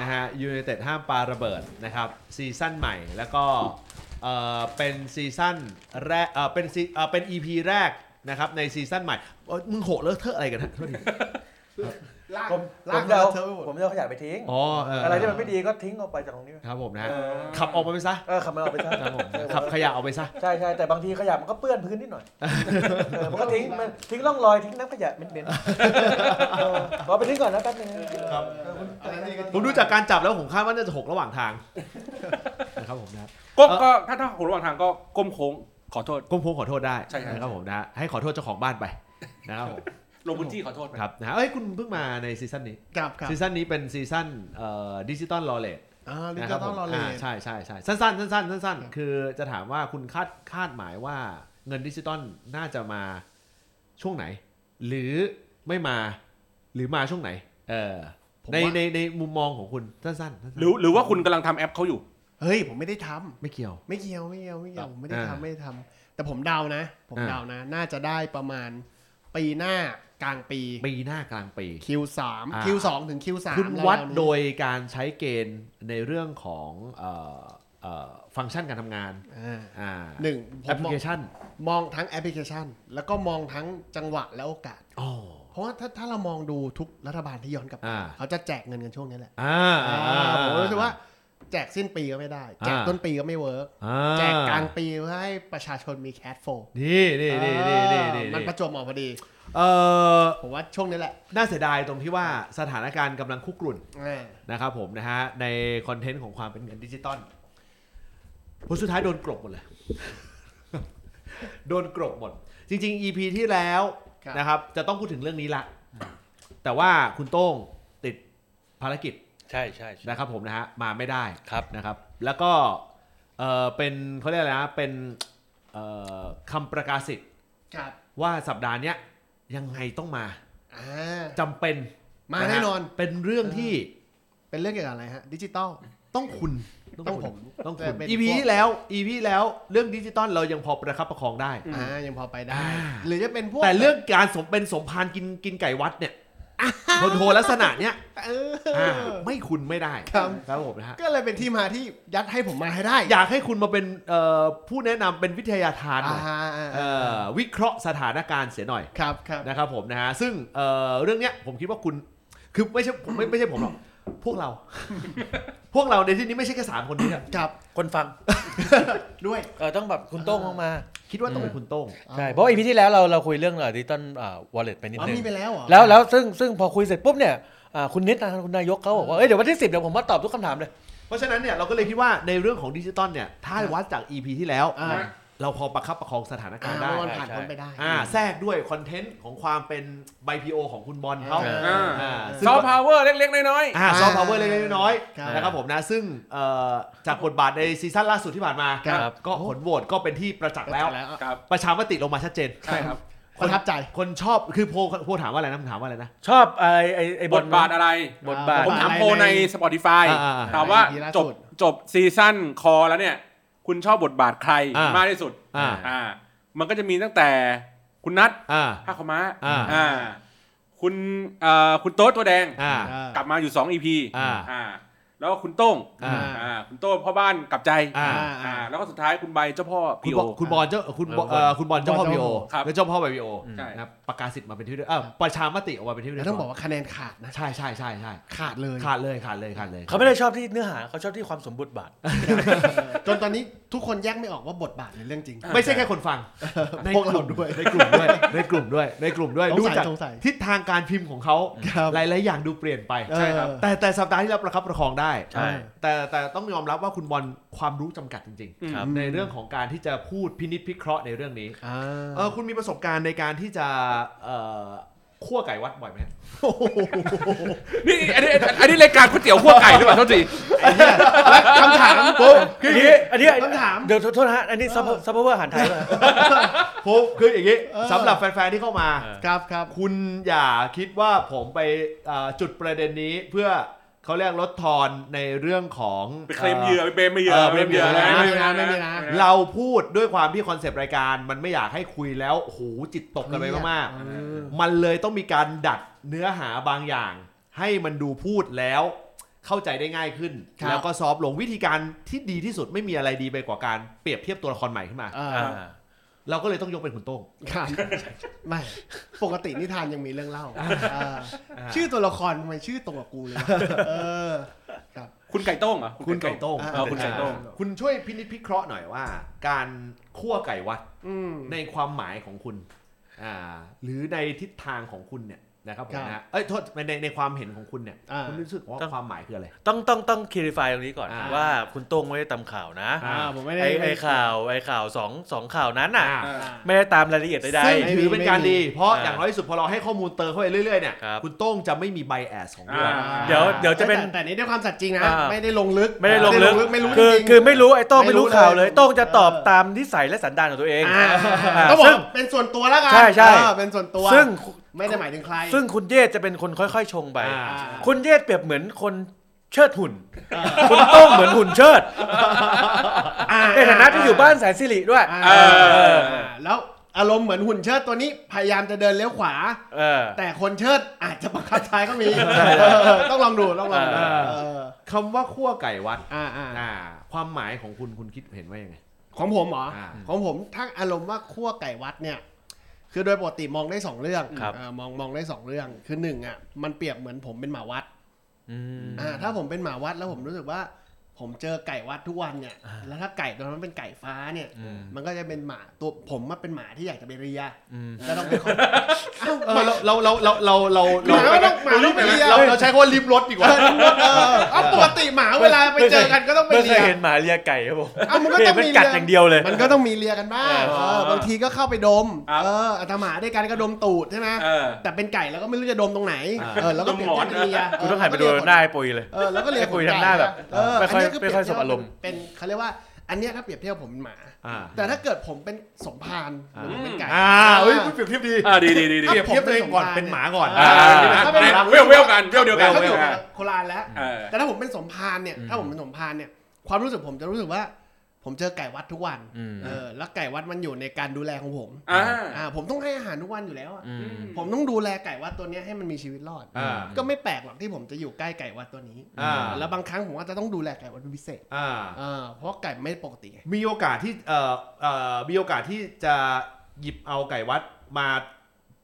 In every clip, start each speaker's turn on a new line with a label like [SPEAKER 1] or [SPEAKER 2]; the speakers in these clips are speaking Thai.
[SPEAKER 1] นะฮะยูไนเต็ดห้ามปาระเบิดนะครับซีซั่นใหม่แล้วก็เอ่อเป็นซีซั่นแรกเอ่อเป็นซีเอ่อเป็น EP แรกนะครับในซีซั่นใหม่เอ้ยมึงโหเลอะเทอะอะไรกันฮะโทษที
[SPEAKER 2] ลาก
[SPEAKER 3] ผมผ
[SPEAKER 2] ลาก
[SPEAKER 3] มจะเอา
[SPEAKER 2] เธอไปหมด
[SPEAKER 3] ผมจะเอาขยะไปทิ้ง
[SPEAKER 1] อ๋อเ
[SPEAKER 3] อะไรที่มันไม่ดีก็ทิ้งออกไปจากตรงนี้
[SPEAKER 1] ครับผมนะ
[SPEAKER 3] เออ
[SPEAKER 1] ขับออกมาไปซะ
[SPEAKER 3] เออขับมันออกไปซะ
[SPEAKER 1] ครับผม
[SPEAKER 3] เออ
[SPEAKER 1] ขับขยะออกไปซะ
[SPEAKER 3] ใช่ใช่แต่บางทีขยะมันก็เปื้อนพื้นนิดหน่อยเออมันก็ทิ้งมันทิ้งร่องรอยทิ้งน้ำขยะเหม็นๆเออขอไปทิ้งก่อนนะแป๊บนึง
[SPEAKER 1] ครับ
[SPEAKER 3] เออคุณ
[SPEAKER 2] อันนั้นนี่
[SPEAKER 1] ผมดูจากการจับแล้วผมคาดว่าน่าจะหกระหว่างทางนะครับผมนะ
[SPEAKER 4] ก็ก็ถ้าถ้าหัวระหว่างทางก็ก้มโค้งขอโทษ
[SPEAKER 1] ก้มโค้งขอโทษได้
[SPEAKER 4] ใช่ครับ
[SPEAKER 1] นะครับผมนะให้ขอโทษเจ้าของบ้านไปนะครับผม
[SPEAKER 4] ลงพื้นที่ขอโทษไป
[SPEAKER 1] ครับนะเอ้ยคุณเพิ่งมาในซีซั่นนี้
[SPEAKER 2] กับกับ
[SPEAKER 1] ซีซั่นนี้เป็นซีซั่นดิจิตอลลอเลต
[SPEAKER 2] อ่าลิ
[SPEAKER 1] นะค
[SPEAKER 2] กา
[SPEAKER 1] รับผ
[SPEAKER 2] ต้อง
[SPEAKER 1] ม
[SPEAKER 2] รอเล
[SPEAKER 1] อ่าน ใช่ใช่ใช่สั้นๆสั้นๆสั้น
[SPEAKER 2] ครับ
[SPEAKER 1] ๆ คือจะถามว่าคุณคาดคาดหมายว่าเงินดิจิตอลน่าจะมาช่วงไหน หรือไม่มาหรือมาช่วงไหนเออ
[SPEAKER 2] ผม
[SPEAKER 1] ใน
[SPEAKER 2] ว่า
[SPEAKER 1] ในในมุมมองของคุณสั้นๆสั้นๆ
[SPEAKER 4] หรือหรือว่าคุณกำลังทำแอปเขาอยู่
[SPEAKER 2] เฮ้ย ผมไม่ได้ทำ
[SPEAKER 1] ไม่เกี่ยว
[SPEAKER 2] ไม่เกี่ยวไม่เกี่ยวไม่เกี่ยวผมไม่ได้
[SPEAKER 1] อ่า
[SPEAKER 2] ทำไม่ได้ทำแต่ผมเดานะ ผม
[SPEAKER 1] อ่า
[SPEAKER 2] เดานะ น่าจะได้ประมาณปีหน้ากลางปี
[SPEAKER 1] ปีหน้ากลางปี
[SPEAKER 2] Q3
[SPEAKER 1] อ่า
[SPEAKER 2] Q2 ถึง Q3
[SPEAKER 1] คุณ
[SPEAKER 2] ราวๆ
[SPEAKER 1] วัด
[SPEAKER 2] นี้
[SPEAKER 1] โดยการใช้เกณฑ์ในเรื่องของเอ่อเอ่อฟังก์ชันการทำงาน
[SPEAKER 2] อ่า
[SPEAKER 1] อ่า
[SPEAKER 2] หนึ่งผ
[SPEAKER 1] แอป
[SPEAKER 2] ม
[SPEAKER 1] พ
[SPEAKER 2] ม
[SPEAKER 1] ลิ
[SPEAKER 2] อง
[SPEAKER 1] เคชัน
[SPEAKER 2] มองทั้งแอปพลิเคชัน แล้วก็มองทั้งจังหวะและโอกาส
[SPEAKER 1] อ๋อ
[SPEAKER 2] เพราะว่าถ้าถ้าเรามองดูทุกรัฐบาลที่ย้อนกลับไป
[SPEAKER 1] อ่า
[SPEAKER 2] เขาจะแจกเงินกันช่วงนี้แหละ
[SPEAKER 1] อ่าอ่าอ่า
[SPEAKER 2] อ่าผมรู้สึกว่าแจกสิ้นปีก็ไม่ได้ แจก
[SPEAKER 1] อ่า
[SPEAKER 2] ต้นปีก็ไม่เวิร์ก
[SPEAKER 1] อ่
[SPEAKER 2] แจกกลางปีเพื่อให้ประชาชนมีแคดโฟ
[SPEAKER 1] นี่นี่นี่นี่นี่นี่
[SPEAKER 2] มันประจวบเหมาะพอดี
[SPEAKER 1] เอ่อ
[SPEAKER 2] ผมว่าช่วงนี้แหละ
[SPEAKER 1] น่าเสียดายตรงที่ว่าสถานการณ์กำลังคุกรุ่น
[SPEAKER 2] อ่า
[SPEAKER 1] นะครับผมนะฮะ ในคอนเทนต์ของความเป็นเงินดิจิตอลผลสุดท้ายโดนกลบหมดเลย โดนกลบหมด จริง ๆ EP ที่แล้ว
[SPEAKER 2] ครับ
[SPEAKER 1] นะครับ จะต้องพูดถึงเรื่องนี้ละ แต่ว่าคุณโต้งติดภารกิจ
[SPEAKER 4] ใช่ใช่
[SPEAKER 1] นะครับผมนะฮะ มาไม่ได้
[SPEAKER 4] ครับ
[SPEAKER 1] นะครับ แล้วก็เออเป็นเขาเรียกอะไรนะเป็นเอ่อคำประกาศสิทธิ์
[SPEAKER 2] ครับ
[SPEAKER 1] ว่าสัปดาห์เนี้ยยังไงต้องมา
[SPEAKER 2] อ่า
[SPEAKER 1] จำเป็น
[SPEAKER 2] มา
[SPEAKER 1] ะฮะ
[SPEAKER 2] แน่นอน
[SPEAKER 1] เป็นเรื่องที่
[SPEAKER 2] เป็นเรื่องเกี่ยวกับอะไรฮะ ดิจิตอล
[SPEAKER 1] ต้องคุณ
[SPEAKER 2] ต้องผม
[SPEAKER 1] ต้องคุ
[SPEAKER 2] แต่
[SPEAKER 1] ณ
[SPEAKER 2] เป็น
[SPEAKER 1] EP
[SPEAKER 2] พวก
[SPEAKER 1] ที่แล้ว EP ที่แล้วเรื่องดิจิตอลเรายังพอประคับประคองได้
[SPEAKER 2] อ่า ยังพอไปได้
[SPEAKER 1] อ่า
[SPEAKER 2] หรือจะเป็นพวก
[SPEAKER 1] แต่เรื่องการสมเป็นสมพานกินกินไก่วัดเนี่ยโทนโทลักษณะเนี้ย
[SPEAKER 2] เออ
[SPEAKER 1] อ่า
[SPEAKER 2] อ
[SPEAKER 1] ไม่คุณไม่ได้
[SPEAKER 2] ครับ
[SPEAKER 1] ครับผมนะฮะ
[SPEAKER 2] ก็เลยเป็นที่มาที่ยัดให้ผมมาให้ได้
[SPEAKER 1] อยากให้คุณมาเป็นเอ่อผู้แนะนำเป็นวิทยาทานหน่
[SPEAKER 2] อ่า
[SPEAKER 1] อย
[SPEAKER 2] อ่า
[SPEAKER 1] เอ่อวิเคราะห์สถานการณ์เสียหน่อย
[SPEAKER 2] ครับครับ
[SPEAKER 1] นะครับผมนะฮะซึ่งเอ่อเรื่องเนี้ยผมคิดว่าคุณคือไม่ใช่ผมไม่ไม่ใช่ผมหรอกพวกเรา พวกเราในที่นี้ไม่ใช่แค่สามคนนี้นะครับ
[SPEAKER 3] คนฟัง
[SPEAKER 2] ด้วย
[SPEAKER 3] เออต้องแบบคุณโต้งลงมา
[SPEAKER 1] คิดว่าต้องเป็นคุณโต้ง
[SPEAKER 2] อ่า
[SPEAKER 3] ใช่เพราะอีพีที่แล้วเราเราคุยเรื่องดิจิตอลวอลเล็ตไปนิด
[SPEAKER 2] อ๋อ
[SPEAKER 3] นึง
[SPEAKER 2] มีไปแล้วเหรอ
[SPEAKER 3] แล้วแล้วซึ่งซึ่งพอคุยเสร็จปุ๊บเนี่ยอ่าคุณนิดนะคุณนายกเขาบอกว่า เอ้ยเดี๋ยววันที่สิบเดี๋ยวผมมาตอบทุกคำถามเลย
[SPEAKER 1] เพราะฉะนั้นเนี่ยเราก็เลยคิดว่าในเรื่องของดิจิตอลเนี่ยถ้าวัดจาก EP ที่แล้ว
[SPEAKER 2] อ่า
[SPEAKER 1] เราพอประคับประคองสถาน
[SPEAKER 2] อ่า
[SPEAKER 1] การณ์ได้
[SPEAKER 2] วันผ่าน
[SPEAKER 3] ใช่
[SPEAKER 2] พ้นไปได้
[SPEAKER 1] อ่าแทรกด้วยคอนเทนต์ของความเป็นไบพีโอของคุณบอลเขา
[SPEAKER 2] อ่า
[SPEAKER 4] อ่า
[SPEAKER 1] อ่า
[SPEAKER 4] ซอฟต์พาวเวอร์เล็กๆ น้อย
[SPEAKER 1] อ่าซอฟต์พาวเวอร์เล็กๆน้อย
[SPEAKER 2] ครับ
[SPEAKER 1] ๆนะครับผมนะ ซึ่งเอ่อจากบทบาทในซีซั่นล่าสุดที่ผ่านมา
[SPEAKER 2] ครับ
[SPEAKER 1] ก็ผลโหวตก็เป็นที่ประจักษ์แล้ว
[SPEAKER 2] แล้ว
[SPEAKER 4] ๆครับ
[SPEAKER 1] ประชามติลงมาชัดเจน
[SPEAKER 4] ใช่ครับ
[SPEAKER 2] ประทับใจ
[SPEAKER 1] คนชอบคือโพลโพลถามว่าอะไรนะผมถามว่าอะไรนะ
[SPEAKER 3] ชอบไอไอไอบ ล
[SPEAKER 4] ท
[SPEAKER 3] นะ
[SPEAKER 4] บาทอะไร
[SPEAKER 3] บทบาท
[SPEAKER 4] ผมถามโพลใน Spotify
[SPEAKER 1] อ่า
[SPEAKER 4] ถามว่า
[SPEAKER 2] อ่า
[SPEAKER 4] จ
[SPEAKER 2] ล่า
[SPEAKER 4] บ
[SPEAKER 2] สุด
[SPEAKER 4] จบซีซั่นคอแล้วเนี่ย คุณชอบบทบาทใคร
[SPEAKER 1] อ่าม
[SPEAKER 4] มากที่สุด
[SPEAKER 1] อ่า
[SPEAKER 4] อ่า มันก็จะมีตั้งแต่คุณนัท
[SPEAKER 1] อ่า
[SPEAKER 4] ผ้าขาวม้า
[SPEAKER 1] อ่า
[SPEAKER 4] อ่าคุณเอ่อคุณโต๊ดตัวแดง
[SPEAKER 1] อ่า
[SPEAKER 2] อ่าก
[SPEAKER 4] ลับมาอยู่ 2 EP
[SPEAKER 1] อ่า
[SPEAKER 4] อ่า แล้วก็คุณโต้ง
[SPEAKER 1] อ่า
[SPEAKER 4] อ่าคุณโต้งพ่อบ้านกลับใจ
[SPEAKER 1] อ่า
[SPEAKER 4] อ่า แล้วก็สุดท้ายคุณใบเจ้าพ่อ
[SPEAKER 1] คุ
[SPEAKER 4] พี
[SPEAKER 1] ณ
[SPEAKER 4] โอ
[SPEAKER 1] บอลคุณบอลเจ้าคุณบอลเอ่อคุณบอลเจ้าพ่อพีโอ
[SPEAKER 4] ครับ
[SPEAKER 1] และเจ้าพ่อไบพีโอ
[SPEAKER 4] ใช่
[SPEAKER 1] นะครับประกาศสิทธิ์มาเป็นที่เรียบเออประชามติออกมาเป็นที่เรีย
[SPEAKER 2] แล้
[SPEAKER 1] บ
[SPEAKER 2] วต้องบ
[SPEAKER 1] ร้
[SPEAKER 2] อ
[SPEAKER 1] อก ย
[SPEAKER 2] ว่าคะแนนขาดนะ
[SPEAKER 1] ใช่ใช่ใช่ใช่
[SPEAKER 2] ขาดเลย
[SPEAKER 1] ขาดเลยขาดเลยขาดเลย
[SPEAKER 3] เขาไม่ได้ชอบที่เนื้อหาเขาชอบที่ความสมบทบาท
[SPEAKER 2] จนตอนนี้ทุกคนแยกไม่ออกว่าบทบาทในเรื่องจริง
[SPEAKER 1] ไม่ใช่แค่คนฟังใน
[SPEAKER 2] พวกเราด้วย
[SPEAKER 1] ในกลุ่มด้วยในกลุ่มด้วยในกลุ่มด้วย
[SPEAKER 2] สงสัย
[SPEAKER 1] ดูจาก
[SPEAKER 2] สงสัย
[SPEAKER 1] ทิศทางการพิมพ์ของเขา
[SPEAKER 2] ครับ
[SPEAKER 1] หลายๆอย่างดูเปลี่ยนไป
[SPEAKER 2] เออ
[SPEAKER 4] ใช่ครับ
[SPEAKER 1] แต่แต่สัปดาห์ที่เราประคับประคองได้
[SPEAKER 3] ใช่
[SPEAKER 1] แต่แต่ต้องยอมรับว่าคุณบอลความรู้จำกัดจริง
[SPEAKER 4] อืม
[SPEAKER 1] ๆ ในเรื่องของการที่จะพูดพินิจพิเคราะห์ในเรื่องนี้
[SPEAKER 2] อ่า
[SPEAKER 1] เออคุณมีประสบการณ์ในการที่จะเอ่อคั่วไก่วัดบ่อยไหม
[SPEAKER 4] นี่อันนี้อันนี้รายการก๋วยเตี๋ยวขั้วไก่หรือเปล่าโทษที
[SPEAKER 2] ไอ้เหี้ยคำถาม
[SPEAKER 3] ปุ๊บคืออย่างนี้อันนี้
[SPEAKER 2] คำถาม
[SPEAKER 3] เดี๋ยวโทษนะฮะอันนี้ซัพซัพพาวเวอร์อาหารไทยป่ะ
[SPEAKER 1] ผมคืออย่างนี้
[SPEAKER 2] เออ
[SPEAKER 1] สำหรับแฟนๆที่เข้ามา
[SPEAKER 3] เออ
[SPEAKER 2] ครับครับ
[SPEAKER 1] คุณอย่าคิดว่าผมไปเอ่อจุดประเด็นนี้เพื่อเขาเรียกลดทอนในเรื่องของ
[SPEAKER 4] ไปเคลมเหยื่อไปเบมเหยื่อ
[SPEAKER 1] เออ
[SPEAKER 4] ไปเบมเหยื่อ
[SPEAKER 1] ไม่มี
[SPEAKER 2] นะ
[SPEAKER 4] ไม่มี
[SPEAKER 2] ไม่มีนะ
[SPEAKER 1] เอ่อเราพูดด้วยความที่คอนเซปต์รายการมันไม่อยากให้คุยแล้วโอ้โหจิตตกกันไปมาก
[SPEAKER 2] เออ
[SPEAKER 1] ๆ มันเลยต้องมีการดัดเนื้อหาบางอย่าง ให้มันดูพูดแล้ว เข้าใจได้ง่ายขึ้น
[SPEAKER 2] ครับ
[SPEAKER 1] แล้วก็ซอฟต์ลงวิธีการที่ดีที่สุดไม่มีอะไรดีไปกว่าการเปรียบเทียบตัวละครใหม่ขึ้นมา
[SPEAKER 2] อ่า
[SPEAKER 4] อ่า
[SPEAKER 1] เราก็เลยต้องยกเป็นคุณโต้ง
[SPEAKER 2] ครับไม่ปกตินิทานยังมีเรื่องเล่าอ่าชื่อตัวละครทำไมชื่อตรงกับกูเลยวะเออครับ
[SPEAKER 4] คุณไก่โต้งเหรอ
[SPEAKER 1] คุณไก่โต้ง
[SPEAKER 2] อ่า
[SPEAKER 4] เออคุณไก่โต้ง
[SPEAKER 1] อ่าคุณช่วยพินิจพิเคราะห์หน่อยว่า การคั่วไก่วัด
[SPEAKER 2] อืม
[SPEAKER 1] ในความหมายของคุณอ่าหรือในทิศทางของคุณเนี่ยนะครับผม
[SPEAKER 2] ครับ
[SPEAKER 1] นะเอ้ยโทษในในในความเห็นของคุณเนี่ย
[SPEAKER 2] อ่า
[SPEAKER 1] คุณรู้สึกว่าความหมายคืออะไร
[SPEAKER 5] ต้องต้องต้องคลีริฟายตรงนี้ก่อน
[SPEAKER 1] อ่า
[SPEAKER 5] ว่าคุณโต้งไม่ได้ตามข่าวนะ
[SPEAKER 1] อ่า
[SPEAKER 2] อ่าผมไม่ได้
[SPEAKER 5] ไอไอข่าวไอข่าวสองสองข่าวนั้นน่ะ
[SPEAKER 1] อ่า
[SPEAKER 2] อ่า
[SPEAKER 5] ไม่ได้ตามรายละเอียดใด
[SPEAKER 2] ซึ่ง
[SPEAKER 1] ถือเป็นการดี เพราะ
[SPEAKER 5] อ่า
[SPEAKER 1] อย่างน้อยที่สุดพอเราให้ข้อมูลเติมเข้าไปเรื่อยๆเนี่ย
[SPEAKER 5] ครับ
[SPEAKER 1] คุณโต้งจะไม่มีไบแอสของเรื่อง
[SPEAKER 4] อ่า
[SPEAKER 5] ๆเดี๋ยวเดี๋ยวจะเป็น
[SPEAKER 2] แต่แต่นี้ด้วยความสัตย์จริงนะ
[SPEAKER 5] อ่า
[SPEAKER 2] ไม่ได้ลงลึก
[SPEAKER 5] ไม่ได้ลงลึก
[SPEAKER 2] ไม่รู้
[SPEAKER 5] คือ
[SPEAKER 2] จริงๆ
[SPEAKER 5] คือไม่รู้ไอ้โต้ง
[SPEAKER 2] ไม่
[SPEAKER 5] ไม่
[SPEAKER 2] รู้
[SPEAKER 5] รู้ข่าวเลย
[SPEAKER 2] เลย
[SPEAKER 5] โต้งจะตอบ
[SPEAKER 2] เออ
[SPEAKER 5] ตามนิสัยและสันดานของตัวเอง
[SPEAKER 2] อ่า
[SPEAKER 5] า
[SPEAKER 2] ต้องบอก
[SPEAKER 5] ซึ่ง
[SPEAKER 2] ว่าเป็นส่วนตัวแล้วกัน
[SPEAKER 5] ใช่ใช่
[SPEAKER 2] เออเป็นส่วนตัว
[SPEAKER 5] ซึ่ง
[SPEAKER 2] ไม่ได้หมายถึงใคร
[SPEAKER 5] ซึ่งคุณเยศจะเป็นคนค่อย ๆ ชงไป
[SPEAKER 1] อ่า
[SPEAKER 5] คุณเยศเปรียบเหมือนคนเชิดหุ่น คุณโต้งเหมือนหุ่นเชิด
[SPEAKER 2] อ่
[SPEAKER 5] ในฐานะที่อยู่บ้านแสนสิริด้วย
[SPEAKER 2] อ่า
[SPEAKER 4] เออ
[SPEAKER 2] แล้วอารมณ์เหมือนหุ่นเชิดตัวนี้พยายามจะเดินเลี้ยวขวา
[SPEAKER 5] เออ
[SPEAKER 2] แต่คนเชิดอาจจะบังคับใช้ก็มีเออต้องลองดูต้องลองดู
[SPEAKER 5] อ่า
[SPEAKER 2] เออ
[SPEAKER 1] คำว่าคั่วไก่วัด
[SPEAKER 2] อ่าอ่า
[SPEAKER 1] อ่าความหมายของคุณคุณคิดเห็นว่ายังไง
[SPEAKER 2] ของผมเหรออา ของผมทั้งอารมณ์ว่าคั่วไก่วัดเนี่ย คือโดยปกติมองได้สองเรื่อง
[SPEAKER 5] ครับ
[SPEAKER 2] เออมองมองได้สองเรื่องคือหนึ่งอ่ะมันเปรียบเหมือนผมเป็นหมาวัด
[SPEAKER 5] อืม
[SPEAKER 2] อ่าถ้าผมเป็นหมาวัดแล้วผมรู้สึกว่า ผมเจอไก่วัดทุกวันเนี่ย แล้วถ้าไก่ตัวนั้นเป็นไก่ฟ้าเนี่ย
[SPEAKER 5] อืม
[SPEAKER 2] มันก็จะเป็นหมาตัวผมมาเป็นหมาที่อยากจะไปเรีย
[SPEAKER 5] อืม
[SPEAKER 2] ก็ต้องเป็นคน เอ้า
[SPEAKER 1] เออเราเราเราเราเราเรา
[SPEAKER 2] หมาก็ต้องหมาต้องไปเรีย
[SPEAKER 1] เราเราใช้คำว่าริมรถดีกว่า
[SPEAKER 2] เออเอาปกติหมาเวลาไปเจอกันก็ต้องไป
[SPEAKER 5] ไม่เค
[SPEAKER 2] เรี
[SPEAKER 5] ย
[SPEAKER 2] ย
[SPEAKER 5] เห็นหมาเลียไก่ครับผม
[SPEAKER 2] เอ้ามันก็
[SPEAKER 5] เห็
[SPEAKER 2] ต้อน ง
[SPEAKER 5] มัน
[SPEAKER 2] มี
[SPEAKER 5] กัด
[SPEAKER 2] เรีย
[SPEAKER 5] อย่างเดียวเลย
[SPEAKER 2] มันก็ต้องมีเรียกันบ้าง
[SPEAKER 5] เออ
[SPEAKER 2] เออบางทีก็เข้าไปดม
[SPEAKER 4] ครับ
[SPEAKER 2] เอออาตมาด้วยกันก็ดมตูดใช่ไหม
[SPEAKER 4] เออ
[SPEAKER 2] แต่เป็นไก่แล้วก็ไม่รู้จะดมตรงไหน
[SPEAKER 1] อ่า
[SPEAKER 2] เออแล้วก็เปลี่ยนเป็นเรีย
[SPEAKER 5] กูต้องหันไปดูหน้าไอ้ปุยเลย
[SPEAKER 2] เออแล้วก็เรีย
[SPEAKER 5] คุยทางหน้าแบบ
[SPEAKER 2] เออ
[SPEAKER 5] ไม่ค่อย
[SPEAKER 2] นนี้
[SPEAKER 5] ไม่ค่อยสบอารมณ์
[SPEAKER 2] เป็นเขาเรียกว่า อันเนี้ยถ้าเปรียบเทียบผมเป็นหมา
[SPEAKER 1] อ่า
[SPEAKER 2] แต่ถ้าเกิดผมเป็นสมภารห
[SPEAKER 1] อ่า
[SPEAKER 2] รือผมเป็นไก่
[SPEAKER 1] อ่าเฮ้ยคุณเปรียบเทียบดี
[SPEAKER 4] อ่าดีดีดีดี
[SPEAKER 1] เปรียบเทียบตัวเองก่อนเป็นหมาก่อน
[SPEAKER 4] อ่า
[SPEAKER 2] ถ้าเป็นหมา
[SPEAKER 4] เวลเวลกันเวลเดียวกัน
[SPEAKER 2] ถ้า
[SPEAKER 4] เว
[SPEAKER 2] อ
[SPEAKER 4] ล
[SPEAKER 2] ยู่
[SPEAKER 4] กัน
[SPEAKER 2] โคราชแล้ว
[SPEAKER 4] เออ
[SPEAKER 2] แต่ถ้าผมเป็นสมภารเนี่ย ถ้าผมเป็นสมภารเนี่ย ความรู้สึกผมจะรู้สึกว่า ผมเจอไก่วัดทุกวัน
[SPEAKER 5] อืม
[SPEAKER 2] เออ แล้วไก่วัดมันอยู่ในการดูแลของผม
[SPEAKER 4] อ่า
[SPEAKER 2] อ่าผมต้องให้อาหารทุกวันอยู่แล้วอะ
[SPEAKER 5] อืม
[SPEAKER 2] ผมต้องดูแลไก่วัดตัวเนี้ยให้มันมีชีวิตรอด
[SPEAKER 1] อ่า
[SPEAKER 2] ก็ไม่แปลกหรอกที่ผมจะอยู่ใกล้ไก่วัดตัวนี้
[SPEAKER 1] อ่า
[SPEAKER 2] แล้วบางครั้งผมก็จะต้องดูแลไก่วัดเป็นพิเศษ
[SPEAKER 1] อ่า
[SPEAKER 2] อ่าเพราะไก่ไม่ปกติไง
[SPEAKER 1] มีโอกาสที่เอ่อเอ่อมีโอกาสที่จะหยิบเอาไก่วัดมา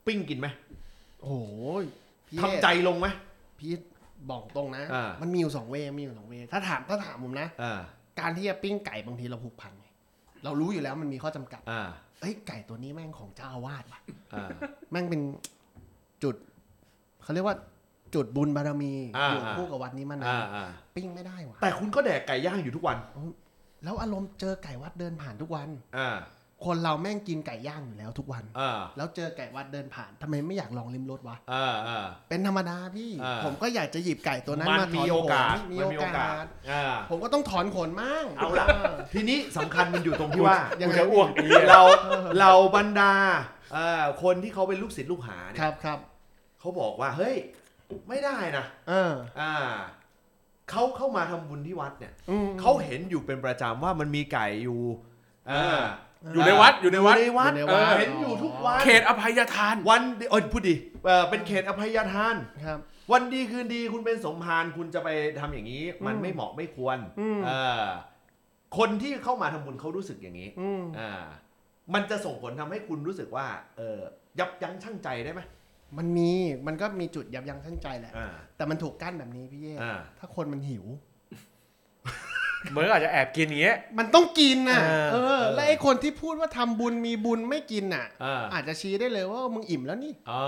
[SPEAKER 1] ปิ้งกินไหม
[SPEAKER 2] โอ้โหพี่
[SPEAKER 1] ทำใจลงไหม
[SPEAKER 2] พี่บอกตรงนะ
[SPEAKER 1] อ่ามั
[SPEAKER 2] มันมีอยู่สองเวย์มีอยู่สองเวย์ถ้าถามถ้าถามผมนะ
[SPEAKER 1] อ่า
[SPEAKER 2] การที่จะปิ้งไก่บางทีเราผูกพันไงเรารู้อยู่แล้วมันมีข้อจำกัด
[SPEAKER 1] อ่า
[SPEAKER 2] เอ้ยไก่ตัวนี้แม่งของเจ้าอาวาสว่ะ
[SPEAKER 1] อ่า
[SPEAKER 2] แม่งเป็นจุดเขาเรียกว่าจุดบุญบารมี
[SPEAKER 1] อ่า
[SPEAKER 2] อยู่คู่กับวัดนี้มานาน
[SPEAKER 1] อ่าอ่า
[SPEAKER 2] ปิ้งไม่ได้ว่ะ
[SPEAKER 1] แต่คุณก็แดกไก่ย่างอยู่ทุกวัน
[SPEAKER 2] แล้วอารมณ์เจอไก่วัดเดินผ่านทุกวัน
[SPEAKER 1] อ่า
[SPEAKER 2] คนเราแม่งกินไก่ย่างอยู่แล้วทุกวัน
[SPEAKER 1] อ่า
[SPEAKER 2] แล้วเจอไก่วัดเดินผ่านทำไมไม่อยากลองลิ้มรสวะ
[SPEAKER 1] อ่าอ่า
[SPEAKER 2] เป็นธรรมดาพี่
[SPEAKER 1] อ่า
[SPEAKER 2] ผมก็อยากจะหยิบไก่ตัวนั้น
[SPEAKER 1] มัน
[SPEAKER 2] มาถ
[SPEAKER 1] มี
[SPEAKER 2] อน
[SPEAKER 1] โอ
[SPEAKER 2] ขน
[SPEAKER 1] กาส
[SPEAKER 2] มี
[SPEAKER 1] มัน
[SPEAKER 2] โอ
[SPEAKER 1] มีโอกาก
[SPEAKER 2] า
[SPEAKER 1] ส
[SPEAKER 2] ส
[SPEAKER 1] อ่า
[SPEAKER 2] ผมก็ต้องถอนขนมั่ง
[SPEAKER 1] เอาล่ะ ทีนี้สำคัญมันอยู่ตรงที่ว่า
[SPEAKER 2] ยังไง
[SPEAKER 5] จะอ้วก
[SPEAKER 1] เราเราบรรดาเอ่อคนที่เขาเป็นลูกศิษย์ลูกหาเนี่
[SPEAKER 2] ค
[SPEAKER 1] ย
[SPEAKER 2] รับครับ
[SPEAKER 1] เขาบอกว่าเฮ้ยไม่ได้นะ
[SPEAKER 2] เออ
[SPEAKER 1] อ่าเขาเข้ามาทำบุญที่วัดเนี่ย
[SPEAKER 2] อืม
[SPEAKER 1] เขาเห็นอยู่เป็นประจำว่ามันมีไก่อยู่
[SPEAKER 4] เออ
[SPEAKER 1] อ่า
[SPEAKER 4] อยู่ในวัดอยู่ในวัด
[SPEAKER 1] ในวัด
[SPEAKER 2] อยู่
[SPEAKER 1] เอ
[SPEAKER 2] ในวัด
[SPEAKER 1] อเห็นอยู่ทุกวัน
[SPEAKER 4] เขตอภัยทาน
[SPEAKER 1] วันเดียวเอยพูดดิเอ่อเป็นเขตอภัยทาน
[SPEAKER 2] ครับ
[SPEAKER 1] วันดีคืนดีคุณเป็นสมภารคุณจะไปทำอย่างนี้ มัน
[SPEAKER 2] อืม
[SPEAKER 1] ไม่เหมาะไม่ควร
[SPEAKER 2] อืม
[SPEAKER 1] เออคนที่เข้ามาทำบุญเขารู้สึกอย่างนี้
[SPEAKER 2] อืม
[SPEAKER 1] อ่ามันจะส่งผลทำให้คุณรู้สึกว่า เออยับยั้งชั่งใจได้ไหม
[SPEAKER 2] มันมีมันก็มีจุดยับยั้งชั่งใจแหละ
[SPEAKER 1] อ่า
[SPEAKER 2] แต่มันถูกกั้นแบบนี้พี่เย่
[SPEAKER 1] อ่า
[SPEAKER 2] ถ้าคนมันหิว
[SPEAKER 5] เหมือนอาจจะแอบกินอย่างเงี้ย
[SPEAKER 2] มันต้องกินน่ะ
[SPEAKER 5] อ่า
[SPEAKER 2] เออ และไอ้คนที่พูดว่าทำบุญมีบุญไม่กินน่ะ
[SPEAKER 1] อ่า
[SPEAKER 2] อาจจะชี้ได้เลยว่ามึงอิ่มแล้วนี่
[SPEAKER 1] อ่า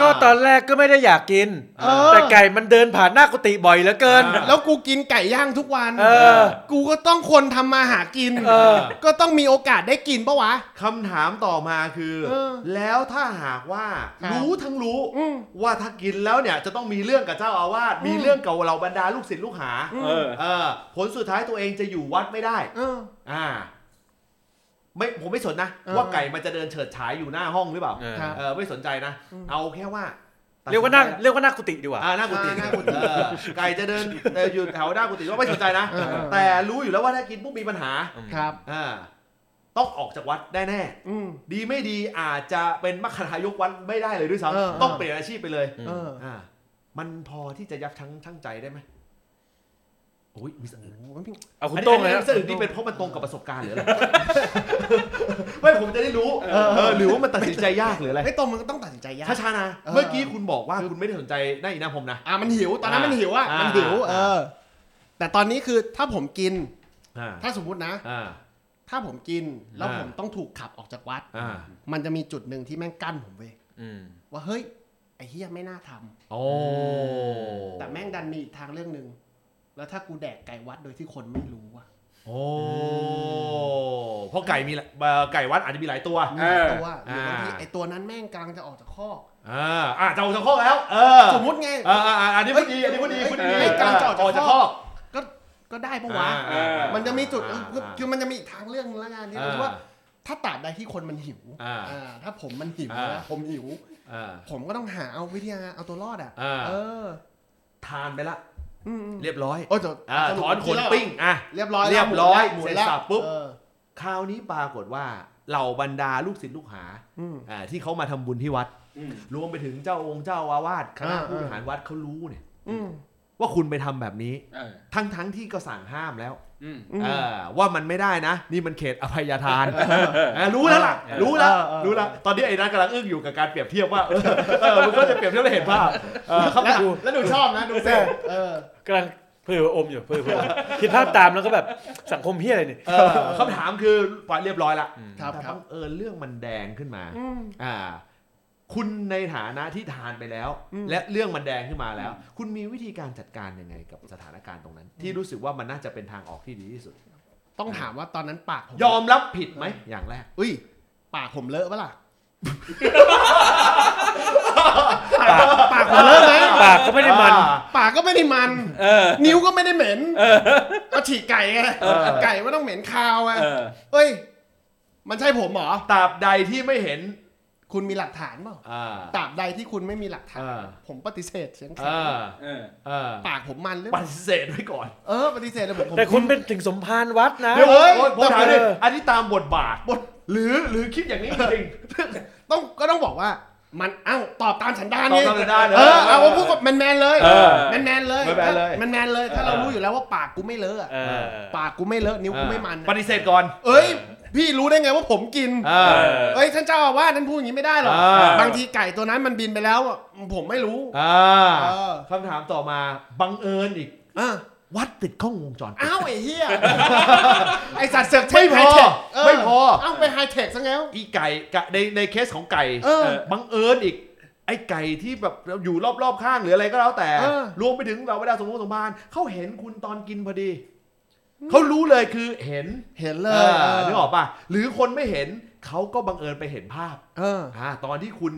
[SPEAKER 5] ก็ตอนแรกก็ไม่ได้อยากกิน
[SPEAKER 2] เออ
[SPEAKER 5] แต่ไก่มันเดินผ่านหน้ากุฏิบ่อยเหลือเกิน
[SPEAKER 1] อ่า
[SPEAKER 2] แล้วกูกินไก่ย่างทุกวัน
[SPEAKER 5] เออ
[SPEAKER 2] กูก็ต้องคนทำมาหากิน
[SPEAKER 5] เออ
[SPEAKER 2] ก็ต้องมีโอกาสได้กินปะวะ
[SPEAKER 1] คำถามต่อมาคือ
[SPEAKER 2] เออ
[SPEAKER 1] แล้วถ้าหากว่า
[SPEAKER 2] ครับ
[SPEAKER 1] รู้ทั้งรู้
[SPEAKER 2] อืม
[SPEAKER 1] ว่าถ้ากินแล้วเนี่ย จะต้องมีเรื่องกับเจ้าอาวาสมีเรื่องกับเราบรรดาลูกศิษย์ลูกหา
[SPEAKER 2] อืม
[SPEAKER 4] เออ
[SPEAKER 1] เออ ผลสุดท้ายตัวเองจะอยู่วัดไม่ได้
[SPEAKER 2] เออ
[SPEAKER 1] อ่า ไม่ผมไม่สนนะ
[SPEAKER 2] เออ
[SPEAKER 1] ว่าไก่มันจะเดินเฉิดฉายอยู่หน้าห้องหรือเปล่า
[SPEAKER 5] เออ
[SPEAKER 2] ครับ
[SPEAKER 1] เออไม่สนใจนะ เอาแค่ว่าตัด
[SPEAKER 5] เรียกว่าหน้า
[SPEAKER 1] สิใจ
[SPEAKER 5] เรียกว่าหน้ากุฏิดีกว่า
[SPEAKER 1] อ่าหน้ากุฏิ
[SPEAKER 2] อ่าหน้ากุฏิ
[SPEAKER 1] เออไก่จะเดินเอออยู่แถวหน้ากุฏิว่าไม่สนใจนะ
[SPEAKER 2] เออเออ
[SPEAKER 1] แต่รู้อยู่แล้วว่าถ้ากินปุ๊บมีปัญหา
[SPEAKER 2] ครับ
[SPEAKER 1] อ่าต้องออกจากวัดได้แน่
[SPEAKER 2] อืม
[SPEAKER 1] ๆดีไม่ดีอาจจะเป็นมัคคทายกวัดไม่ได้เลยด้วย
[SPEAKER 2] เออเออ
[SPEAKER 1] ซ้ำต้องเปลี่ยนอาชีพไปเลย
[SPEAKER 2] เออ
[SPEAKER 1] อ่า มันพอที่จะยับทั้งทั้งใจได้ไหมโอ้ยมีสื่อ
[SPEAKER 2] โอ้โหมันเป็น
[SPEAKER 5] เอาคุณ
[SPEAKER 1] อันนี้
[SPEAKER 5] โต้
[SPEAKER 1] อั
[SPEAKER 5] ง
[SPEAKER 1] น
[SPEAKER 5] เลย
[SPEAKER 1] นี้
[SPEAKER 5] นะ
[SPEAKER 1] สื่อนี่เป็นเพราะมันตรงกับประสบการณ์หรืออะไร ไม่ผมจะได้รู้เออเออหรือว่ามันตัดสินใจยากหรืออะไร
[SPEAKER 2] ไอ้ตรงมันก็ต้องตัดสินใจยาก
[SPEAKER 1] ช้าชาๆนะ
[SPEAKER 2] เออ
[SPEAKER 1] เมื่อกี้คุณบอกว่าคุณไม่ได้สนใจหน้าอีนาผมนะ
[SPEAKER 2] อ่ะมันหิวตอนนั้นมันหิวอ่ะ
[SPEAKER 1] อ่ามั
[SPEAKER 2] มันหิว
[SPEAKER 1] อ่า
[SPEAKER 2] เออ แต่ตอนนี้คือถ้าผมกิน
[SPEAKER 1] อ่า
[SPEAKER 2] ถ้าสมมุตินะ
[SPEAKER 1] อ่า
[SPEAKER 2] ถ้าผมกินแล้ว
[SPEAKER 1] อ่า
[SPEAKER 2] ผมต้องถูกขับออกจากวัด
[SPEAKER 1] อ่า
[SPEAKER 2] มันจะมีจุดหนึ่งที่แม่งกั้นผมเว้ย
[SPEAKER 5] อืม
[SPEAKER 2] ว่าเฮ้ยไอ้เฮียไม่น่าทำ
[SPEAKER 1] โอ้
[SPEAKER 2] แต่แม่งดันมีอีกทางเรื่องหนึ่งแล้วถ้ากูแดกไก่วัดโดยที่คนไม่รู้อ่ะ
[SPEAKER 1] โอ้เพราะไก่มีหลายเอ่อไก่วัดอาจจะมีหลายตัว
[SPEAKER 2] มีหลายตัวห
[SPEAKER 1] เออ
[SPEAKER 2] รือบางทีไอ้ตัวนั้นแม่งกำลังจะออกจากคอก
[SPEAKER 1] อ่าอ่าจะเอาจะข้อแล้ว เออ
[SPEAKER 2] สมมติไง
[SPEAKER 1] อ่าอ่าอ่าอันนี้พูดดีอันนี้พูดดีพูดดี
[SPEAKER 2] เฮ้ยการเจาะจาก
[SPEAKER 1] ออกจาก
[SPEAKER 2] ข้
[SPEAKER 1] ข้
[SPEAKER 2] อ
[SPEAKER 1] อ
[SPEAKER 2] ก็ก็ได้ปะวะ
[SPEAKER 1] อ่าอ่า
[SPEAKER 2] มันจะมีจุดเออคือ
[SPEAKER 1] อ่า
[SPEAKER 2] คือมันจะมีอีกทางเรื่องแล้วกันที่เราคิดว่า ถ้าตราบใดที่คนมันหิว
[SPEAKER 1] อ่า
[SPEAKER 2] อ่าถ้าผมมันหิว
[SPEAKER 1] อ่า
[SPEAKER 2] นะผมหิว
[SPEAKER 1] อ่า
[SPEAKER 2] ผมก็ต้องหาเอาวิทยาเอาตัวรอดอ่ะ
[SPEAKER 1] อ่า
[SPEAKER 2] เออ
[SPEAKER 1] ทานไปละ
[SPEAKER 2] อืมอืม
[SPEAKER 1] เรียบร้อย
[SPEAKER 2] โอ้ยเดี๋ยว
[SPEAKER 1] อ่า
[SPEAKER 2] สรุ
[SPEAKER 1] ถ
[SPEAKER 2] ป
[SPEAKER 1] อนขนปิ้งอ่ะ
[SPEAKER 2] เรียบร้อยแล้ว
[SPEAKER 1] เรียบร้อย
[SPEAKER 2] หมุน
[SPEAKER 1] เสร็จ
[SPEAKER 2] แล้ว
[SPEAKER 1] สับปุ๊บ
[SPEAKER 2] เออ
[SPEAKER 1] คราวนี้ปรากฏว่าเหล่าบรรดาลูกศิษย์ลูกหา
[SPEAKER 2] อืม
[SPEAKER 1] อ่าที่เขามาทำบุญที่วัด
[SPEAKER 4] อืม
[SPEAKER 1] รวมไปถึงเจ้าองค์เจ้าอาวาสคณะ
[SPEAKER 2] อ่า
[SPEAKER 1] ผู้บริหารวัดเขารู้เนี่ย
[SPEAKER 2] อืม
[SPEAKER 1] ว่าคุณไปทำแบบนี้
[SPEAKER 4] เออ
[SPEAKER 1] ทั้งทั้งๆที่ก็สั่งห้ามแล้ว
[SPEAKER 4] อืม
[SPEAKER 1] เออว่ามันไม่ได้นะ นี่มันเขตอภัย ทานเออรู้แล้วล่ะ รู้แล้ว
[SPEAKER 2] เออ
[SPEAKER 1] รู้แล้ว ตอนนี้ไอ้นัทกำลังอึ้งอยู่กับการเปรียบเทียบว่า เออเออมันก็จะเปรียบเทียบแล้วเห็นภาพเออครับ
[SPEAKER 2] แล้วแล้วดูชอบนะ ดูเซ่เออก
[SPEAKER 5] ำลังเพื่ออมอยู่เพื่อเพื่อคิดภาพตามแล้วก็แบบสังคมเฮียอะไรเนี่ย
[SPEAKER 1] เออคำถามคือปล่อยเรียบร้อยละ
[SPEAKER 2] ครับครั
[SPEAKER 1] แต่ั
[SPEAKER 2] บบ
[SPEAKER 1] งเอิญเรื่องมันแดงขึ้นมา
[SPEAKER 2] อืม
[SPEAKER 1] อ่า คุณในฐานะที่ทานไปแล้ว
[SPEAKER 2] อืม
[SPEAKER 1] และเรื่องมันแดงขึ้นมาแล้ว คุณมีวิธีการจัดการยังไงกับสถานการณ์ตรงนั้น ที่รู้สึกว่ามันน่าจะเป็นทางออกที่ดีที่สุด
[SPEAKER 2] ต้องถามว่าตอนนั้นปากผม
[SPEAKER 1] ยอมรับผิดไหมอย่างแรก
[SPEAKER 2] อุ้ย ปากผมเลอะปะล่ะ ปากผมเลอะไหม
[SPEAKER 5] ปากก็ไม่ได้มัน
[SPEAKER 2] ปากก็ไม่ได้มัน
[SPEAKER 5] เออ
[SPEAKER 2] นิ้วก็ไม่ได้เหม็นก็ฉีกไก่ไง
[SPEAKER 1] เออ
[SPEAKER 2] ไก่ไม่ต้องเหม็นคาวอ่ะ
[SPEAKER 5] เออ
[SPEAKER 2] เอ้ย มันใช่ผมเหรอ
[SPEAKER 1] ตราบใดที่ไม่เห็น
[SPEAKER 2] คุณมีหลักฐานเปล่า
[SPEAKER 1] อ่า
[SPEAKER 2] ตราบใดที่คุณไม่มีหลักฐาน
[SPEAKER 1] อ่า
[SPEAKER 2] ผมปฏิเสธเสียงแข็ง
[SPEAKER 1] อ่า
[SPEAKER 4] เออ
[SPEAKER 1] อ่า
[SPEAKER 2] ปากผมมันหรือ
[SPEAKER 1] ปฏิเสธไว้ก่อน
[SPEAKER 2] เออ ปฏิเสธเลยผมผม
[SPEAKER 5] แต่คุณเป็นถึงสมภารวัดนะ
[SPEAKER 1] เดี๋ยว
[SPEAKER 2] เฮ้ย
[SPEAKER 1] ผมผมถาม
[SPEAKER 5] แต่
[SPEAKER 1] เลยอันนี้ตามบทบาท
[SPEAKER 2] บท
[SPEAKER 1] หรือหรือคิดอย่างนี้จริง
[SPEAKER 2] ต้องก็ต้องบอกว่ามันเอ้าตอบตามสันดาน
[SPEAKER 1] ๆตอบ
[SPEAKER 2] นี่
[SPEAKER 1] ตามกันได้เลย
[SPEAKER 2] เออเอาผมพูดกับแมนแมนๆเลย
[SPEAKER 5] เออ
[SPEAKER 2] แมนแมนๆเลย
[SPEAKER 1] แมนๆเลย
[SPEAKER 2] แมนแมนๆเลย ถ้าเรา
[SPEAKER 1] เออ
[SPEAKER 2] รู้อยู่แล้วว่าปากกูไม่เลอะอะ
[SPEAKER 5] เออ
[SPEAKER 2] ปากกูไม่เลอะนิ้วกูไม่มัน
[SPEAKER 1] ป
[SPEAKER 2] อะ
[SPEAKER 1] ฏิเสธก่อน
[SPEAKER 2] เอ้ย พี่รู้ได้ไงว่าผมกิน
[SPEAKER 1] อ่า
[SPEAKER 5] เออ
[SPEAKER 2] เอ้ยท่านเจ้าอาวาสท่านพูดอย่างนี้ไม่ได้หรอก
[SPEAKER 1] เออ
[SPEAKER 2] บางทีไก่ตัวนั้นมันบินไปแล้วอะผมไม่รู้
[SPEAKER 1] อ่า
[SPEAKER 2] เออ
[SPEAKER 1] คำถามต่อมาบังเอิญอีก
[SPEAKER 2] อ่ะ
[SPEAKER 1] วัดติดกล้องวงจรปิด
[SPEAKER 2] อ้าวไอ้เหี้ยไอสัตว์เสือก
[SPEAKER 1] ไม่พอ
[SPEAKER 2] ไฮเทคเ
[SPEAKER 1] ไม่พอ
[SPEAKER 2] เอ้าไปไฮเทคซะแล้ว
[SPEAKER 1] อีไก่กะในในเคสของไก่
[SPEAKER 2] เออ
[SPEAKER 1] บังเอิญอีก ไอ้ไก่ที่แบบอยู่รอบๆข้างหรืออะไรก็แล้วแต่
[SPEAKER 2] เออ
[SPEAKER 1] รวมไปถึงเราเวลาสมมติสมบานเขาเห็นคุณตอนกินพอดี เขารู้เลยคือเห็น
[SPEAKER 2] เห็นเล
[SPEAKER 1] เอย อนึกออกป่ะหรือคนไม่เห็นเขาก็บังเอิญไปเห็นภาพ
[SPEAKER 2] เออ
[SPEAKER 1] อ่าตอนที่คุณ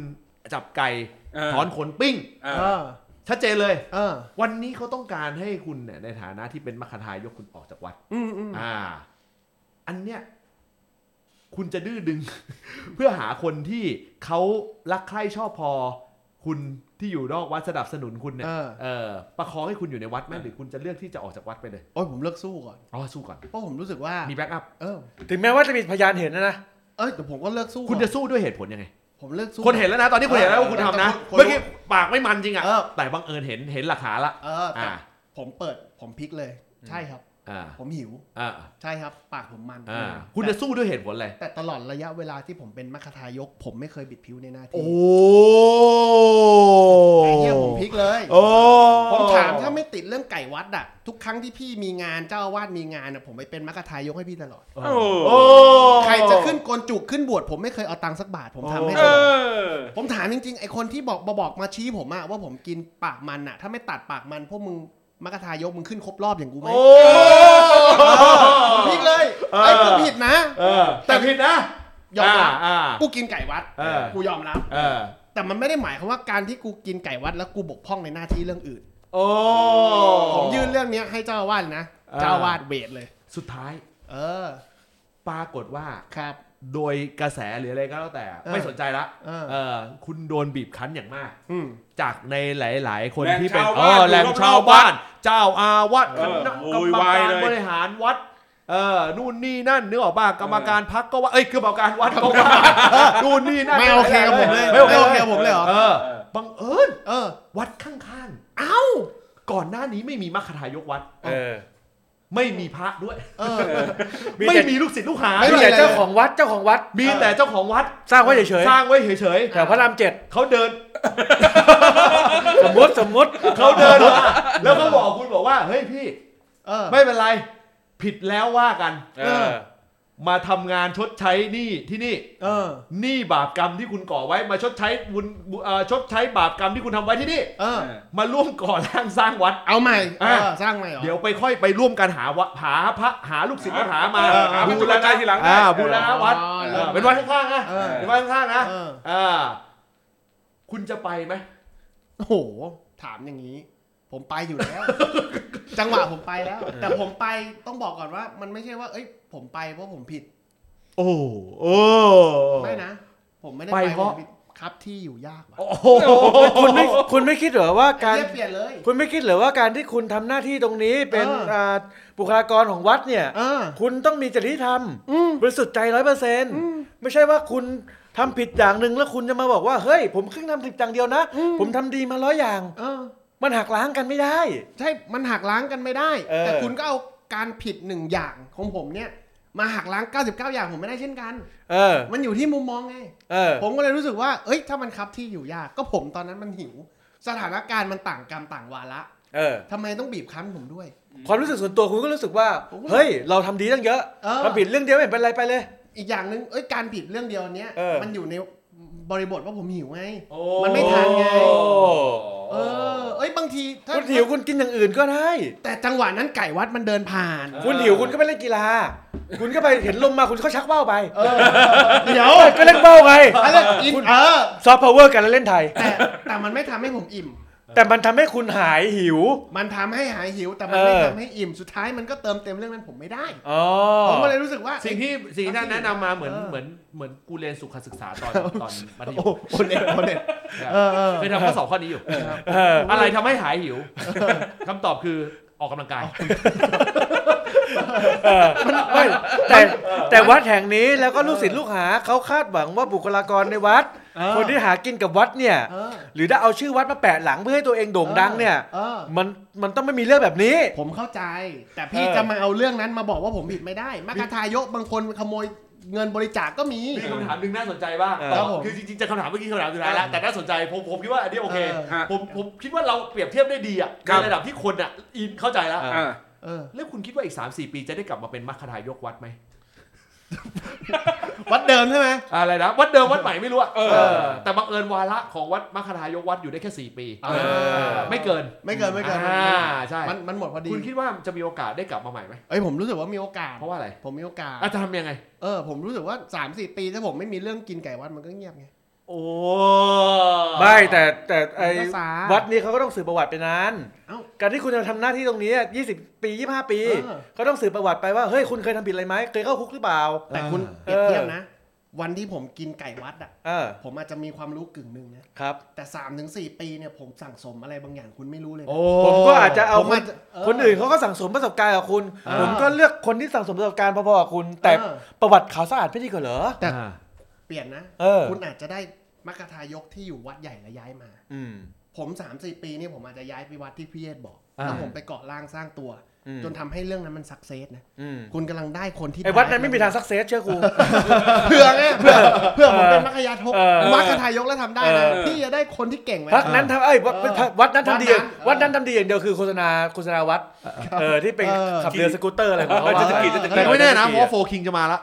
[SPEAKER 1] จับไก่
[SPEAKER 4] เออ
[SPEAKER 1] ถอนขนปิ้ง
[SPEAKER 4] เอ
[SPEAKER 2] เอ
[SPEAKER 4] อ
[SPEAKER 2] อ
[SPEAKER 1] ชัดเจนเลย
[SPEAKER 2] เออ
[SPEAKER 1] วันนี้เขาต้องการให้คุณเนี่ยในฐานะที่เป็นมัคคทายกคุณออกจากวัด
[SPEAKER 2] อืมอืม
[SPEAKER 1] อ่า อันเนี้ยคุณจะดื้อดึง เพื่อหาคนที่เขารักใคร่ชอบพอ คุณที่อยู่นอกวัดสนับสนุนคุณเนี่ย
[SPEAKER 2] เออ
[SPEAKER 1] เออประคองให้คุณอยู่ในวัดไหมหรือคุณจะเลือกที่จะออกจากวัดไปเลย
[SPEAKER 2] โอ้ยผมเลิกสู้ก่อน
[SPEAKER 1] อ๋อสู้ก่อน
[SPEAKER 2] เพราะผมรู้สึกว่า
[SPEAKER 1] มีแบ็กอัพ
[SPEAKER 2] เออ
[SPEAKER 5] ถึงแม้ว่าจะมีพยานเห็นนะนะ
[SPEAKER 2] เอ้ยแต่ผมก็เลิกสู้
[SPEAKER 1] คุณจะสู้ด้วยเหตุผลยังไง
[SPEAKER 2] ผมเลิกสู้
[SPEAKER 1] คนเห็นแล้วนะ ตอนนี้คุณเห็นแล้วว่าคุณทำนะ
[SPEAKER 2] คนรู้
[SPEAKER 1] เมื่อกี้ปากไม่มันจริงอ่ะ
[SPEAKER 2] เออ
[SPEAKER 1] แต่บังเอิญเห็นเห็นหลักฐานละ
[SPEAKER 2] เออแต่
[SPEAKER 1] อ่า
[SPEAKER 2] ผมเปิด ผมพลิกเลย ใช่ครับ
[SPEAKER 1] อ่า
[SPEAKER 2] ผมหิว
[SPEAKER 1] อ่า
[SPEAKER 2] ใช่ครับ ปากผมมัน
[SPEAKER 1] อ่าคุณจะสู้ด้วยเหตุผลอะไร
[SPEAKER 2] แต่ตลอดระยะเวลาที่ผมเป็นมัคคทายก ผมไม่เคยบิดผิวในหน้า
[SPEAKER 1] โอ้
[SPEAKER 2] ที่ไอ้เหี้ยผมพลิกเลย
[SPEAKER 1] โอ้
[SPEAKER 2] ผมถามถ้าไม่ติดเรื่องไก่วัดอะทุกครั้งที่พี่มีงานเจ้าอาวาสมีงานอะผมไปเป็นมัคคทายกให้พี่ตลอด
[SPEAKER 1] โอ้
[SPEAKER 2] ใครจะขึ้นโกนจุกขึ้นบวชผมไม่เคยเอาตังค์สักบาทผมทำให้
[SPEAKER 4] เอ
[SPEAKER 2] ตลอด
[SPEAKER 4] อ
[SPEAKER 2] ผมถามจริงๆ ไอคนที่บอกมาบอกมาชี้ผมอะว่าผมกินปากมันอะถ้าไม่ตัดปากมันพวกมึงมกทายกมึงขึ้นครบรอบอย่างกูไหมผมพิกเลยไอ้กูผิดนะ
[SPEAKER 1] เออแต่ผิดนะ
[SPEAKER 2] ยอมรับ
[SPEAKER 1] อ่า
[SPEAKER 2] กูกินไก่วัด
[SPEAKER 1] เออ
[SPEAKER 2] กูยอมรับ
[SPEAKER 1] เออ
[SPEAKER 2] แต่มันไม่ได้หมายความว่าการที่กูกินไก่วัดแล้วกูบกพร่องในหน้าที่เรื่องอื่น
[SPEAKER 1] โอ้
[SPEAKER 2] ผมยื่นเรื่องเนี้ยให้เจ้าอาวาสนะ
[SPEAKER 1] เออ
[SPEAKER 2] เจ้าอาวาสเวทเลย
[SPEAKER 1] สุดท้าย
[SPEAKER 2] เออ
[SPEAKER 1] ปรากฏว่า
[SPEAKER 2] ครับ
[SPEAKER 1] โดยกระแสหรืออะไรก็แล้วแต่
[SPEAKER 2] เออ
[SPEAKER 1] ไม่สนใจละ
[SPEAKER 2] เออ
[SPEAKER 1] เออคุณโดนบีบคั้นอย่างมาก
[SPEAKER 2] อืม
[SPEAKER 1] จากในหลาย ๆ คน
[SPEAKER 4] แรง
[SPEAKER 1] ที่เป็น
[SPEAKER 4] ชาว
[SPEAKER 1] เอ
[SPEAKER 4] บ้าน
[SPEAKER 1] อ
[SPEAKER 4] อยู่
[SPEAKER 1] แหล่ง
[SPEAKER 4] รอบๆ
[SPEAKER 1] ชาวบ้าน เจ้าอาวาส
[SPEAKER 4] เอ
[SPEAKER 1] ค
[SPEAKER 4] อ
[SPEAKER 1] ณะกร
[SPEAKER 4] โว
[SPEAKER 1] ร
[SPEAKER 4] ย
[SPEAKER 1] ม
[SPEAKER 4] วาย
[SPEAKER 1] การ
[SPEAKER 4] เลย
[SPEAKER 1] บริหารวัด เออนู่นนี่นั่นนึกออกป่ะกรรมการพักก็ว่าเอ้ยกรรมการวัดก็ว่านู่นนี่นั่น
[SPEAKER 2] ไม่โอเคกับผมเลย
[SPEAKER 1] ไม่โอเค
[SPEAKER 2] ไม่โอเคกับผมเลยเหรอ
[SPEAKER 1] เออบังเอิญ
[SPEAKER 2] เออ
[SPEAKER 1] วัดข้างๆเอ้าก่อนหน้านี้ไม่มีมัคคทายกวัด
[SPEAKER 4] เออ
[SPEAKER 1] ไม่มีพระด้วย
[SPEAKER 2] เออ
[SPEAKER 5] มี
[SPEAKER 1] ไม่
[SPEAKER 5] แต่
[SPEAKER 1] มีลูกศิษย์ลูกหา
[SPEAKER 2] ไม่
[SPEAKER 5] มี
[SPEAKER 2] มี
[SPEAKER 5] แต่เจ้าของวัดเจ้าของวัด
[SPEAKER 1] มีแต่เจ้าของวัด
[SPEAKER 5] สร้างไว้เฉย
[SPEAKER 1] สร้างไว้เฉย
[SPEAKER 5] ๆแถวพระรามเจ็ด
[SPEAKER 1] ๆเขาเดิน
[SPEAKER 5] สมมติสมมติ
[SPEAKER 1] เขาเดินมาแล้วก็บอกคุณบอกว่า เฮ้ยพี่
[SPEAKER 2] เออ
[SPEAKER 1] ไม่เป็นไร ผิดแล้วว่ากัน
[SPEAKER 4] เออ
[SPEAKER 1] มาทำงานชดใช้หนี้ที่นี่
[SPEAKER 2] เออ
[SPEAKER 1] หนี้บาปกรรมที่คุณก่อไว้มาชดใช้บุญบุเอ่อชดใช้บาปกรรมที่คุณทำไว้ที่นี่
[SPEAKER 2] เออ
[SPEAKER 1] มาร่วมก่อร่างสร้างวัด
[SPEAKER 2] เอาใหม่เอ
[SPEAKER 1] อ่ะ
[SPEAKER 2] อสร้างใหม่เหรอ
[SPEAKER 1] เดี๋ยวไปค่อยไปร่วมกันหาวะหาพระหาลูกศิษย์ลูกหามา
[SPEAKER 4] เออหาผู้
[SPEAKER 1] บูร
[SPEAKER 4] จุลใจ
[SPEAKER 1] ณะ
[SPEAKER 4] ทีหลังได้
[SPEAKER 1] อ่าบูรณะวัด
[SPEAKER 2] อ๋อ
[SPEAKER 1] เออเป็นวัดข้างๆนะ
[SPEAKER 2] เออ
[SPEAKER 1] เป็นวัดข้างๆนะ
[SPEAKER 2] เออ
[SPEAKER 1] อ่าคุณจะไปไหม
[SPEAKER 2] โอ้โห ถามอย่างนี้ ผมไปอยู่แล้ว จังหวะผมไปแล้ว แต่ผมไปต้องบอกก่อนว่า มันไม่ใช่ว่า เอ้ย ผมไปเพราะผมผิด
[SPEAKER 1] โอ้โอ้
[SPEAKER 2] ไม่นะ ผมไม่ได้
[SPEAKER 1] ไป
[SPEAKER 2] ไป
[SPEAKER 1] เพราะ
[SPEAKER 2] ผมผิดครับที่อยู่ยากว่ะ
[SPEAKER 1] โอ้โห
[SPEAKER 5] คุณไม่คุณไม่คิดเหรอว่าการ
[SPEAKER 2] เรียกเปลี่ยนเลย
[SPEAKER 5] คุณไม่คิดเหรอว่าการที่คุณทำหน้าที่ตรงนี้เป็น
[SPEAKER 2] เอออ่
[SPEAKER 5] าบุคลากรของวัดเนี่ย
[SPEAKER 2] เออ
[SPEAKER 5] คุณต้องมีจริยธรรม
[SPEAKER 2] อืม
[SPEAKER 5] บริสุทธิ์ใจร้อยเปอร์เซ็นต์ไม่ใช่ว่าคุณทำผิดอย่างหนึ่งแล้วคุณจะมาบอกว่า เฮ้ย ผมเพิ่งทำผิดอย่างเดียวนะ
[SPEAKER 2] อืม
[SPEAKER 5] ผมทำดีมาร้อยอย่าง
[SPEAKER 2] เออ
[SPEAKER 5] มันหักล้างกันไม่ได้
[SPEAKER 2] ใช่ มันหักล้างกันไม่ได้
[SPEAKER 5] เออ
[SPEAKER 2] แต่คุณก็เอาการผิดหนึ่งอย่างของผมเนี่ย มาหักล้าง 99 อย่างผมไม่ได้เช่นกัน
[SPEAKER 5] เออ
[SPEAKER 2] มันอยู่ที่มุมมองไง
[SPEAKER 5] เออ
[SPEAKER 2] ผมก็เลยรู้สึกว่า เอ้ย ถ้ามันครับที่อยู่ยาก ก็ผมตอนนั้นมันหิว สถานการณ์มันต่างกรรมต่างวาระ
[SPEAKER 5] เออ
[SPEAKER 2] ทำไมต้องบีบคั้นผมด้วย
[SPEAKER 5] ความรู้สึกส่วนตัวคุณก็รู้สึกว่า
[SPEAKER 2] ผมก็
[SPEAKER 5] เฮ้ย เราทำดีตั้งเยอะ
[SPEAKER 2] เออ
[SPEAKER 5] ทำผิดเรื่องเดียวไม่เห็นเป็นไรไปเลย
[SPEAKER 2] อีกอย่างหนึ่งเอ้ย การผิดเรื่องเดียวเนี้ย
[SPEAKER 5] เออ
[SPEAKER 2] มันอยู่ในบริบทว่าผมหิวไง มันไม่ทันไง เออ เอ้ย บางทีถ้า
[SPEAKER 5] คุณหิวคุณกินอย่างอื่นก็ได้
[SPEAKER 2] แต่จังหวะนั้นไก่วัดมันเดินผ่าน
[SPEAKER 5] คุณหิวคุณก็ไปเล่นกีฬา คุณก็ไปเห็นลมมาคุณก็ชักว่าวไป
[SPEAKER 2] เออ เดี๋ยว
[SPEAKER 5] ก็เล่นเป้าไง
[SPEAKER 2] อะไรอินเออ
[SPEAKER 5] ซอฟต์พาวเวอร์กันแล้วเล่นไทย
[SPEAKER 2] แต่แต่มันไม่ทำให้ผมอิ่ม
[SPEAKER 5] แต่มันทำให้คุณหายหิว
[SPEAKER 2] มันทำให้หายหิว แต่มันไม่
[SPEAKER 5] เออ
[SPEAKER 2] ทำให้อิ่ม สุดท้ายมันก็เติมเต็มเรื่องนั้นผมไม่ได้
[SPEAKER 5] อ๋อ
[SPEAKER 2] ผมก็เลยรู้สึกว่า
[SPEAKER 1] สิ่งที่สิ่งที่ท่านแนะนำมาเหมือน
[SPEAKER 2] เออ
[SPEAKER 1] เหมือนเหมือนกูเรียนสุขศึกษาตอนตอนมัธย
[SPEAKER 2] โอ้
[SPEAKER 1] ม
[SPEAKER 2] โอเล็ตโอเล็ตเออเออ
[SPEAKER 1] เคยทำข้อสอบข้อนี้อยู่
[SPEAKER 5] เออ
[SPEAKER 1] อะไรทำให้หายหิวคำตอบคือออกกำลังกาย
[SPEAKER 5] เออไม่แต่แต่วัดแห่งนี้แล้วก็ลูกศิษย์ลูกหาเขาคาดหวังว่าบุคลากรในวัด
[SPEAKER 2] เออ
[SPEAKER 5] คนที่หากินกับวัดเนี่ย
[SPEAKER 2] เออ
[SPEAKER 5] หรือได้เอาชื่อวัดมาแปะหลังเพื่อให้ตัวเองโด่งดังเนี่ย
[SPEAKER 2] เออ
[SPEAKER 5] มันมันต้องไม่มีเรื่องแบบนี้
[SPEAKER 2] ผมเข้าใจ แต่พี่
[SPEAKER 5] เออ
[SPEAKER 2] จะมาเอาเรื่องนั้นมาบอกว่าผมผิดไม่ได้มากาทายกบางคนขโมยเงินบริจาคก็มี
[SPEAKER 1] มีคำถามหนึ่งน่าสนใจบ้าง
[SPEAKER 5] เออ
[SPEAKER 1] ต่อ
[SPEAKER 2] ครับผม
[SPEAKER 1] คือจริงๆจะคำถามเมื่อกี้คำถามสุดท้ายแล้วแต่น่าสนใจผมผมคิดว่าอันนี้โอเค
[SPEAKER 2] เออ
[SPEAKER 4] ฮะ
[SPEAKER 1] ผมผมคิดว่าเราเปรียบเทียบได้ดีอ่ะ
[SPEAKER 4] ครับ
[SPEAKER 1] ในระดับที่คนอ่ะอินเข้าใจแล้ว
[SPEAKER 4] อ่ะ
[SPEAKER 2] เออ
[SPEAKER 1] แล้วคุณคิดว่าอีก 3-4 ปีจะได้กลับมาเป็นมัคคทายกวัดไหม
[SPEAKER 2] วัดเดิมใช่ไหม
[SPEAKER 1] อะไรนะวัดเดิมวัดใหม่ไม่รู้อะ
[SPEAKER 4] เออ
[SPEAKER 1] เออแต่บังเอิญวาระของวัดมัคคทายกวัดอยู่ได้แค่สี่ปี
[SPEAKER 2] เออ
[SPEAKER 1] ไม่เกิน
[SPEAKER 2] ไม่เกินไม่เกิน
[SPEAKER 1] อ่าใช่
[SPEAKER 2] มันมันหมดพอดี
[SPEAKER 1] คุณคิดว่าจะมีโอกาสได้กลับมาใหม่ไหม
[SPEAKER 2] เอ้ยผมรู้สึกว่ามีโอกาส
[SPEAKER 1] เพราะว่าอะไร
[SPEAKER 2] ผมมีโอกาส
[SPEAKER 1] อาจจะทำยังไง
[SPEAKER 2] เออ ผมรู้สึกว่า 3 4 ปีถ้าผมไม่มีเรื่องกินไก่วัดมันก็เงียบไง
[SPEAKER 1] โอ้
[SPEAKER 5] ไม่แต่แต่ไอ้
[SPEAKER 2] ภาษา
[SPEAKER 5] วัดนี้เขาก็ต้องสืบประวัติไปนาน
[SPEAKER 2] เอ้า
[SPEAKER 5] การที่คุณจะทำหน้าที่ตรงนี้อะ20 ปี 25 ปี
[SPEAKER 2] เออ
[SPEAKER 5] เขาต้องสืบประวัติไปว่าเฮ้ยคุณเคยทำผิดอะไรไหมเคยเข้าคุกหรือเปล่า
[SPEAKER 2] แต่คุณเป
[SPEAKER 5] เอ
[SPEAKER 2] รียบ
[SPEAKER 5] อ
[SPEAKER 2] เทียบนะ วันที่ผมกินไก่วัดอ่ะ
[SPEAKER 5] เออ
[SPEAKER 2] ผมอาจจะมีความรู้กึ่งหนึ่งนะครับ แต่3าถึงสปีเนี่ยผมสั่งสมอะไรบางอย่างคุณไม่รู้เลยนะ
[SPEAKER 1] โอ้
[SPEAKER 5] ผมก็อาจจะเอา
[SPEAKER 2] ผม
[SPEAKER 5] ค
[SPEAKER 2] อาน จจะเออ
[SPEAKER 5] คนอื่นเขาก็สั่งสมประสบการณ์กับคุณ
[SPEAKER 2] เออ
[SPEAKER 5] ผมก็เลือกคนที่สั่งสมประสบการณ์พอๆกับคุณ แต่
[SPEAKER 2] เออ
[SPEAKER 5] ประวัติขาวสะอาดไม่ดีกว่าเหรอ
[SPEAKER 2] แต่
[SPEAKER 1] อ่า
[SPEAKER 2] เปลี่ยนนะ
[SPEAKER 5] เออ
[SPEAKER 2] คุณอาจจะได้มัคคทายกที่อยู่วัดใหญ่และย้ายมา
[SPEAKER 5] อืม
[SPEAKER 2] ผม3ามสี่ปีเนี่ยผมอาจจะย้ายไปวัดที่พี่เยศบอก
[SPEAKER 1] อ่า
[SPEAKER 2] แล้วผมไปเกาะร่างสร้างตัว
[SPEAKER 5] อืม
[SPEAKER 2] จนทำให้เรื่องนั้นมันสักเซสนะ
[SPEAKER 5] อืม
[SPEAKER 2] คุณกำลังได้คนที่
[SPEAKER 5] ไอ้วัดนั้นไม่มีทางสักเซสเชื่อกู
[SPEAKER 2] เพื่อไงเพื่อเพื่อผมเป็นมัคคยาทก
[SPEAKER 5] เออ
[SPEAKER 2] มัคคทายกแล้วทำได้นะ
[SPEAKER 5] เออ
[SPEAKER 2] พี่จะได้คนที่เก่งไว้
[SPEAKER 5] วัดนั้นทำเอ้ยวัดวัดวัดนั้นทำดี
[SPEAKER 2] วัดนั้น
[SPEAKER 5] วัดนั้นทำดีอย่างเดียวคือโฆษณาโฆษณาวัด เออที่เป็น
[SPEAKER 2] เออ
[SPEAKER 5] ขับเรือสกูตเตอร์อะไรของเขา
[SPEAKER 4] เออ
[SPEAKER 5] อะ
[SPEAKER 4] เจ็ตสกีเจ็ตสกี
[SPEAKER 1] แต่ก็ไม่แน่นะเพราะว่าโฟคิงจะมาละ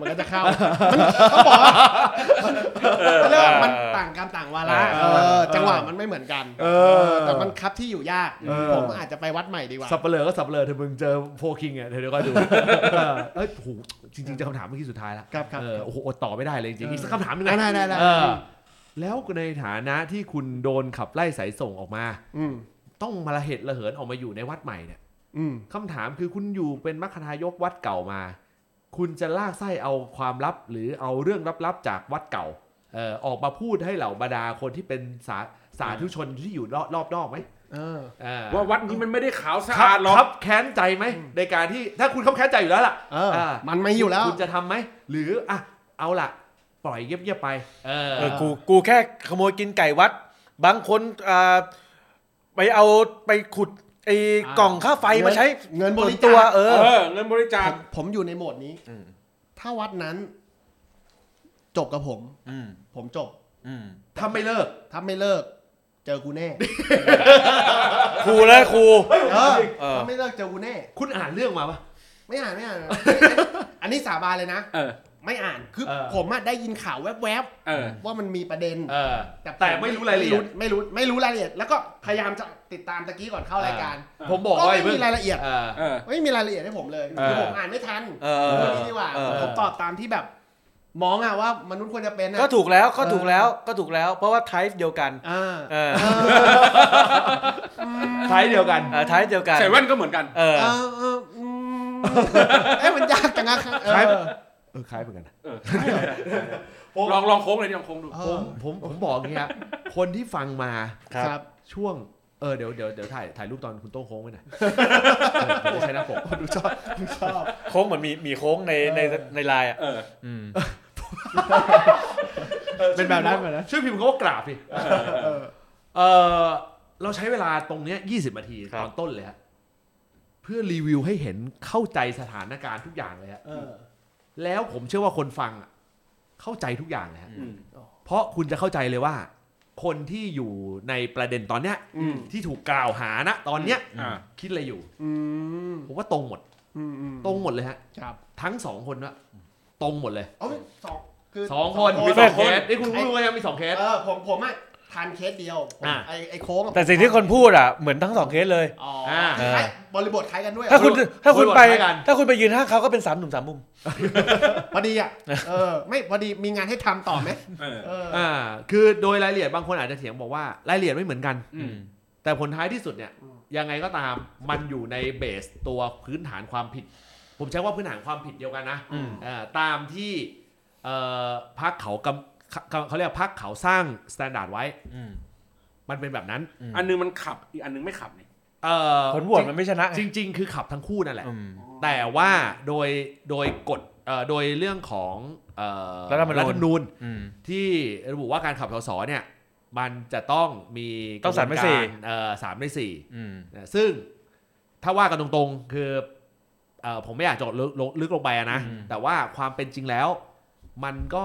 [SPEAKER 2] มันก็จะเข้ามันเขาบอกว่าเขาเรียกว่ามันต่างกรรมต่างวาระ
[SPEAKER 5] เออ
[SPEAKER 2] เออจังหวะมันไม่เหมือนกัน
[SPEAKER 1] เออ
[SPEAKER 2] แต่มันครับที่อยู่ยาก
[SPEAKER 1] เออ
[SPEAKER 2] ผมอาจจะไปวัดใหม่ดีกว่า
[SPEAKER 1] สับเปลือก็สับเปลือเธอมึงเจอโฟคิงอ่ะเดี๋ยวเดี๋ยวก็ดู เออเอ้ยโอ้โหจริงๆจะคำถามเมื่อกี้สุดท้ายละ
[SPEAKER 2] ครับครับ
[SPEAKER 1] เออโอ้โหอดต่อไม่ได้เลยจริงๆ
[SPEAKER 2] เออ
[SPEAKER 1] อีกสักคำถามหนึง
[SPEAKER 2] อ่ะได้ได้ได้
[SPEAKER 1] เออแล้วในฐานะที่คุณโดนขับไล่สายส่งออกมา
[SPEAKER 2] อืม
[SPEAKER 1] ต้องมาละเหตุละเหินออกมาอยู่ในวัดใหม่เนี่ย
[SPEAKER 2] อืม
[SPEAKER 1] คำถามคือคุณอยู่เป็นมัคคทายกวัดเก่ามา คุณจะลากไส้เอาความลับหรือเอาเรื่องลับๆจากวัดเก่าเออออกมาพูดให้เหล่าบรรดาคนที่เป็นสาสาธุชนที่อยู่รอบรอบนอกไหม
[SPEAKER 2] เ เออ
[SPEAKER 1] อ่
[SPEAKER 4] ว่าวัดนี้มันไม่ได้ขาวสะ
[SPEAKER 1] ครั
[SPEAKER 4] อาด
[SPEAKER 1] บ
[SPEAKER 4] หรอก
[SPEAKER 1] ครับแค้นใจไหมในการที่ถ้าคุณครับแค้นใจอยู่แล้วล่ะ
[SPEAKER 2] เอออ่
[SPEAKER 1] า
[SPEAKER 2] มันไม่อยู่แล้ว
[SPEAKER 1] คุณจะทำไหมหรืออ่ะเอาล่ะ ปล่อยเงียบๆไป เออ
[SPEAKER 5] เออกูกูแค่ขโมยกินไก่วัด บางคนอ่าไปเอาไปขุดไอ้
[SPEAKER 1] อ่าก
[SPEAKER 5] ล่องค่าไฟมาใช้
[SPEAKER 2] เงินบริจาค
[SPEAKER 5] ส่วนตัวเออ
[SPEAKER 4] เออเงินบริจาค
[SPEAKER 2] ผมผมอยู่ในโหมดนี้ ถ้าวัดนั้น จบกับผม
[SPEAKER 5] อืม
[SPEAKER 2] ผมจบ
[SPEAKER 5] อืม
[SPEAKER 1] ถ้าไม่เลิก
[SPEAKER 2] ถ้าไม่เลิก เจอกูแน่
[SPEAKER 5] ครูเลยครู
[SPEAKER 2] เออ
[SPEAKER 5] เออ
[SPEAKER 2] ถ้าไม่เลิกเจอกูแน่
[SPEAKER 1] คุณอ่านเรื่องมาปะ
[SPEAKER 2] ไม่อ่านไม่อ่าน อันนี้สาบานเลยนะ
[SPEAKER 4] เออ
[SPEAKER 2] ไม่อ่าน คือ
[SPEAKER 1] เออ
[SPEAKER 2] ผมอะได้ยินข่าวแวบ
[SPEAKER 4] เออ
[SPEAKER 2] ๆ ว่ามันมีประเด็น
[SPEAKER 1] เออ
[SPEAKER 2] แต่ผ
[SPEAKER 1] แต่ไม่รู้รายละเอียด
[SPEAKER 2] ไม่รู้ไม่รู้ไม่รู้รายละเอียด แล้วก็พยายามจะติดตามตะกี้ก่อนเข้ารายการ
[SPEAKER 4] เออ
[SPEAKER 1] ผมบอกว่า
[SPEAKER 2] ก็ไม่มีรายละเอียด
[SPEAKER 1] เออ
[SPEAKER 4] เออ
[SPEAKER 2] ไม่มีรายละเอียดให้ผมเลย
[SPEAKER 1] เออ
[SPEAKER 2] คือผมอ่านไม่ทัน
[SPEAKER 5] เออ
[SPEAKER 2] ผมพูดอย่างนี้ดีกว่า
[SPEAKER 5] เออ
[SPEAKER 2] ผมตอบตามที่แบบ มองอะว่ามนุษย์ควรจะเป็นอะ
[SPEAKER 5] ก็ถูกแล้วก็ถูกแล้วก็ถูกแล้ว เพราะว่าไทป์เดียวกัน
[SPEAKER 2] อ่า
[SPEAKER 5] เออ
[SPEAKER 1] ท้ายเดียวกัน
[SPEAKER 5] เออไทป์เดียวกัน
[SPEAKER 4] ใส่แว่นก็เหมือนกัน
[SPEAKER 5] เออ
[SPEAKER 2] เออเอออื มเอ้ยมันยากจังอะครับเออ
[SPEAKER 1] ใช่ เออคล้ายเหมือนกันนะ
[SPEAKER 4] เออ ลองลองโค้งเลยดิลองโค้งดู
[SPEAKER 2] เอ
[SPEAKER 1] ผ
[SPEAKER 2] อ
[SPEAKER 1] มผมผมบอกอย่างเงี้ ยคนที่ฟังมา
[SPEAKER 2] ครับ
[SPEAKER 1] ช่วงเออเดี๋ยวเดี๋ยวเดี๋ยวถ่ายถ่ายรูปตอนคุณโต้งโค้งไว้หน่ อยเออผมจะใช้หน้าปกดูชอบ
[SPEAKER 2] ชอบ
[SPEAKER 5] โค้งเหมือนมีมีโค้งในในในลายอ่ะ
[SPEAKER 4] เออ
[SPEAKER 1] เป็นแบบนั้นแบบนั้นช่วยพิมพ์เขาว่ากราบพี่
[SPEAKER 2] เออ
[SPEAKER 1] เออเราใช้เวลาตรงเนี้ย20 นาทีตอนต้นเลยฮะเพื่อรีวิวให้เห็นเข้าใจสถานการณ์ทุกอย่างเลยฮะ
[SPEAKER 2] เออ
[SPEAKER 1] แล้วผมเชื่อว่าคนฟังอะเข้าใจทุกอย่างเลยฮะ
[SPEAKER 4] อืม
[SPEAKER 1] เพราะคุณจะเข้าใจเลยว่า คนที่อยู่ในประเด็นตอนเนี้ย
[SPEAKER 4] อืม
[SPEAKER 1] ที่ถูกกล่าวหานะตอนเนี้ย
[SPEAKER 4] อ่า
[SPEAKER 1] คิดอะไรอยู่
[SPEAKER 2] อืม
[SPEAKER 1] ผมว่าตรงหมด
[SPEAKER 2] อืมอืม
[SPEAKER 1] ตรงหมดเลยฮะ
[SPEAKER 2] ครับ
[SPEAKER 1] ทั้งสองคนนะตรงหมดเลย
[SPEAKER 2] เอาสองคือ
[SPEAKER 1] สองคนมีสองเคสนี่คุณรู้ไหมมีสองเคส
[SPEAKER 2] เออผมผมอะทานเคสเดียวผม
[SPEAKER 1] อ่ะ
[SPEAKER 2] ไอไอโค้งอะ
[SPEAKER 5] แต่สิ่งที่คนพูดอ่ะเหมือนทั้งสองเคสเลย
[SPEAKER 2] อ๋อ
[SPEAKER 1] อ่า
[SPEAKER 2] คล้ายบริบทคล้ายกันด้วย
[SPEAKER 5] ถ้าคุณถ้าคุณไป
[SPEAKER 1] คล้ายกัน
[SPEAKER 5] ถ้าคุณไปยืนห้างเขาก็เป็นสามหนุ่มสามมุม
[SPEAKER 2] พอดีอะเออ ไม่พอดีมีงานให้ทำต่อไหม
[SPEAKER 4] เออ
[SPEAKER 2] เออ
[SPEAKER 1] อ่าคือโดยรายละเอียดบางคนอาจจะเถียงบอกว่ารายละเอียดไม่เหมือนกัน
[SPEAKER 4] อืม
[SPEAKER 1] แต่ผลท้ายที่สุดเนี่ย
[SPEAKER 2] อืม
[SPEAKER 1] ยังไงก็ตามมันอยู่ในเบสตัวพื้นฐานความผิด ผมใช้ว่าพื้นฐานความผิดเดียวกันนะ
[SPEAKER 5] อืม
[SPEAKER 1] เอ่อตามที่เอ่อพักเขากำเขาเขาเรียกว่าพักเขาสร้างสแตนดาร์ดไว้ มันเป็นแบบนั้น
[SPEAKER 4] อันหนึงมันขับ อีกอันหนึงไม่ขับนี่
[SPEAKER 1] เอ่อ
[SPEAKER 5] ผลโหวตมันไม่ชนะไง
[SPEAKER 1] จริงจริง ๆ คือขับทั้งคู่นั่นแหละ
[SPEAKER 5] อืม
[SPEAKER 1] แต่ว่าโดยโดยกฎเอ่อโดยเรื่องของเอ่อ
[SPEAKER 5] รัฐธรรมนู
[SPEAKER 1] ฐ
[SPEAKER 5] ญ
[SPEAKER 1] ธรรมนูญ
[SPEAKER 5] อืม
[SPEAKER 1] ที่ระบุว่าการขับสสเนี่ย มันจะต้องมี
[SPEAKER 5] ต้องสามใน
[SPEAKER 1] กระบ
[SPEAKER 5] สี่
[SPEAKER 1] วนการเอ่อสามในสี่
[SPEAKER 5] อืม
[SPEAKER 1] นะซึ่งถ้าว่ากันตรงๆ คือเออผมไม่อยากเจาะลึกลงลึกลงไปอะนะ
[SPEAKER 5] อืม
[SPEAKER 1] แต่ว่าความเป็นจริงแล้ว มันก็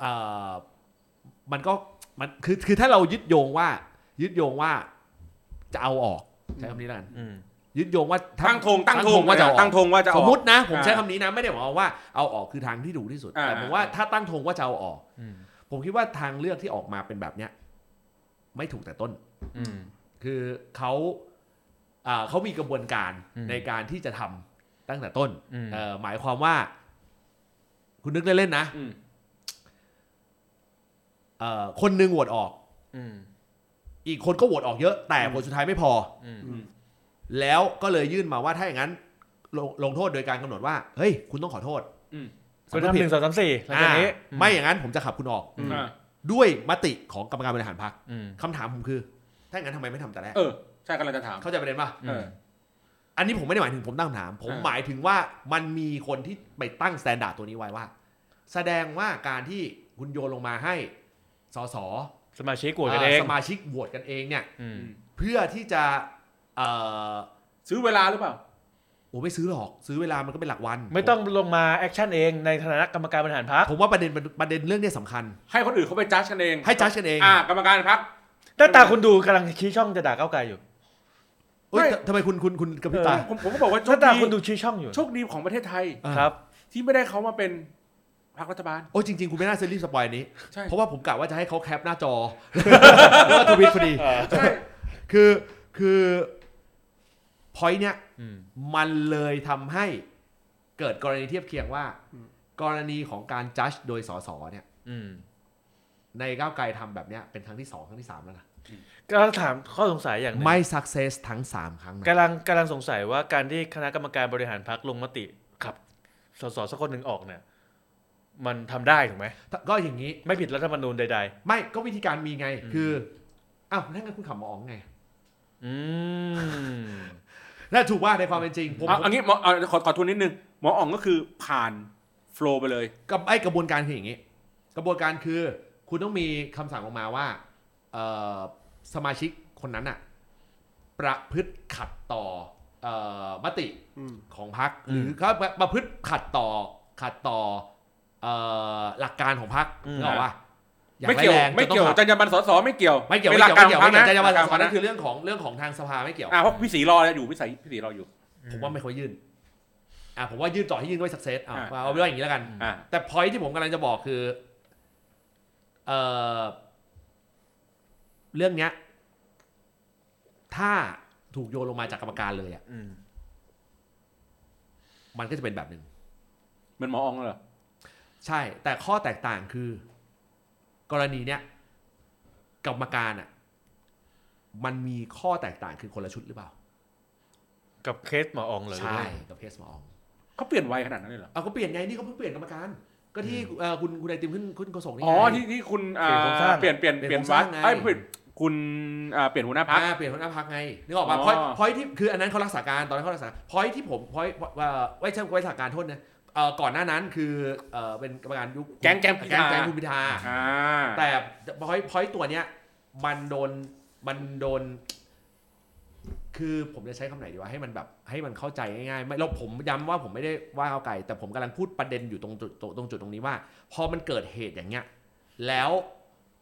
[SPEAKER 1] เออมันก็มันคือคือถ้าเรายึดโยงว่า ยึดโยงว่าจะเอาออก ใช้คำนี้แล้วกัน
[SPEAKER 5] อืม
[SPEAKER 1] ยึดโยงว่า
[SPEAKER 4] ตั้งธงตั้งธง
[SPEAKER 1] ว่าจะเอาอ
[SPEAKER 4] ตั้
[SPEAKER 1] อง ก
[SPEAKER 4] ธงว่า
[SPEAKER 1] ส
[SPEAKER 4] จะ
[SPEAKER 1] ม
[SPEAKER 4] เอาออก
[SPEAKER 1] มตินะ ผม
[SPEAKER 4] อ่า
[SPEAKER 1] ใช้คำนี้นะ ไม่ได้หมายความว่าเอาออกคือทางที่ถูกที่สุด
[SPEAKER 4] อ่า
[SPEAKER 1] แต่ผมว่าถ้าตั้งธงว่าจะเอาออก
[SPEAKER 5] อืม
[SPEAKER 1] ผมคิดว่าทางเลือกที่ออกมาเป็นแบบเนี้ย ไม่ถูกแต่ต้น
[SPEAKER 5] อืม
[SPEAKER 1] คือเขาอ่าเขามีกระบวนการ
[SPEAKER 5] อืม
[SPEAKER 1] ในการที่จะทำตั้งแต่ต้น
[SPEAKER 5] อืม
[SPEAKER 1] เอ่อหมายความว่า คุณนึกเล่นๆนะ
[SPEAKER 4] อืม
[SPEAKER 1] เอ่อคนหนึ่งโหวตออก
[SPEAKER 5] อืม
[SPEAKER 1] อีกคนก็โหวตออกเยอะ แต่ผลสุดท้ายไม่พอ
[SPEAKER 5] อืม
[SPEAKER 4] อืม
[SPEAKER 1] แล้วก็เลยยื่นมาว่าถ้าอย่างนั้นลงลงโทษโดยการกำหนดว่า เฮ้ย คุณต้องขอโทษ
[SPEAKER 4] อืม
[SPEAKER 5] คุณทำหนึ่งสองสามสี่หลัง
[SPEAKER 1] อ่า
[SPEAKER 5] จากนี้
[SPEAKER 1] ไม่อย่างนั้นผมจะขับคุณออก
[SPEAKER 5] อืม
[SPEAKER 4] อ่า
[SPEAKER 1] ด้วยมติของกรรมการบริหารพรรค
[SPEAKER 5] อืม
[SPEAKER 1] คำถามผมคือ ถ้าอย่างนั้นทำไมไม่ทำแต่แรก
[SPEAKER 4] เออ ใช่กำลังจะถาม
[SPEAKER 1] เข้าใจประเด็นป่ะ
[SPEAKER 4] เออ
[SPEAKER 1] อันนี้ผมไม่ได้หมายถึงผมตั้งคำถาม ผม
[SPEAKER 4] อ่า
[SPEAKER 1] หมายถึงว่ามันมีคนที่ไปตั้งสแตนดาร์ดตัวนี้ไว้ว่า แสดงว่าการที่คุณโยนลงมาให้สส
[SPEAKER 5] สมาชิกโหวตกันเอ
[SPEAKER 1] เอ่อง สมาชิกโหวตกันเองเนี่ย
[SPEAKER 5] อืม
[SPEAKER 1] เพื่อที่จะเออ
[SPEAKER 4] ซื้อเวลาหรือเปล่า
[SPEAKER 1] โอ้ไม่ซื้อหรอก ซื้อเวลามันก็เป็นหลักวัน
[SPEAKER 5] ไม่ต้องลงมาแอคชั่นเองในฐานะกรรมการบริหารพรรค
[SPEAKER 1] ผมว่าประเด็นประเด็นเรื่องเนี้สำคัญ
[SPEAKER 4] ให้คนอื่นเขาไปจัดกันเอง
[SPEAKER 1] ให้จัดกันเอง
[SPEAKER 4] อ่า กรรมการพัก
[SPEAKER 5] หน้าตาคุณดูกำลังชี้ช่องจะด่าก้าวไกลอยู่
[SPEAKER 1] เอ้ย
[SPEAKER 4] ไม่
[SPEAKER 1] ทำทำไมคุณคุณคุณกระพริบตา
[SPEAKER 4] ผมผมก็บอกว่า
[SPEAKER 5] ห
[SPEAKER 4] โช
[SPEAKER 5] น้า
[SPEAKER 4] ค
[SPEAKER 5] ตา
[SPEAKER 4] ดี
[SPEAKER 5] คุณดูชี้ช่องอยู่
[SPEAKER 4] โชคดีของประเทศไทย
[SPEAKER 5] ครับ
[SPEAKER 4] ที่ไม่ได้เขามาเป็นพรรครัฐบาล
[SPEAKER 1] โอ้ยจริง ๆ คุณไม่น่าจะรีบสปอยอันนี้
[SPEAKER 4] ใช่
[SPEAKER 1] เพราะว่าผมกะว่าจะให้เขาแคปหน้าจอ แล้วก็ทวิตพอดี
[SPEAKER 4] ใช่
[SPEAKER 1] คือคือพอยเนี้ย
[SPEAKER 5] อืม
[SPEAKER 1] มันเลยทำให้เกิดกรณีเทียบเคียงว่า กรณีของการจัดโดยสสเนี่ย
[SPEAKER 5] อืม
[SPEAKER 1] ในก้าวไกลทำแบบเนี้ยเป็นครั้งที่ 2 ครั้งที่ 3 แล้วนะ
[SPEAKER 5] กำลังถามข้อสงสัยอย่างหนึง
[SPEAKER 1] ไม่ success ทั้ง 3 ครั้งนะ
[SPEAKER 5] กำลังกำลังสงสัยว่าการที่คณะกรรมการบริหารพรรคลงมติขับสสสักคนหนึ่งออกเนี่ย มันทำได้ถูกไหม
[SPEAKER 1] ก็อย่างนี้
[SPEAKER 5] ไม่ผิดรัฐธรรมนูญใด
[SPEAKER 1] ไม่ก็วิธีการมีไง คือ อ้าวถ้างั้นคุณขับหมออ๋องไง
[SPEAKER 6] อืม
[SPEAKER 1] น่าถูกว่าในความเป็นจริงผม
[SPEAKER 4] เอาอันนี้หมอเอาขอขอทวนนิดนึง หมออ๋องก็คือผ่านโฟลว์ไปเลย
[SPEAKER 1] กับไอ้กระบวนการคืออย่างนี้ กระบวนการคือคุณต้องมีคำสั่งออกมาว่าเอ่อสมาชิกคนนั้นอะประพฤติขัดต่อเอ่อมติ
[SPEAKER 7] อืม
[SPEAKER 1] ของพัก
[SPEAKER 4] อื
[SPEAKER 1] ห
[SPEAKER 4] ม
[SPEAKER 1] รือเขาประพฤติขัดต่อขัดต่อเอ่อหลักการของพัก
[SPEAKER 6] อืม
[SPEAKER 1] นึกออกปะอย่าง
[SPEAKER 4] ไม่เกี่ยว
[SPEAKER 1] ร้ายแรง
[SPEAKER 4] ไม่เกี่ยว
[SPEAKER 1] จะต้องขัด
[SPEAKER 4] จรรยาบรรณสสไม่เกี่ยว
[SPEAKER 1] ไม่เกี่ยว
[SPEAKER 4] ป็
[SPEAKER 1] ไม่
[SPEAKER 4] นหลัก
[SPEAKER 1] เกี่ยว
[SPEAKER 4] การ
[SPEAKER 1] ไม่
[SPEAKER 4] ข
[SPEAKER 1] เกี่
[SPEAKER 4] อย ง
[SPEAKER 1] วไม่เกี่ยวจรรยาบ
[SPEAKER 4] พรรคนะ
[SPEAKER 1] รรณ
[SPEAKER 4] หลัก
[SPEAKER 1] สส
[SPEAKER 4] การของพรรค
[SPEAKER 1] นั่
[SPEAKER 4] นะ
[SPEAKER 1] นคือเรื่องของเรื่องของทางสภาไม่เกี่ยว
[SPEAKER 4] อ่าเพราะพี่ศรีรออยู่พี่ศรีพี่ศรีรออยู่
[SPEAKER 1] ผมว่าไม่ค่อยยื่นอ่ะผมว่ายื่นต่อให้ยื่นด้วยสักเซสอ่ะ
[SPEAKER 4] อ่ะ
[SPEAKER 1] เอาไว้ว่าอย่างนี้แล้วกัน
[SPEAKER 4] อ่า
[SPEAKER 1] แต่พอยที่ผมกำลังจะบอกคือเอ่อเรื่องเนี้ย ถ้าถูกโยนลงมาจากกรรมการเลยอ่ะ
[SPEAKER 6] อืม
[SPEAKER 1] มันก็จะเป็นแบบหนึ่ง
[SPEAKER 4] เหมือนหมออ๋องเหรอ
[SPEAKER 1] ใช่ แต่ข้อแตกต่างคือ กรณีเนี้ยกรรมการอ่ะมันมีข้อแตกต่างคือคนละชุดหรือเปล่า
[SPEAKER 6] กับเคสหมออองเลย
[SPEAKER 1] ใช่กับเคสหมอออง
[SPEAKER 4] เขาเปลี่ยนไวขนาดนั้นเลยเหรอ
[SPEAKER 1] เอาก็เปลี่ยนไงนี่เขาเพิ่งเปลี่ยนกรรมการ ก็ที่เอ่อคุณคุณไอติมขึ้นขึ้นโกศงนี่
[SPEAKER 4] อ๋อ
[SPEAKER 1] ไง
[SPEAKER 4] ที่ที่คุณอ่า
[SPEAKER 5] เปลี่ยนโครงสร้าง
[SPEAKER 4] เปลี่ยนเปลี่ยน
[SPEAKER 1] เป
[SPEAKER 4] เป
[SPEAKER 1] ลี่
[SPEAKER 4] ลี่
[SPEAKER 1] ย
[SPEAKER 4] ย
[SPEAKER 1] น
[SPEAKER 4] น
[SPEAKER 1] โครงสร้าง
[SPEAKER 4] วัด
[SPEAKER 1] ไง
[SPEAKER 4] ไอ้ยเปลี่ยนคุณอ่าเปลี่ยนหัวหน้าพัก
[SPEAKER 1] อ่าเปลี่ยนหัวหน้าพักไงนึกออกป่ะ
[SPEAKER 4] อ๋อ
[SPEAKER 1] พอยพอยที่คืออันนั้นเขารักษาการตอนนั้นเขารักษาพอยที่ผมพอยว่าไว้ใช่ไว้รักษาการโทษนะเอ่อก่อนหน้านั้นคือเอ่อเป็นกรรมการยุค
[SPEAKER 4] แก๊งแก๊งพิ
[SPEAKER 1] แก๊ง
[SPEAKER 4] ธา
[SPEAKER 1] แก๊งคุณพิธา
[SPEAKER 4] อ่า
[SPEAKER 1] แต่พอยพอยตัวเนี้ยมันโดนมันโดน คือผมจะใช้คำไหนดีว่าให้มันแบบให้มันเข้าใจง่ายๆไม่เราผมย้ำว่าผมไม่ได้ว่าเอาไก่แต่ผมกำลังพูดประเด็นอยู่ตรงจุดตรงตรงจุดตรงนี้ว่า พอมันเกิดเหตุอย่างเงี้ย แล้ว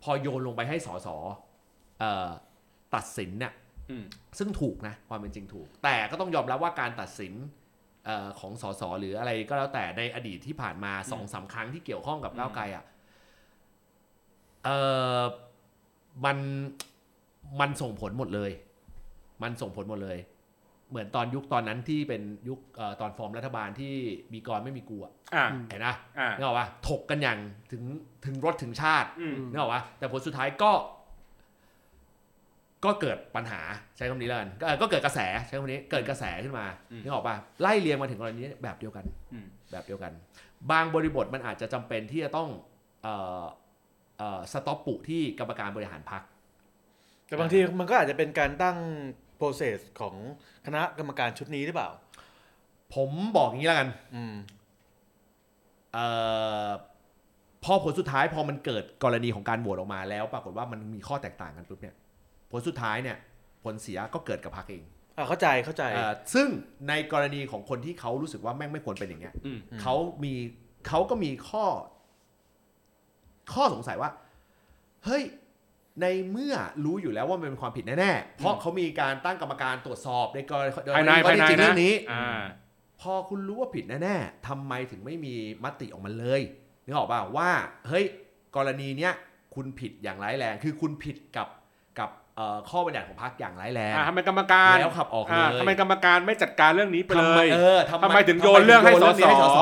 [SPEAKER 1] พอโยนลงไปให้สอสอเอ่อตัดสินเนี่ย
[SPEAKER 4] อืม
[SPEAKER 1] ซึ่งถูกนะความเป็นจริงถูก แต่ก็ต้องยอมรับว่าการตัดสินเออของสอสอหรืออะไรก็แล้วแต่ในอดีตที่ผ่านมาสองสามครั้งที่เกี่ยวข้องกับก้าวไกลอ่ะเออมันมันส่งผลหมดเลย มันส่งผลหมดเลย เหมือนตอนยุคตอนนั้นที่เป็นยุคเอ่อตอนฟอร์มรัฐบาลที่มีกรไม่มีกูอะ
[SPEAKER 4] อ่า
[SPEAKER 1] เห็นนะ
[SPEAKER 4] อ่า
[SPEAKER 1] นึกออกปะถกกันอย่างถึงถึงรถถึงชาติ
[SPEAKER 4] อืม
[SPEAKER 1] นึกออกปะแต่ผลสุดท้ายก็ ก็เกิดปัญหาใช้คำนี้แล้วกันก็เอ่อก็เกิดกระแสใช้คำนี้ เกิดกระแสขึ้นมา
[SPEAKER 4] อืม
[SPEAKER 1] นึกออกปะไล่เรียงมาถึงกรณีนี้แบบเดียวกัน
[SPEAKER 4] อืม
[SPEAKER 1] แบบเดียวกัน บางบริบทมันอาจจะจำเป็นที่จะต้อง เอ่อเอ่อสต็อปปุที่กรรมการบริหารพรรค
[SPEAKER 5] แต่บางทีมันก็อาจจะเป็นการตั้ง process ของคณะกรรมการชุดนี้หรือเปล่า
[SPEAKER 1] ผมบอกอย่างนี้แล้วกัน
[SPEAKER 5] อืม
[SPEAKER 1] เอ่อพอผลสุดท้ายพอมันเกิดกรณีของการโหวตออกมาแล้ว ปรากฏว่ามันมีข้อแตกต่างกันปุ๊บเนี่ย ผลสุดท้ายเนี่ย ผลเสียก็เกิดกับพรรคเอง
[SPEAKER 5] อ่าเข้าใจเข้าใจ
[SPEAKER 1] เอ่อซึ่งในกรณีของคนที่เขารู้สึกว่าแม่งไม่ควรเป็นอย่างเงี้ย
[SPEAKER 4] อืม
[SPEAKER 1] เขามีเขาก็มีข้อ ข้อสงสัยว่า เฮ้ย ในเมื่อรู้อยู่แล้วว่ามันเป็นความผิดแน่ๆเพราะเขามีการตั้งกรรมการตรวจสอบในกรณี
[SPEAKER 4] ภายในภายใน
[SPEAKER 1] ข้อเท็จจริง
[SPEAKER 4] นะ
[SPEAKER 1] เรื่องนี้
[SPEAKER 4] อ่า
[SPEAKER 1] พอคุณรู้ว่าผิดแน่ๆ ทำไมถึงไม่มีมติออกมาเลยนึกออกป่าวว่า เฮ้ย กรณีเนี้ยคุณผิดอย่างร้ายแรง คือคุณผิดกับกับเอ่อข้อบัญญัติของพรรคอย่างร้ายแรง
[SPEAKER 4] อ่าทำไมกรรมการ
[SPEAKER 1] แล้วขับออกเลย
[SPEAKER 4] าทำไมกรรมการไม่จัดการเรื่องนี้ไปเล
[SPEAKER 1] ทำไม
[SPEAKER 4] ย
[SPEAKER 1] เออทำ
[SPEAKER 4] ทำไมถึงโยนเรื่องให้สส
[SPEAKER 1] ทำไมถึงโยนเรื่องให้สส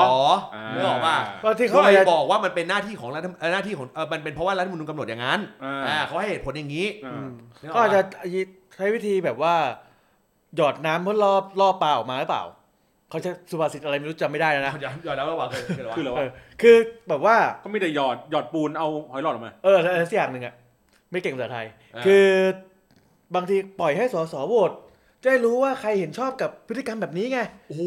[SPEAKER 4] อ่า
[SPEAKER 1] นึกออกป่ะ
[SPEAKER 5] ก็ที่เขา
[SPEAKER 1] โด
[SPEAKER 5] อาจ
[SPEAKER 1] ย
[SPEAKER 5] จะ
[SPEAKER 1] บอกว่ามันเป็นหน้าที่ของรัฐเอ่อหน้าที่ของเออมันเป็นเพราะว่ารัฐธรรมนูญกำหนดอย่างนั้น
[SPEAKER 4] อ่า
[SPEAKER 1] อ่าเขาให้เหตุผลอย่างนี้
[SPEAKER 4] อ่า
[SPEAKER 1] นึออ
[SPEAKER 5] ก็
[SPEAKER 1] ป่
[SPEAKER 5] อาจจะใช้วิธีแบบว่า หยอดน้ำเพื่อล่อล่อปลาออกมาหรือเปล่า เขาจะสุภาษิตอะไรไม่รู้จำไม่ได้แล้วนะ
[SPEAKER 1] เดี๋ยวเดี๋ยวแล้วระหว่างคือ
[SPEAKER 4] คือเหรอ
[SPEAKER 5] เอ
[SPEAKER 4] วะ
[SPEAKER 5] อคือแบบว่า
[SPEAKER 4] ก็มีแต่หยอดหยอดปูนเอาหอยหลอดออกมา
[SPEAKER 5] เอออะไรสักอย่างหนึ่งอะไม่เก่งภาษาไทย
[SPEAKER 1] า
[SPEAKER 5] คือบางทีปล่อยให้สสโหวตจะได้รู้ว่าใครเห็นชอบกับพฤติกรรมแบบนี้ไง
[SPEAKER 1] โอ้โห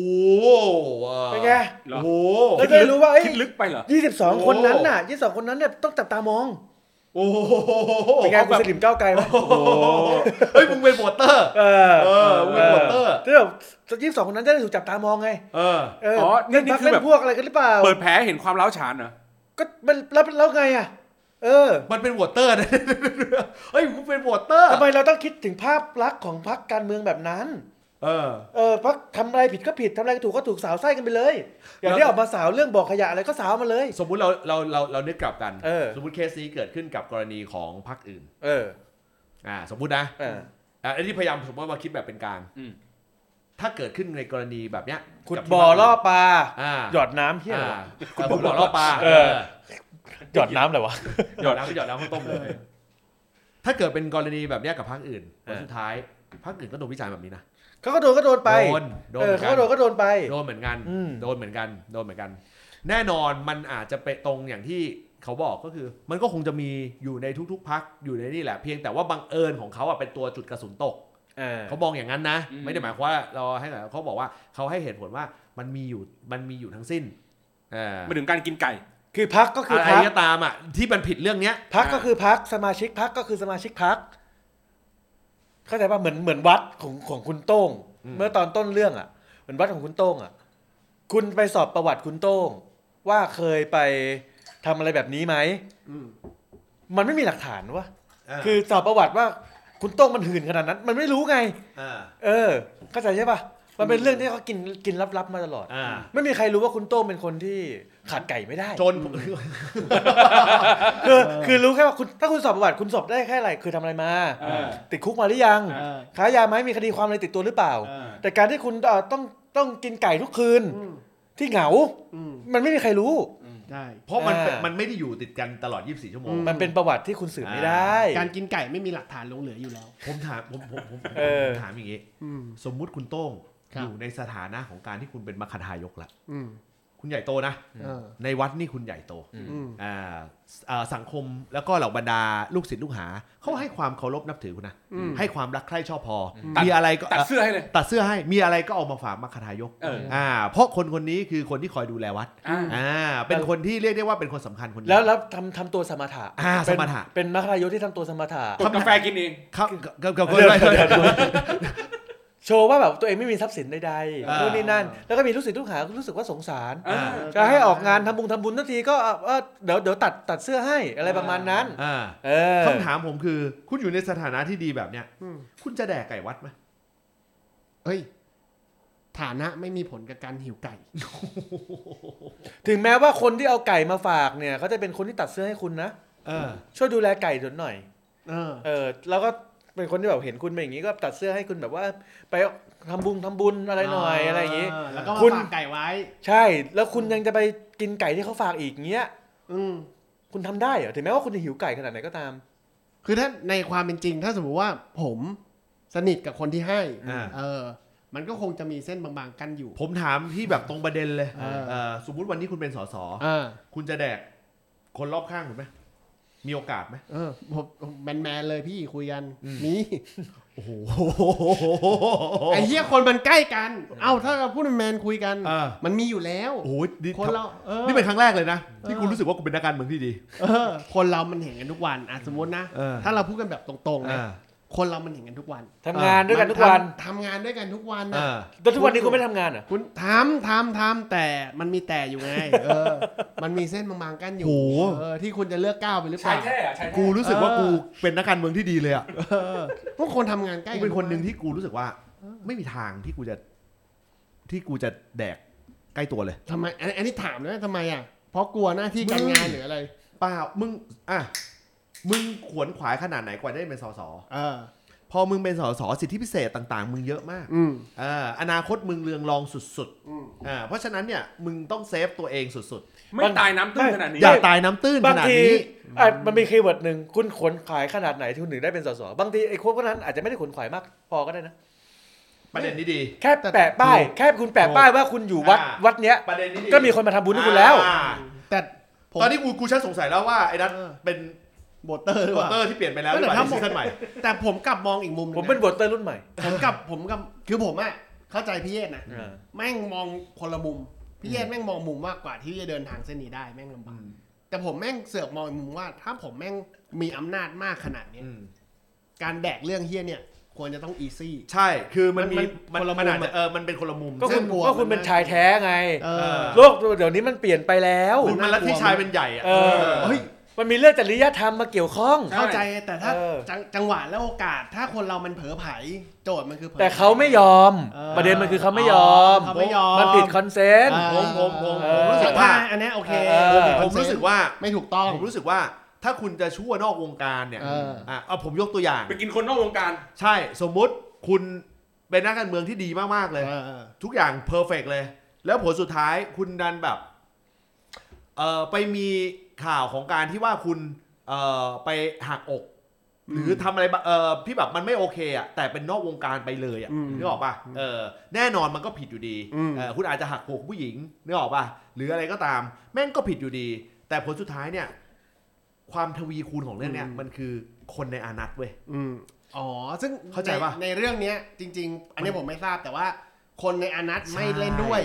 [SPEAKER 1] อ่า
[SPEAKER 5] เป็นไง
[SPEAKER 4] เหรอ
[SPEAKER 1] โอ้โห
[SPEAKER 5] แล้วจะได้รู้ว่าเอ้ย
[SPEAKER 4] คิดลึกไปเหรอ
[SPEAKER 5] ยี่สิบสอง
[SPEAKER 1] โอ้
[SPEAKER 5] คนนั้นน่ะยี่สิบสองคนนั้นเนี่ยต้องจับตามอง
[SPEAKER 1] โอ้โห
[SPEAKER 5] เป็นไง
[SPEAKER 1] เอา
[SPEAKER 5] คุ
[SPEAKER 1] แบ
[SPEAKER 5] ณ
[SPEAKER 1] บ
[SPEAKER 5] สลิมก้าวไกลไหม
[SPEAKER 1] เฮ้ยมึงเป็นโบเตอร์
[SPEAKER 5] เออ
[SPEAKER 1] เออมึงเป็นโบเตอร์
[SPEAKER 5] ที่แบบยี่สิบสองคนนั้นจะได้ถูกจับตามองไง
[SPEAKER 1] เออ
[SPEAKER 5] เออ
[SPEAKER 4] อ๋อนี่
[SPEAKER 5] เล่น
[SPEAKER 4] นี่
[SPEAKER 5] พัก
[SPEAKER 4] คือ
[SPEAKER 5] เล่
[SPEAKER 4] แบบ
[SPEAKER 5] นพวกอะไรกันหรือเปล่า
[SPEAKER 4] เปิดแผลให้เห็นความร้าวฉานเหรอ
[SPEAKER 5] ก็มันแล้วแล้วไงอ่ะ เออ
[SPEAKER 1] มันเป็นโบเตอร์ นะ เฮ้ยมึงเป็นโบเตอร์
[SPEAKER 5] ทำไมเราต้องคิดถึงภาพลักษณ์ของพรรคการเมืองแบบนั้น
[SPEAKER 1] เออ
[SPEAKER 5] เออพักทำอะไรผิดก็ผิดทำอะไรถูกก็ถูกสาวไส้กันไปเลย อย่างที่ออกมาสาวเรื่องบอกขยะอะไรก็สาวมาเลย
[SPEAKER 1] สมมุติเราเราเราเรานึกกลับกัน
[SPEAKER 5] เออ
[SPEAKER 1] สมมุติเคสนี้เกิดขึ้นกับกรณีของพรรคอื่น
[SPEAKER 5] เออ
[SPEAKER 1] อ่า สมมุตินะ
[SPEAKER 5] เออ
[SPEAKER 1] อ่ะอันนี้พยายามสมมติว่าคิดแบบเป็นกลาง
[SPEAKER 4] อืม
[SPEAKER 1] ถ้าเกิดขึ้นในกรณีแบบเนี้ย
[SPEAKER 5] ขุด
[SPEAKER 1] กับที่
[SPEAKER 5] บ่อล่อปลา
[SPEAKER 1] อ่า
[SPEAKER 5] หยอดน้ำเฮียอะ
[SPEAKER 1] อ่าว
[SPEAKER 5] ไระ
[SPEAKER 1] ขุดบ่อล่อปลา
[SPEAKER 5] เออ หยอดน้ำอะไรวะ
[SPEAKER 1] หยอดน้ำหยอดน้ำข้าวต้มเลย ถ้าเกิดเป็นกรณีแบบเนี้ยกับพรรคอื่นผลสุดท้ายพรรคอื่นก็โดนวิจารณ์แบบนี้นะ
[SPEAKER 5] เขาก็โดนก็โดนไป
[SPEAKER 1] โดนโดน
[SPEAKER 5] เอ
[SPEAKER 1] ห
[SPEAKER 5] อ
[SPEAKER 1] มือน
[SPEAKER 5] เขา
[SPEAKER 1] กัน
[SPEAKER 5] ก็โดนก็โดนไป
[SPEAKER 1] โดนเหมือนกัน
[SPEAKER 5] อืม
[SPEAKER 1] โดนเหมือนกัน โดนเหมือนกัน แน่นอนมันอาจจะไปตรงอย่างที่ เขาบอกก็คือ มันก็คงจะมีอยู่ในทุกๆพักอยู่ในนี่แหละเพียงแต่ว่าบังเอิญของเขาอะเป็นตัวจุดกระสุนตก
[SPEAKER 8] เออ
[SPEAKER 1] เขามองอย่างนั้นนะ
[SPEAKER 4] อืม
[SPEAKER 1] ไม่ได้หมายความว่าเราให้หมายเขาบอกว่าเขาให้เหตุผลว่ามันมีอยู่มันมีอยู่ทั้งสิ้นเออ
[SPEAKER 4] มาถึงการกินไก่
[SPEAKER 5] คือพักก็คือ
[SPEAKER 1] อะไร
[SPEAKER 5] พัก
[SPEAKER 1] ก็ตามอ่ะที่มันผิดเรื่องเนี้ย
[SPEAKER 5] พักก็คือพักสมาชิกพักก็คือสมาชิกพักเข้าใจป่ะเหมือนเหมือนวัดของของคุณโต้ง
[SPEAKER 1] อืม
[SPEAKER 5] เมื่อตอนต้นเรื่องอ่ะ เหมือนวัดของคุณโต้งอ่ะ คุณไปสอบประวัติคุณโต้ง ว่าเคยไปทำอะไรแบบนี้ไหม
[SPEAKER 2] อืม
[SPEAKER 5] มันไม่มีหลักฐานวะคือสอบประวัติว่าคุณโต้งมันหื่นขนาดนั้น มันไม่รู้ไง
[SPEAKER 1] อ่า
[SPEAKER 5] เออเข้าใจใช่ป่ะมันเป็นเรื่องที่เขากินกินลับๆมาตลอด
[SPEAKER 1] อ่า
[SPEAKER 5] ไม่มีใครรู้ว่าคุณโต้งเป็นคนที่ขาดไก่ไม่ได้
[SPEAKER 1] จน
[SPEAKER 5] คือคือรู้แค่ว่าคุณถ้าคุณสอบประวัติคุณสอบได้แค่อะไรคือทำอะไรมา
[SPEAKER 4] เออ
[SPEAKER 5] ติดคุกมาหรือยัง
[SPEAKER 2] เออ
[SPEAKER 5] ค้ายาไหมมีคดีความอะไรติดตัวหรือเปล่า
[SPEAKER 4] เออ
[SPEAKER 5] แต่การที่คุณเอ่อต้องต้องกินไก่ทุกคืน
[SPEAKER 2] อืม
[SPEAKER 5] ที่เหงา
[SPEAKER 2] อืม
[SPEAKER 5] มันไม่มีใครรู้
[SPEAKER 2] ได้
[SPEAKER 1] เพราะมันเป็น
[SPEAKER 5] อ่ามั
[SPEAKER 1] มันไม่ได้อยู่ติดกันตลอด 24 ชั่วโมง
[SPEAKER 2] อืม
[SPEAKER 5] มันเป็นประวัติที่คุณสืบไม่ได้
[SPEAKER 2] การกินไก่ไม่มีหลักฐานหลงเหลืออยู่แล้ว
[SPEAKER 1] ผมถามผมผมผมผม
[SPEAKER 5] เออ
[SPEAKER 1] ถามอย่างงี้
[SPEAKER 2] อืม
[SPEAKER 1] สมมุติคุณโต้ง
[SPEAKER 2] ครับ
[SPEAKER 1] อยู่ในสถานะของการที่คุณเป็นมรคทายกละ
[SPEAKER 2] อืม
[SPEAKER 1] คุณใหญ่โตนะ
[SPEAKER 2] เออ
[SPEAKER 1] ในวัดนี่คุณใหญ่โต
[SPEAKER 2] อืม
[SPEAKER 1] อ่าอ่าสังคมแล้วก็เหล่าบรรดาลูกศิษย์ลูกหาเขาให้ความเคารพนับถือคุณนะ
[SPEAKER 2] อืม
[SPEAKER 1] ให้ความรักใคร่ชอบพออ
[SPEAKER 4] ม
[SPEAKER 1] มีอะไรก็
[SPEAKER 4] ตัด
[SPEAKER 1] เอ่อ
[SPEAKER 4] เสื้อให้เลย
[SPEAKER 1] ตัดเสื้อให้ มีอะไรก็เอามาฝากมัคคทายก
[SPEAKER 4] เออ
[SPEAKER 1] อ่า เพราะคนคนนี้คือคนที่คอยดูแลวัด
[SPEAKER 4] อ่า
[SPEAKER 1] อ่า เป็นคนที่เรียกได้ว่าเป็นคนสำคัญคนหนึ่ง
[SPEAKER 5] แล้วแล้วทำทำตัวสมถะ
[SPEAKER 1] อ่าสมถะ
[SPEAKER 5] เป็นเป็นมัคคารายกที่ทำตัวสมถะ
[SPEAKER 4] กดกาแฟกินเอง
[SPEAKER 1] ครับครับครับ
[SPEAKER 5] เดี๋ยวเดี๋ยวเดี๋ยวโชว์ว่าแบบตัวเองไม่มีทรัพย์สินใด
[SPEAKER 1] อ่า
[SPEAKER 5] ๆนู่นนี่นั่น แล้วก็มีลูกศิษย์ลูกหารู้สึกว่าสงสาร
[SPEAKER 4] อ่า
[SPEAKER 5] จะให้ออกงานทำบุญทำบุญทันทีก็เอาเอาเดี๋ยวเดี๋ยวตัดตัดเสื้อให้อะไรประมาณนั้น
[SPEAKER 1] อ่า
[SPEAKER 5] เออ
[SPEAKER 1] คำถามผมคือ คุณอยู่ในสถานะที่ดีแบบเนี้ย
[SPEAKER 2] อืม
[SPEAKER 1] คุณจะแดกไก่วัดไหม
[SPEAKER 2] เฮ้ย ฐานะไม่มีผลกับการหิวไก่
[SPEAKER 5] ถึงแม้ว่าคนที่เอาไก่มาฝากเนี่ยเขาจะเป็นคนที่ตัดเสื้อให้คุณนะ
[SPEAKER 1] เออ
[SPEAKER 5] ช่วยดูแลไก่หน่อย
[SPEAKER 2] เออ
[SPEAKER 5] เออ แล้วก็เป็นคนที่แบบเห็นคุณเป็นอย่างนี้ก็ตัดเสื้อให้คุณแบบว่า ไปทำบุญทำบุญอะไรหน่อยอะไรอย่างนี้
[SPEAKER 2] แล้วก็มา
[SPEAKER 5] คุณ
[SPEAKER 2] ฝากไก่ไว้
[SPEAKER 5] ใช่ แล้วคุณยังจะไปกินไก่ที่เขาฝากอีกเงี้ย
[SPEAKER 2] อืม
[SPEAKER 5] คุณทำได้เหรอ ถึงแม้ว่าคุณจะหิวไก่ขนาดไหนก็ตาม
[SPEAKER 2] คือถ้าในความเป็นจริง ถ้าสมมติว่าผมสนิทกับคนที่ให้
[SPEAKER 1] อ่า
[SPEAKER 2] เออ มันก็คงจะมีเส้นบางๆกั้นอยู่
[SPEAKER 1] ผมถามที่แบบตรงประเด็นเลย
[SPEAKER 2] เออ
[SPEAKER 1] เอ่อสมมุติวันนี้คุณเป็นสส
[SPEAKER 2] เออ
[SPEAKER 1] คุณจะแดก คนรอบข้างคุณไหมมีโอกาสไหม
[SPEAKER 2] เออผมแมนแมนๆเลยพี่คุยกันมี
[SPEAKER 1] โอ้โห
[SPEAKER 2] ไอ้เหี้ยคนมันใกล้กัน เอ้าถ้าเราพูดแมนๆคุยกัน
[SPEAKER 1] เออ
[SPEAKER 2] มันมีอยู่แล้ว
[SPEAKER 1] โอ้โหนี่
[SPEAKER 2] คนเราเออ
[SPEAKER 1] นี่เป็นครั้งแรกเลยนะ ที่คุณรู้สึกว่าคุณเป็นนักการเมืองที่ดี
[SPEAKER 2] เออ คนเรามันเห็นกันทุกวันอ่ะสมมตินะ
[SPEAKER 1] เออ
[SPEAKER 2] ถ้าเราพูดกันแบบตรงๆนะ
[SPEAKER 1] อ่า
[SPEAKER 2] คนเรามันเห็นกันทุกวัน
[SPEAKER 5] ทำงานด้วยกันทุกวัน
[SPEAKER 2] มัทำทำงานด้วยกันทุกวันนะ
[SPEAKER 1] อ่า
[SPEAKER 5] แต่ทุกวันนี้คุณไม่ทำงานเหรอ
[SPEAKER 2] คุณทำทำทำแต่มันมีแต่อยู่ไง เออ มันมีเส้นบางๆกั้นอยู่
[SPEAKER 1] โห
[SPEAKER 2] เออที่คุณจะเลือกก้าวไปหรือเป
[SPEAKER 4] ชาย
[SPEAKER 2] ล่า
[SPEAKER 4] แท้อะชายแท้
[SPEAKER 1] กูรู้สึกว่ากูเป็นนักการเมืองที่ดีเลยอ่ะ
[SPEAKER 2] เออพวกคนทำงานใกล้
[SPEAKER 1] กู
[SPEAKER 2] กั
[SPEAKER 1] เป็นคนหนึ่ง
[SPEAKER 2] ทุกวั
[SPEAKER 1] ที่กูรู้สึกว่า ไม่มีทางที่กูจะ ที่กูจะแดกใกล้ตัวเลย
[SPEAKER 2] ทำไมอันอันนี้ถามนะทำไมอ่ะเพราะกลัวหน้าที่การงานหรืออะไร
[SPEAKER 1] เปล่ามึง อ่ะ มึงขวนขวายขนาดไหนกว่าได้เป็นสส
[SPEAKER 2] เออ
[SPEAKER 1] พอมึงเป็นสสสิทธิพิเศษต่างๆ มึงเยอะมาก
[SPEAKER 2] อืม
[SPEAKER 1] เอออนาคตมึงเลืองรองสุด
[SPEAKER 2] อืม
[SPEAKER 1] ๆอ่าเพราะฉะนั้นเนี่ยมึงต้องเซฟตัวเองสุด
[SPEAKER 4] ไม่ตายน้ำตื้นขนาด
[SPEAKER 1] ๆ
[SPEAKER 4] นี้
[SPEAKER 1] อย่าตายน้ำตื้น
[SPEAKER 5] บา
[SPEAKER 1] ข
[SPEAKER 5] ง
[SPEAKER 1] นาด
[SPEAKER 5] ที
[SPEAKER 1] นี้
[SPEAKER 5] อ่ะมันมีคีย์เวิร์ดหนึ่งคุณขวนขวายขนาดไหนที่คุณถึงได้เป็นสสบางทีไอ้คนคนนั้นอาจจะไม่ได้ขวนขวายมากพอก็ได้นะ
[SPEAKER 1] ประเด็นนี้ดี
[SPEAKER 5] แค่แปะป้าย แค่คุณแปะป้ายว่าคุณอยู่วัด
[SPEAKER 1] อ่า
[SPEAKER 5] วัดเนี้ย
[SPEAKER 1] ประเด็นนี้ดี
[SPEAKER 5] ก็มีคนมาทำบุญให้คุณแล้ว
[SPEAKER 1] อ่า
[SPEAKER 2] แต่ผม
[SPEAKER 1] ตอนนี้กูกูชักสงสัยแล้วว่าไอ้นัท
[SPEAKER 2] เออ
[SPEAKER 1] เป็น
[SPEAKER 2] โบเตอร์หรือ
[SPEAKER 1] โปร
[SPEAKER 2] เปล่า
[SPEAKER 1] เตอร์ที่เปลี่ยนไปแล้วหรือเปล่า
[SPEAKER 2] เออแต่ถ้า
[SPEAKER 1] ซีซั่นใหม่
[SPEAKER 2] แต่ผมกลับมองอีกมุมหง
[SPEAKER 5] ผม
[SPEAKER 2] นะ
[SPEAKER 5] เป็นโบวตเตอร์รุ่นใหม่
[SPEAKER 2] ผมกับผมกับคือผมอะเข้าใจพี่เยศนะ
[SPEAKER 5] อ่า
[SPEAKER 2] แม่งมองคนละมุมพี่เยศแม่งมองมุมมากกว่าที่จะเดินทางเส้นนี้ได้แม่งลำบากแต่ผมแม่งเสือกมองอีกมุมว่า ถ้าผมแม่งมีอำนาจมากขนาดเนี้ย
[SPEAKER 1] อืม
[SPEAKER 2] การแดกเรื่องเฮี้ยเนี่ย ควรจะต้องอีซี่
[SPEAKER 1] ใช่ คือมันมีมั
[SPEAKER 2] มั
[SPEAKER 1] น น
[SPEAKER 2] คนละมุม
[SPEAKER 1] มันอาจจะ
[SPEAKER 2] อะ
[SPEAKER 1] เออ มันเป็นคนละมุม
[SPEAKER 5] ก็
[SPEAKER 1] ซึ่ง
[SPEAKER 2] น่าก
[SPEAKER 5] คุณ
[SPEAKER 2] ลัว
[SPEAKER 5] ก็คุณเป็นชายแท้ไง
[SPEAKER 2] เออ
[SPEAKER 1] อ
[SPEAKER 5] โลกเดี๋ยวนี้มันเปลี่ยนไปแล้ว
[SPEAKER 1] คุณมันลัทธิชายเป็นใหญ่อะ
[SPEAKER 5] เออ
[SPEAKER 1] เฮ้ย
[SPEAKER 5] มันมีเรื่องจริยธรรมมาเกี่ยวข้อง
[SPEAKER 2] เข้าใจแต่ถ้า
[SPEAKER 5] เออ
[SPEAKER 2] จังจังหวะและโอกาส ถ้าคนเรามันเผลอไผโจทย์มันคือผลอ
[SPEAKER 5] แต่เขาไม่ยอม
[SPEAKER 2] เออ
[SPEAKER 5] ประเด็นมันคือเขาไม่ยอม
[SPEAKER 2] เขาไม่ยอม
[SPEAKER 5] มันผิดคอนเซนต์
[SPEAKER 2] อ่า
[SPEAKER 1] ผมผมผม
[SPEAKER 5] เอ
[SPEAKER 1] ผม
[SPEAKER 5] อ
[SPEAKER 1] รู้สึกว่า
[SPEAKER 2] อันเนี้ยโอเค
[SPEAKER 5] เออ
[SPEAKER 1] ผ
[SPEAKER 2] ผม ม
[SPEAKER 1] รู้
[SPEAKER 2] รู้
[SPEAKER 1] สึ
[SPEAKER 2] สึ
[SPEAKER 1] ก
[SPEAKER 2] กว่า
[SPEAKER 1] ว่า
[SPEAKER 2] ไม่ถูกต้อง
[SPEAKER 1] ผมรู้สึกว่า ถ้าคุณจะชั่วนอกวงการเนี่ย
[SPEAKER 2] เอออ่
[SPEAKER 1] อ่ะเอาผมยกตัวอย่าง
[SPEAKER 4] ไปกินคนนอกวงการ
[SPEAKER 1] ใช่ สมมุติคุณเป็นนักการเมืองที่ดีมาก ๆ เลย
[SPEAKER 2] เออเออ
[SPEAKER 1] ทุกอย่างเพอร์เฟกเลย แล้วผลสุดท้ายคุณดันแบบเอ่อไปมีข่าวของการที่ว่าคุณเอ่อไปหักอก หรือทำอะไรบะเอ่อที่แบบมันไม่โอเคอ่ะแต่เป็นนอกวงการไปเลยอ่ะ
[SPEAKER 2] อืม
[SPEAKER 1] นึกออกป่ะเออแน่นอนมันก็ผิดอยู่ดี
[SPEAKER 2] อืม
[SPEAKER 1] เออคุณอาจจะหักอกผู้หญิงนึกออกป่ะหรืออะไรก็ตาม แม่งก็ผิดอยู่ดี แต่ผลสุดท้ายเนี่ย ความทวีคูณของเรื่องเนี้ยมันคือคนในอานัตเว้ย
[SPEAKER 2] อืมอ๋อ ซึ่ง
[SPEAKER 1] เข้าใจปะ
[SPEAKER 2] ในเรื่องเนี้ยจริง ๆ อันนี้ผมไม่ทราบแต่ว่าคนในอานัต
[SPEAKER 1] ใช่
[SPEAKER 2] ไม่เล่นด้วย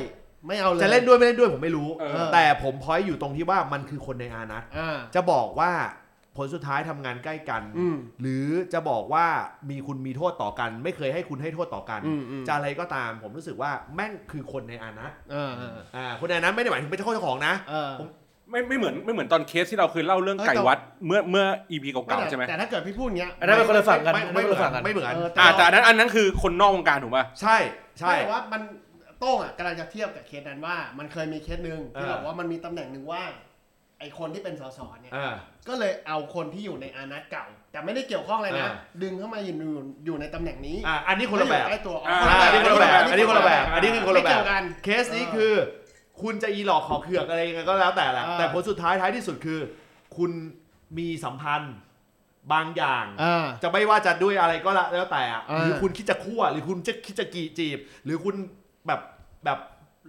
[SPEAKER 2] ไม่เอาเลย
[SPEAKER 1] จะเล่นด้วยไม่เล่นด้วยผมไม่รู้
[SPEAKER 4] เออ
[SPEAKER 1] แต่ผมพอยต์อยู่ตรงที่ว่ามันคือคนในอานัต
[SPEAKER 2] อ่า
[SPEAKER 1] จะบอกว่าผลสุดท้ายทำงานใกล้กัน
[SPEAKER 2] อืม
[SPEAKER 1] หรือจะบอกว่ามีคุณมีโทษต่อกัน ไม่เคยให้คุณให้โทษต่อกัน
[SPEAKER 2] อืมอืม
[SPEAKER 1] จะอะไรก็ตามผมรู้สึกว่าแม่งคือคนในอานัต
[SPEAKER 2] อ่าอ่า
[SPEAKER 1] อ่าคนในอานัตไม่ได้หมายถึงเป็นเจ้าของนะ
[SPEAKER 2] เออ
[SPEAKER 4] ไม่ไม่เหมือนไม่เหมือนตอนเคสที่เราเคยเล่าเรื่องไก่วัดเมื่อเมื่ออีพีเก่าๆใช่ไหม
[SPEAKER 2] แต่ถ้าเกิดพี่พูดอย่างเงี้ย
[SPEAKER 3] อันนั้นเป็นคนละฝั่งกัน
[SPEAKER 1] ไม่
[SPEAKER 3] อันนั้
[SPEAKER 1] ไม่
[SPEAKER 3] นเป็นค
[SPEAKER 1] เหมือน
[SPEAKER 3] ละฝั่ง
[SPEAKER 1] น
[SPEAKER 3] กัน
[SPEAKER 1] ไม่เหมือน
[SPEAKER 2] เ
[SPEAKER 4] อ่าแต่อันนั้นอันนั้นคือคนนอกวงการถูกป่ะ
[SPEAKER 1] ใช่ใช่
[SPEAKER 2] ไม่แต่ว่ามันโต้งอ่ะกำลังจะเทียบกับเคสนั้นว่า มันเคยมีเคสหนึ่งที่
[SPEAKER 1] อ่า
[SPEAKER 2] บอกว่ามันมีตำแหน่งหนึ่งว่างไอคนที่เป็นสสเนี่ย
[SPEAKER 1] อ่า
[SPEAKER 2] ก็เลยเอาคนที่อยู่ในอานัตเก่า แต่ไม่ได้เกี่ยวข้องอะไรนะ
[SPEAKER 1] อ่า
[SPEAKER 2] ดึงเข้ามาอยู่อยู่อยู่ในตำแหน่งนี้
[SPEAKER 1] อ่าอันนี้คนละแบบ
[SPEAKER 2] ก็อยู่ใกล้ตัว
[SPEAKER 4] อ่า
[SPEAKER 1] อ่าอันนี้คนละแบบ อันนี้คนละแบบ อันนี้คือคนละแบ
[SPEAKER 2] ไม่เกี่
[SPEAKER 1] บ
[SPEAKER 2] ยวกัน
[SPEAKER 1] เคสนี้คือ คุณจะอีหลอกขอเขือกอะไรยังไงก็แล้วแต่แหละ
[SPEAKER 2] อ่า
[SPEAKER 1] แต่ผลสุดท้ายท้ายที่สุดคือ คุณมีสัมพันธ์บางอย่าง
[SPEAKER 2] อ่า
[SPEAKER 1] จะไม่ว่าจะด้วยอะไรก็ละแล้วแต่อะ
[SPEAKER 2] อ่า
[SPEAKER 1] หรือคุณคิดจะคั่ว หรือคุณจะคิดจะกีจีบ หรือคุณแบบแบบ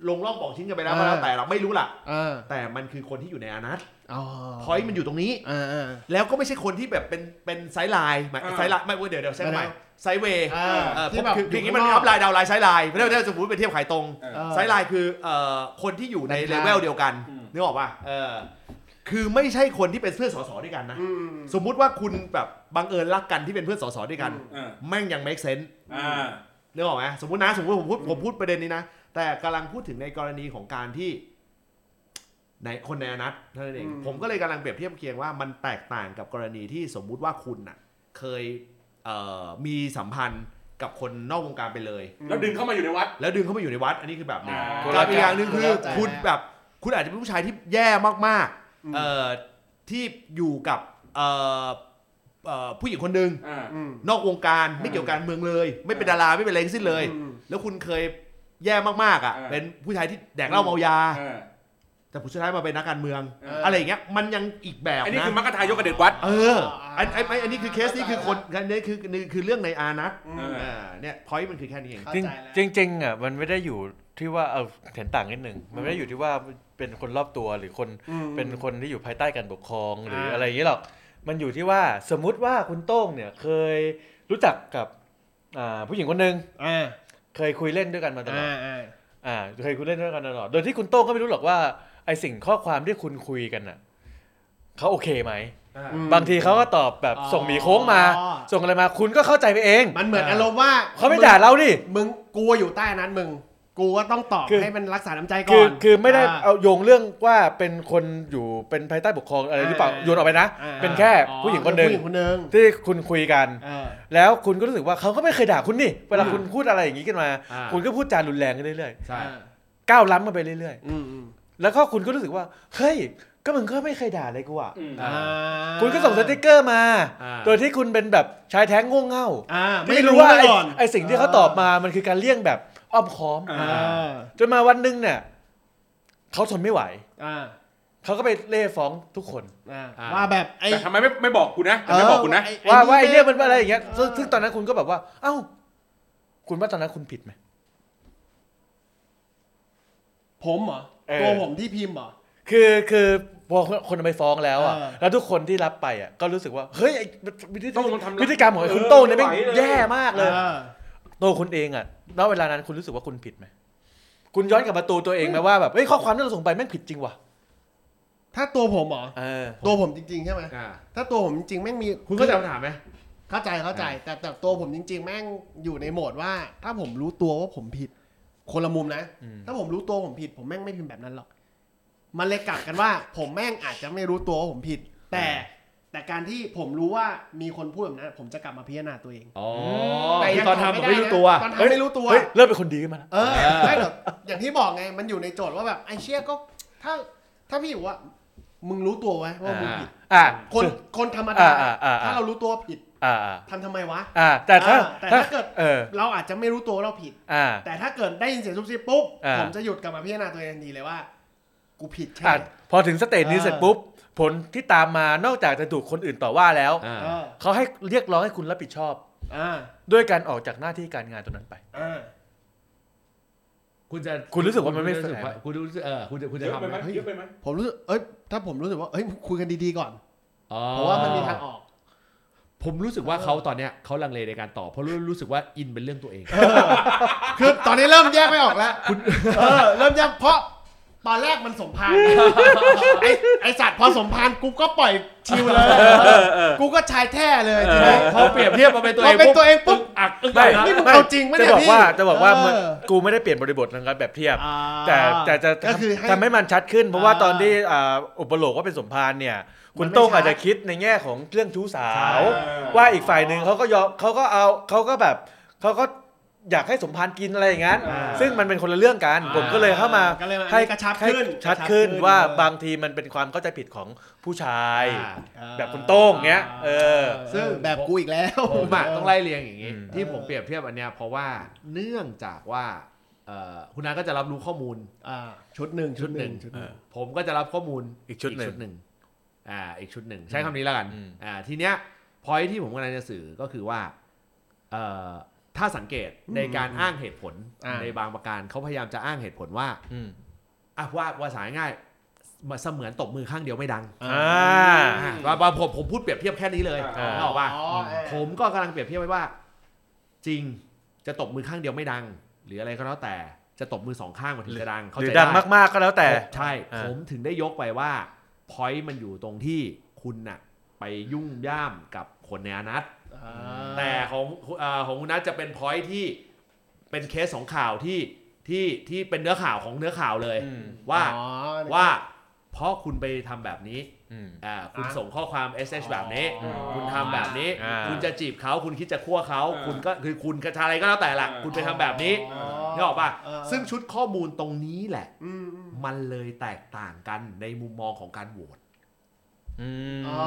[SPEAKER 1] ลงล่องบอกชิ้นกันไปแล้วก็แล้วแต่เราไม่รู้ล่ะ
[SPEAKER 2] อ่า
[SPEAKER 1] แต่มันคือคนที่อยู่ในอานัต
[SPEAKER 2] อ๋อ
[SPEAKER 1] พอยต์มันอยู่ตรงนี้
[SPEAKER 2] อ่าอ่า
[SPEAKER 1] แล้วก็ไม่ใช่คนที่แบบเป็นเป็นไซด์ไลน์หมาย
[SPEAKER 4] อ่า
[SPEAKER 1] ไซด์ไลน์ไม่เว้ยเดี๋ยวเดี๋ยวใช่ไหม
[SPEAKER 2] ไม่ได้
[SPEAKER 1] ไซด์เวย์
[SPEAKER 2] อ่า
[SPEAKER 1] เออผ
[SPEAKER 2] ที่
[SPEAKER 1] ม
[SPEAKER 2] แบบ
[SPEAKER 1] คือ
[SPEAKER 2] อ
[SPEAKER 1] คื
[SPEAKER 2] ยู่
[SPEAKER 1] อ
[SPEAKER 2] ข้าง
[SPEAKER 1] มัน
[SPEAKER 2] น
[SPEAKER 1] อั
[SPEAKER 2] อก
[SPEAKER 1] พไลน์ดาวไลน์ไซด์ไลน์ไม่ได้ไม่ได้สมมติไปเทียบขายตรง
[SPEAKER 4] เออ
[SPEAKER 2] เออ
[SPEAKER 1] ไซด์ไลน์คือเอ่อคนที่อยู่ใน
[SPEAKER 2] ดัน
[SPEAKER 1] เล
[SPEAKER 2] ข้าง
[SPEAKER 1] เวลเดียวกัน
[SPEAKER 4] อืม
[SPEAKER 1] นึกออกป่ะเออคือไม่ใช่คนที่เป็นเพื่อนสสด้วยกันนะ
[SPEAKER 2] อืม
[SPEAKER 1] สมมุติว่าคุณแบบบังเอิญรักกันที่เป็นเพื่อนสสด้วยกัน
[SPEAKER 2] อืม
[SPEAKER 4] อ่า
[SPEAKER 1] แม่งยัง make sense
[SPEAKER 4] อ่า
[SPEAKER 1] นึกออกไหมสมมตินะสมมติผมพูดผมพูดประเด็นนี้นะ แต่กำลังพูดถึงในกรณีของการที่ในคนในอนัตเท่านั้นเอง
[SPEAKER 2] อืม
[SPEAKER 1] ผมก็เลยกำลังเปรียบเทียบเคียงว่ามันแตกต่างกับกรณีที่สมมุติว่าคุณน่ะ เคยเอ่อมีสัมพันธ์กับคนนอกวงการไปเลย
[SPEAKER 4] แล้วดึงเข้ามาอยู่ในวัด
[SPEAKER 1] แล้วดึงเข้ามาอยู่ในวัด อันนี้คือแบบหนึง
[SPEAKER 4] อ่า
[SPEAKER 1] กับอีกอย่างหนึ่งคือ
[SPEAKER 2] เข้าใจ
[SPEAKER 1] คุณแบบคุณอาจจะเป็นผู้ชายที่แย่มาก
[SPEAKER 2] อืม
[SPEAKER 1] ๆเอ่อที่อยู่กับเอ่อเอ่อผู้หญิงคนหนึ่ง
[SPEAKER 4] อ่า
[SPEAKER 2] อืม
[SPEAKER 1] นอกวงการไม่เกี่ยวกับการเมืองเลย ไม่เป็นดาราไม่เป็นอะไรทั้งสิ้นเลย
[SPEAKER 2] อืม
[SPEAKER 1] แล้วคุณเคยแย่มากๆอ่ะ
[SPEAKER 4] เออ
[SPEAKER 1] เป็นผู้ชายที่แดกเหล้าเมายา
[SPEAKER 4] อ่า
[SPEAKER 1] แต่ผู้ชายมาเป็นนักการเมือง
[SPEAKER 4] เอออ
[SPEAKER 1] อะไรอย่างเงี้ยมันยังอีกแบบ
[SPEAKER 4] อันนี้
[SPEAKER 1] นะ
[SPEAKER 4] คือมักกะทายกกับเด็กวัด
[SPEAKER 1] เอออันไอ้ไอ้อันนี้คือเคสนี่คือคนอันนี้คือคือคือเรื่องในอานัท
[SPEAKER 2] อืม
[SPEAKER 4] เออ
[SPEAKER 1] อ่าเนี่ยพอยต์มันคือแค่นี้เอง
[SPEAKER 2] เข้าใจแล้ว
[SPEAKER 5] จริงจริงๆอ่ะมันไม่ได้อยู่ที่ว่าเอาเห็นต่างนิดหนึ่งมันไม่ได้อยู่ที่ว่าเป็นคนรอบตัวหรือคน
[SPEAKER 2] อืม
[SPEAKER 5] เป็นคนที่อยู่ภายใต้การปกครองหรืออา อะไรอย่างนี้หรอก มันอยู่ที่ว่าสมมุติว่าคุณโต้งเนี่ยเคยรู้จักกับอ่าผู้หญิงคนหนึ่ง
[SPEAKER 2] อ่า
[SPEAKER 5] เคยคุยเล่นด้วยกันมาตลอด
[SPEAKER 2] อ่าอ่า
[SPEAKER 5] อ่าเคยคุยเล่นด้วยกันตลอด โดยที่คุณโต้งก็ไม่รู้หรอกว่าไอสิ่งข้อความที่คุณคุยกันน่ะเขาโอเคไหม บางทีเขาก็ตอบแบบ
[SPEAKER 2] อ๋อ
[SPEAKER 5] ส่งหมีโค้งมา ส่งอะไรมาคุณก็เข้าใจไปเอง
[SPEAKER 2] มันเหมือนอารมณ์ว่า
[SPEAKER 5] เขาไม่ด่าเราดิ
[SPEAKER 2] มึงกูอยู่ใต้นั้นมึง กูก็ต้องตอบให้มันรักษาน้ำใจก่
[SPEAKER 5] คือ อน คือไม่ได้เอาโยงเรื่องว่าเป็นคนอยู่เป็นภายใต้ปกครองอะไรหรือเปล่า
[SPEAKER 2] เออ
[SPEAKER 5] โยนออกไปนะ เป็นแค่ผู้หญิงคนหนึ่ง
[SPEAKER 2] ผู้หญิงคนหนึ่ง
[SPEAKER 5] ที่คุณคุยกัน
[SPEAKER 2] เออ
[SPEAKER 5] แล้วคุณก็รู้สึกว่าเขาก็ไม่เคยด่าคุณนี่เวลาคุณพูดอะไรอย่างนี้ขึ้นมา
[SPEAKER 1] อ่า
[SPEAKER 5] คุณก็พูดจารุนแรงขึ้นเรื่อย
[SPEAKER 1] ใช่
[SPEAKER 5] ๆก้าวล้ำกันไปเรื่อย
[SPEAKER 2] อืมอืม
[SPEAKER 5] ๆแล้วก็คุณก็รู้สึกว่าเฮ้ยก็มึงก็ไม่เคยด่าเลยกูอ่ะ
[SPEAKER 2] อ่า
[SPEAKER 5] คุณก็ส่งสติกเกอร์มา
[SPEAKER 1] อ่า
[SPEAKER 5] โดยที่คุณเป็นแบบชายแท้งโง่เง่า
[SPEAKER 2] อ่า
[SPEAKER 5] ที่
[SPEAKER 2] ไม่รู้
[SPEAKER 5] ว่า
[SPEAKER 2] ว่า
[SPEAKER 5] ไอ้
[SPEAKER 2] ก่อน
[SPEAKER 5] ไอสิ่งที่เขาตอบมา มันคือการเลี่ยงแบบอ้อมค้อม
[SPEAKER 4] อ่า
[SPEAKER 2] อ่า
[SPEAKER 5] จนมาวันหนึงเนี่ยเขาทนไม่ไหว
[SPEAKER 2] อ่า
[SPEAKER 5] เขาก็ไปเล่ฟ้องทุกคน
[SPEAKER 2] อ่า
[SPEAKER 1] อ่า
[SPEAKER 2] ว่าแบบไอ้
[SPEAKER 4] แต่ทำไมไม่ไม่บอกกูนะแต่ไม่บอกกูนะ
[SPEAKER 2] เ
[SPEAKER 5] ว่าว่าไอเนี่ยมันอะไรอย่างเงี้ย
[SPEAKER 2] เอ
[SPEAKER 5] ซึ่ง
[SPEAKER 2] อ
[SPEAKER 5] ซึ่งตอนนั้นคุณก็แบบว่า เอ้า คุณว่าตอนนั้นคุณผิดไหม
[SPEAKER 2] ผมเหรอ
[SPEAKER 5] เออ
[SPEAKER 2] ตัวผมที่พิมพ์เหรอ
[SPEAKER 5] คือคือพอคนเอาไปฟ้องแล้วอ่ะ
[SPEAKER 2] เออ
[SPEAKER 5] แล้วทุกคนที่รับไปอ่ะก็รู้สึกว่าเฮ้ยไอ้วิธี
[SPEAKER 4] โต้งมันทำร้าย
[SPEAKER 5] พฤติกรรมของไอ้คุณ
[SPEAKER 4] เออ
[SPEAKER 5] โต้งเนี่ยแม่ง
[SPEAKER 4] ไม่ไหวเลย
[SPEAKER 5] แย่มากเลย
[SPEAKER 2] เออ
[SPEAKER 5] ตัวคุณเองอะณเวลานั้นคุณรู้สึกว่าคุณผิดไหม คุณย้อนกลับมาตัวตัวเองไหมว่าแบบเฮ้ยข้อความที่เราส่งไปแม่งผิดจริงว่ะ
[SPEAKER 2] ถ้าตัวผมเหรอ
[SPEAKER 5] เออ
[SPEAKER 2] ตัวผมจริงๆใช่ไหม
[SPEAKER 1] อ่า
[SPEAKER 2] ถ้าตัวผมจริงๆแม่งมี
[SPEAKER 1] คุณเข้าใจคำถามไหม
[SPEAKER 2] เข้าใจเข้าใจ แต่แต่ตัวผมจริง ๆ แม่งอยู่ในโหมดว่า ถ้าผมรู้ตัวว่าผมผิด คนละมุมนะ
[SPEAKER 5] อืม
[SPEAKER 2] ถ้าผมรู้ตัวผมผิด ผมแม่งไม่พิมพ์แบบนั้นหรอกมันเลยกลับกันว่า ผมแม่งอาจจะไม่รู้ตัวว่าผมผิด แต่แต่การที่ผมรู้ว่ามีคนพูดแบบนั้นผมจะกลับมาพิจารณาตัวเอง
[SPEAKER 1] อ๋อ
[SPEAKER 2] แต่ยัง
[SPEAKER 1] ตอนทำผมไม่รู้
[SPEAKER 2] ด้นะ
[SPEAKER 1] ตัว
[SPEAKER 2] ตอนทำไม่รู้ตัว
[SPEAKER 5] เฮ้ยเริ่มเป็นคนดีขึ้นมาแล้ว
[SPEAKER 2] เออไม่หรอกอย่างที่บอกไงมันอยู่ในโจทย์ว่าแบบไอ้เชี่ยก็ ถ้าถ้าพี่อยู่ว่า มึงรู้ตัวไว้ว่ามึงผิด
[SPEAKER 5] อ่า
[SPEAKER 2] คนคนธรรมดา
[SPEAKER 5] อ่าอ่าอ่า
[SPEAKER 2] ถ้าเรารู้ตัวผิด
[SPEAKER 5] อ่า
[SPEAKER 2] ทำทำไมวะ
[SPEAKER 5] อ่า แต่ถ้า
[SPEAKER 2] อ่าแต่ถ้าเกิด
[SPEAKER 5] เออ
[SPEAKER 2] เราอาจจะไม่รู้ตัวว่าเราผิด
[SPEAKER 5] อ่า
[SPEAKER 2] แต่ถ้าเกิดได้ยินเสียงซุบซิบปุ๊บ
[SPEAKER 5] อ่า
[SPEAKER 2] ผมจะหยุดกลับมาพิจารณาตัวเองทันทีเลยว่า กูผิดใช่ไห
[SPEAKER 5] อ่าม พอถึงสเตจนี้เสร็จปุ๊บ ผลที่ตามมานอกจากจะถูกคนอื่นต่อว่าแล้ว
[SPEAKER 1] อ่า
[SPEAKER 2] เออ
[SPEAKER 5] เขาให้เรียกร้องให้คุณรับผิดชอบ
[SPEAKER 2] อ่า
[SPEAKER 5] ด้วยการออกจากหน้าที่การงานตรงนั้นไป
[SPEAKER 2] อ่า
[SPEAKER 1] คุณจะ
[SPEAKER 5] คุณรู้สึกว่ามันไม่
[SPEAKER 1] คุณจะรู้สึก
[SPEAKER 5] แฟร์ไหม
[SPEAKER 1] ว่าคุณรู้สึกเออคุณจะคุณ
[SPEAKER 4] เย
[SPEAKER 1] จะทำ
[SPEAKER 4] อะไป
[SPEAKER 1] ไห
[SPEAKER 4] ไหม
[SPEAKER 1] มเฮ้ย
[SPEAKER 4] เยอะไปไหม
[SPEAKER 2] ผมรู้สึกเอ้ยถ้าผมรู้สึกว่าเอ้ยคุยกันดีๆก่อน
[SPEAKER 1] อ๋อ
[SPEAKER 2] เพราะว่ามันมีทางออก
[SPEAKER 1] ผมรู้สึกว่าเขาตอนเนี้ยเขาลังเลในการตอบเพราะรู้รู้สึกว่าอินเป็นเรื่องตัวเอง
[SPEAKER 2] คือตอนนี้เริ่มแยกไม่ออกแล้วเออเริ่มแยกเพราะตอนแรกมันสม พานไอไอสัตว์พอสมพานกูก็ปล่อยชิวเลย กูก็ชายแท้เลยทีนี้
[SPEAKER 1] พอเปรียบเทียบมาเป็นตัว
[SPEAKER 2] พ
[SPEAKER 1] เอ
[SPEAKER 2] อง เป็นตัวเองปุ๊บ
[SPEAKER 1] อักอึ้ง
[SPEAKER 5] ไม่
[SPEAKER 1] นะ
[SPEAKER 2] นี่มึงเอาจริงไหมเนี่ย
[SPEAKER 5] จะบอก
[SPEAKER 2] พี่
[SPEAKER 5] ว่าจะบอกว่า
[SPEAKER 2] เออ
[SPEAKER 5] มันกูไม่ได้เปลี่ยนบริบทนะครับแบบเทียบ
[SPEAKER 2] อ่า
[SPEAKER 5] แต่แต่จะ
[SPEAKER 2] ก็คือให้
[SPEAKER 5] ทำให้มันชัดขึ้น เพราะว่า
[SPEAKER 2] อ่า
[SPEAKER 5] ตอนที่อ่าอุปโลกว่าเป็นสมภารเนี่ย คุ
[SPEAKER 2] มั
[SPEAKER 5] ณ
[SPEAKER 2] นไม่
[SPEAKER 5] โต้ง
[SPEAKER 2] ชัด
[SPEAKER 5] อาจจะคิดในแง่ของเรื่องชู้สาว
[SPEAKER 2] ใช่
[SPEAKER 5] ว่าอีกฝ่ายหนึ่งเขาก็ยอมเขาก็เอาเขาก็แบบเขาก็อยากให้สมภารกินอะไรอย่างนั้น
[SPEAKER 2] อ่า
[SPEAKER 5] ซึ่งมันเป็นคนละเรื่องกัน
[SPEAKER 2] อ่า
[SPEAKER 5] ผมก็เลยเข้ามา
[SPEAKER 2] ก็เลย
[SPEAKER 5] ให้
[SPEAKER 2] ให้กระชับ
[SPEAKER 5] ให้
[SPEAKER 2] ขึ้น
[SPEAKER 5] ชัดขึ้น
[SPEAKER 2] กระชับขึ้น
[SPEAKER 5] ว่า
[SPEAKER 2] เออ
[SPEAKER 5] บางทีมันเป็นความเข้าใจผิดของผู้ชาย
[SPEAKER 1] อ่า
[SPEAKER 5] แบบคุณโต้งเงี้ยเออ
[SPEAKER 2] ซึ่งแบบกูอีกแล้ว
[SPEAKER 1] ผมอะต้องไล่เรียงอย่างนี้
[SPEAKER 5] อืม
[SPEAKER 1] ที่ผมเปรียบเทียบอันเนี้ยเพราะว่าเนื่องจากว่าเอ่อคุณนาก็จะรับรู้ข้อมูล
[SPEAKER 2] อ่าชุดหนึ่งชุดหนึ่ง
[SPEAKER 1] ชุดหนึ่ง
[SPEAKER 2] ชุดหนึ่ง
[SPEAKER 1] ผมก็จะรับข้อมูล
[SPEAKER 5] อีกชุดหนึ่ง
[SPEAKER 1] อ่าอีกชุดหนึ่งใช้คำนี้แล้วกัน
[SPEAKER 5] อืม
[SPEAKER 1] อ่าทีเนี้ยพอยที่ผมกำลังจะสื่อก็คือว่าเอ่อถ้าสังเกตในการอ้างเหตุผล
[SPEAKER 2] อ่า
[SPEAKER 1] ในบางประการเขาพยายามจะอ้างเหตุผลว่า
[SPEAKER 5] อืม
[SPEAKER 1] อ่ะว่าว่าสายง่ายๆมาเสมือนตบมือข้างเดียวไม่ดัง
[SPEAKER 5] อ่า
[SPEAKER 1] อ่าว่าว่าผมผมพูดเปรียบเทียบแค่นี้เลย
[SPEAKER 5] อ่า
[SPEAKER 1] นึกออกป่ะ
[SPEAKER 2] อ๋อเออ
[SPEAKER 1] ผมก็กำลังเปรียบเทียบไว้ว่า จริงจะตบมือข้างเดียวไม่ดัง หรืออะไรก็แล้วแต่จะตบมือสองข้างมันถึงจะดังเข้า
[SPEAKER 5] หรือ
[SPEAKER 1] ใจ
[SPEAKER 5] ดั
[SPEAKER 1] ได้
[SPEAKER 5] งมากๆก็แล้วแต่
[SPEAKER 1] ใช่
[SPEAKER 5] อ่า
[SPEAKER 1] ผมถึงได้ยกไปว่าพอยต์มันอยู่ตรงที่คุณน่ะไปยุ่งย่ามกับคนในอนัตแต่ของเออของคุณนัทจะเป็นพอยต์ที่เป็นเคสของข่าวที่ที่ที่เป็นเนื้อข่าวของเนื้อข่าวเลย
[SPEAKER 5] อืม
[SPEAKER 1] ว่า
[SPEAKER 2] อ๋อ
[SPEAKER 1] ว่าเพราะคุณไปทำแบบนี้
[SPEAKER 5] อืม
[SPEAKER 1] อ่าคุณ
[SPEAKER 2] อ่ะ
[SPEAKER 1] ส่งข้อความ s h แบบนี้
[SPEAKER 2] อ๋อ
[SPEAKER 1] คุณทำแบบนี้
[SPEAKER 5] อ่า
[SPEAKER 1] คุณจะจีบเขาคุณคิดจะคั่วเขา
[SPEAKER 4] อ่า
[SPEAKER 1] คุณก็คือคุณกระชาอะไรก็แล้วแต่ละ
[SPEAKER 4] อ่า
[SPEAKER 1] คุณไปทำแบบนี้
[SPEAKER 2] อ๋อ
[SPEAKER 1] นี่ออกป่ะ
[SPEAKER 2] เออ
[SPEAKER 1] ซึ่งชุดข้อมูลตรงนี้แหละ
[SPEAKER 2] อืมอืม
[SPEAKER 1] มันเลยแตกต่างกันในมุมมองของการโหวต
[SPEAKER 5] อืม
[SPEAKER 2] อ๋อ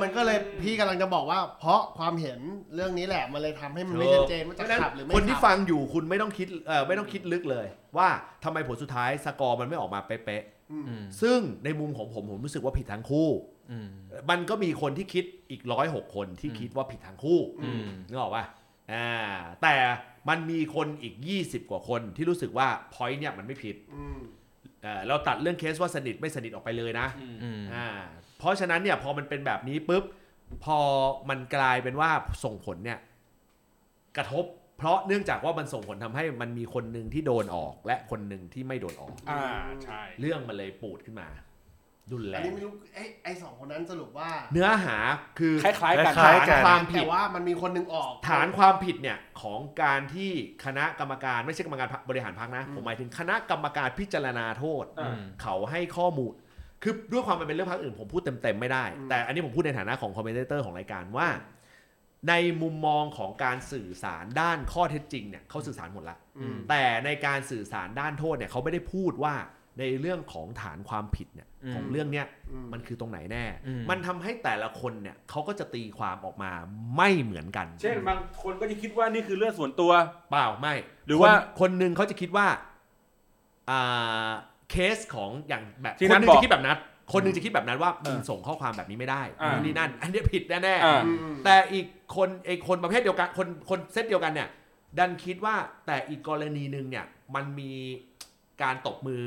[SPEAKER 2] มันก็เลยพี่กำลังจะบอกว่า เพราะความเห็นเรื่องนี้แหละ มันเลยทำให้มันไม่
[SPEAKER 1] ถู
[SPEAKER 2] ชั
[SPEAKER 1] ก
[SPEAKER 2] ดเจนว่าจะขับหรือไม่
[SPEAKER 1] คนที่
[SPEAKER 2] ขับ
[SPEAKER 1] ฟังอยู่คุณไม่ต้องคิดเอ่อไม่ต้องคิดลึกเลย ว่าทำไมผลสุดท้ายสกอร์มันไม่ออกมาเป๊ะ
[SPEAKER 2] อืม
[SPEAKER 1] ๆซึ่งในมุมของผมผมรู้สึกว่าผิดทั้งคู่
[SPEAKER 5] อืม
[SPEAKER 1] มันก็มีคนที่คิดอีกร้อยหกคนที่คิดว่าผิดทั้งคู่
[SPEAKER 5] อืม
[SPEAKER 1] นึกออกป่ะอ่าแต่มันมีคนอีก 20 กว่าคนที่รู้สึกว่าพอยต์เนี่ยมันไม่ผิด
[SPEAKER 2] อืม
[SPEAKER 1] เอ่อเราตัดเรื่องเคสว่าสนิทไม่สนิทออกไปเลยนะ
[SPEAKER 5] อืม
[SPEAKER 1] อ่าเพราะฉะนั้นเนี่ยพอมันเป็นแบบนี้ปุ๊บพอมันกลายเป็นว่าส่งผลเนี่ยกระทบ เพราะเนื่องจากว่ามันส่งผลทำให้มันมีคนหนึ่งที่โดนออก และคนหนึ่งที่ไม่โดนออก
[SPEAKER 4] อ่าใช่
[SPEAKER 1] เรื่องมันเลยปูดขึ้นมาดุนแร
[SPEAKER 2] อัน
[SPEAKER 1] ง
[SPEAKER 2] นี้ไม่รู้ไอ้ไอ้สองคนนั้นสรุปว่า
[SPEAKER 1] เนื้อหาคือ
[SPEAKER 4] คล้ายๆกัน
[SPEAKER 5] คล้ายๆกัน
[SPEAKER 1] ความผิ
[SPEAKER 2] แต่
[SPEAKER 1] ด
[SPEAKER 2] ว่ามันมีคนหนึงออก
[SPEAKER 1] ฐานความผิดเนี่ยของการที่คณะกรรมการไม่ใช่กรรมการบริหารพักนะ ผมหมายถึงคณะกรรมการพิจารณาโทษ
[SPEAKER 4] อืม
[SPEAKER 1] เขาให้ข้อมูล คือด้วยความมันเป็นเรื่องพักอื่นผมพูดเต็มๆไม่ได้
[SPEAKER 2] อืม
[SPEAKER 1] แต่อันนี้ผมพูดในฐานะของคอมเมนเตอร์ของรายการว่า ในมุมมองของการสื่อสารด้านข้อเท็จจริงเนี่ยเขาสื่อสารหมดละ
[SPEAKER 2] อืม
[SPEAKER 1] แต่ในการสื่อสารด้านโทษเนี่ยเขาไม่ได้พูดว่าในเรื่องของฐานความผิดเนี่ย
[SPEAKER 5] อืม
[SPEAKER 1] ของเรื่องเนี้ย
[SPEAKER 2] อืม
[SPEAKER 1] มันคือตรงไหนแน่
[SPEAKER 5] อืม
[SPEAKER 1] มันทำให้แต่ละคนเนี่ยเขาก็จะตีความออกมาไม่เหมือนกัน
[SPEAKER 4] เช่นบางคนก็จะคิดว่านี่คือเรื่องส่วนตัว
[SPEAKER 1] เปล่าไม่
[SPEAKER 4] หรือว่า
[SPEAKER 1] คนคนหนึ่งเขาจะคิดว่าอ่าเคสของอย่างแบบ
[SPEAKER 4] ที่
[SPEAKER 1] คนห
[SPEAKER 4] นั
[SPEAKER 1] นึ่ง
[SPEAKER 4] ทบอก
[SPEAKER 1] จะคิดแบบนั้นคนหนึ่งจะคิดแบบนั้นว่า
[SPEAKER 4] เออ
[SPEAKER 1] มึงส่งข้อความแบบนี้ไม่ได้
[SPEAKER 4] อ่านู่
[SPEAKER 1] นนี่นั่น อันเนี้ยผิดแน่
[SPEAKER 4] อ่า
[SPEAKER 2] อืม
[SPEAKER 1] ๆแต่อีกคนไอคนประเภทเดียวกันคนคนเซตเดียวกันเนี่ยดันคิดว่าแต่อีกกรณีหนึ่งเนี่ยมันมีการตบมือ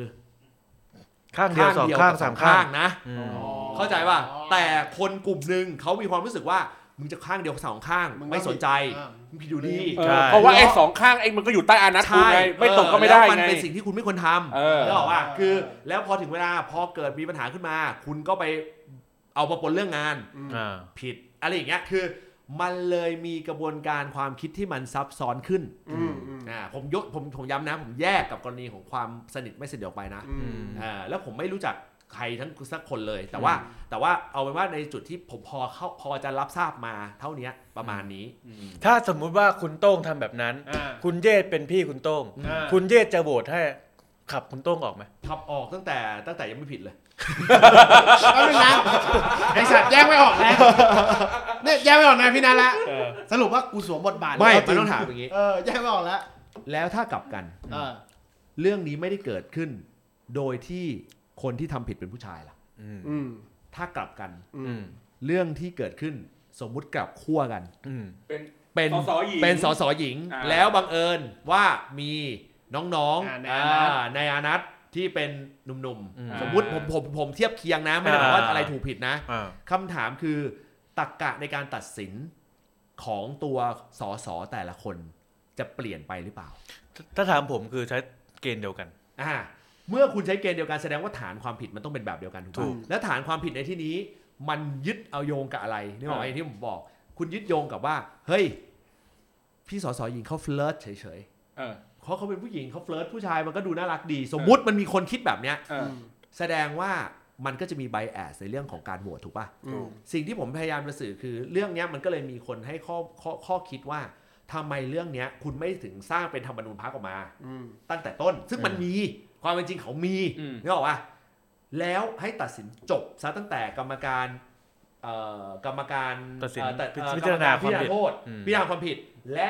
[SPEAKER 5] ข้างเดียวสองข้าง
[SPEAKER 1] กับ
[SPEAKER 5] สามข้าง
[SPEAKER 1] นะ
[SPEAKER 5] อืม
[SPEAKER 1] เข้าใจป่ะ
[SPEAKER 2] อ๋อ
[SPEAKER 1] แต่คนกลุ่มหนึ่งเขามีความรู้สึกว่ามึงจะข้างเดียวสองข้าง
[SPEAKER 2] ง
[SPEAKER 1] ไม่สนใจ
[SPEAKER 2] อ่า
[SPEAKER 1] มึงผิดอยู่ดี
[SPEAKER 4] เออ
[SPEAKER 5] ใช่
[SPEAKER 4] เพราะว่าไอ้สองข้างไอ้มันก็อยู่ใต้อานัตคุณไงไม่ตกก็ไม่ได้
[SPEAKER 1] เออแล้วมัน
[SPEAKER 4] ไง
[SPEAKER 1] เป็นสิ่งที่คุณไม่ควรท
[SPEAKER 4] เออ
[SPEAKER 1] ำแล้วบอกว่า
[SPEAKER 2] เออ
[SPEAKER 1] คือแล้วพอถึงเวลาพอเกิดมีปัญหาขึ้นมา คุณก็ไปเอาประปนเรื่องงาน
[SPEAKER 2] อืม
[SPEAKER 5] อ่า
[SPEAKER 1] ผิดอะไรอย่างเงี้ยคือ มันเลยมีกระบวนการความคิดที่มันซับซ้อนขึ้น
[SPEAKER 2] อืมอืม
[SPEAKER 1] อ่าผมยกผมผมย้ำนะผมแยกกับกรณีของความสนิทไม่สนิทออกไปนะ
[SPEAKER 2] อืม
[SPEAKER 1] อ่าแล้วผมไม่รู้จักใครทั้งสักคนเลย แต่ว่าแต่ว่าเอาเป็นว่าในจุดที่ผมพอเข้าพอจะรับทราบมาเท่าเนี้ยประมาณนี้
[SPEAKER 5] ถ้าสมมุติว่าคุณโต้งทำแบบนั้น
[SPEAKER 2] อ่า
[SPEAKER 5] คุณเยศเป็นพี่คุณโต้ง
[SPEAKER 2] อ่า
[SPEAKER 5] คุณเยศจะโหวตให้ขับคุณโต้งออกไหม
[SPEAKER 1] ขับออกตั้งแต่ตั้งแต่ยังไม่ผิดเลย
[SPEAKER 2] แป๊บนึงนะไอสัตว์แยกไม่ออกแล้วเนี่ยแยกไม่ออกนะพี่นันละสรุปว่ากูสวมบทบาท
[SPEAKER 1] ไม่
[SPEAKER 2] แล้วจริ
[SPEAKER 1] มันต้องถามอย่างงี้
[SPEAKER 2] เออแยกไม่ออกแล้ว
[SPEAKER 1] แล้วถ้ากลับกัน
[SPEAKER 2] เออ
[SPEAKER 1] เรื่องนี้ไม่ได้เกิดขึ้น โดยที่คนที่ทำผิดเป็นผู้ชายล่ะ
[SPEAKER 5] อืม
[SPEAKER 2] อืม
[SPEAKER 1] ถ้ากลับกัน
[SPEAKER 5] อืม
[SPEAKER 1] เรื่องที่เกิดขึ้นสมมุติกลับขั้วกัน
[SPEAKER 5] อืม
[SPEAKER 4] เป็น
[SPEAKER 1] เป็น
[SPEAKER 4] สสหญิง
[SPEAKER 1] เป็นสสหญิง
[SPEAKER 4] อ่า
[SPEAKER 1] แล้วบังเอิญว่ามีน้องๆ
[SPEAKER 2] าในอานัท
[SPEAKER 1] อ่าในอานัท ที่เป็นหนุ่ม
[SPEAKER 5] อืม
[SPEAKER 1] ๆ สมมุติผมผมผมเทียบเคียงนะ ไม่ได้บอกว่าอะไรถูกผิดนะ
[SPEAKER 5] อ่า
[SPEAKER 1] คำถามคือตักกะในการตัดสินของตัวสอสอแต่ละคนจะเปลี่ยนไปหรือเปล่า
[SPEAKER 5] ถ้าถามผมคือใช้เกณฑ์เดียวกัน
[SPEAKER 1] อ่าเมื่อคุณใช้เกณฑ์เดียวกันแสดงว่าฐานความผิดมันต้องเป็นแบบเดียวกันถูก
[SPEAKER 5] ถู
[SPEAKER 1] ไหม
[SPEAKER 5] ก
[SPEAKER 1] และฐานความผิดในที่นี้ มันยึดเอาโยงกับอะไรนี่บอกไอ้ที่ผมบอก คุณยึดโยงกับว่า เฮ้ย พี่สสหญิงเขาเฟลิร์ตเฉย
[SPEAKER 4] เออ
[SPEAKER 1] ๆเพราะเขาเป็นผู้หญิงเขาเฟลิร์ตผู้ชายมันก็ดูน่ารักดี สมมุติมันมีคนคิดแบบเนี้ย
[SPEAKER 4] เออ
[SPEAKER 1] แสดงว่ามันก็จะมีไบแอสในเรื่องของการโหวตถูกป่ะ
[SPEAKER 2] อืม
[SPEAKER 1] สิ่งที่ผมพยายามจะสื่อคือเรื่องเนี้ยมันก็เลยมีคนให้ข้อข้อข้อคิดว่าทำไมเรื่องเนี้ยคุณไม่ถึงสร้างเป็นธรรมนูญพักออกมา
[SPEAKER 2] อืม
[SPEAKER 1] ตั้งแต่ต้น ซึ่งมันมีความเป็นจริงเขามี
[SPEAKER 4] อืม
[SPEAKER 1] นึกออกป่ะแล้วให้ตัดสินจบซะตั้งแต่กรรมการเอ่อกรรมการ
[SPEAKER 5] ตัดสิน
[SPEAKER 1] เอ่อแต่เอ่อ
[SPEAKER 5] พิจารณาก
[SPEAKER 1] มกพิจารณา
[SPEAKER 5] ความผิด
[SPEAKER 1] โทษ
[SPEAKER 5] อืม
[SPEAKER 1] พิจารณาความผิด และ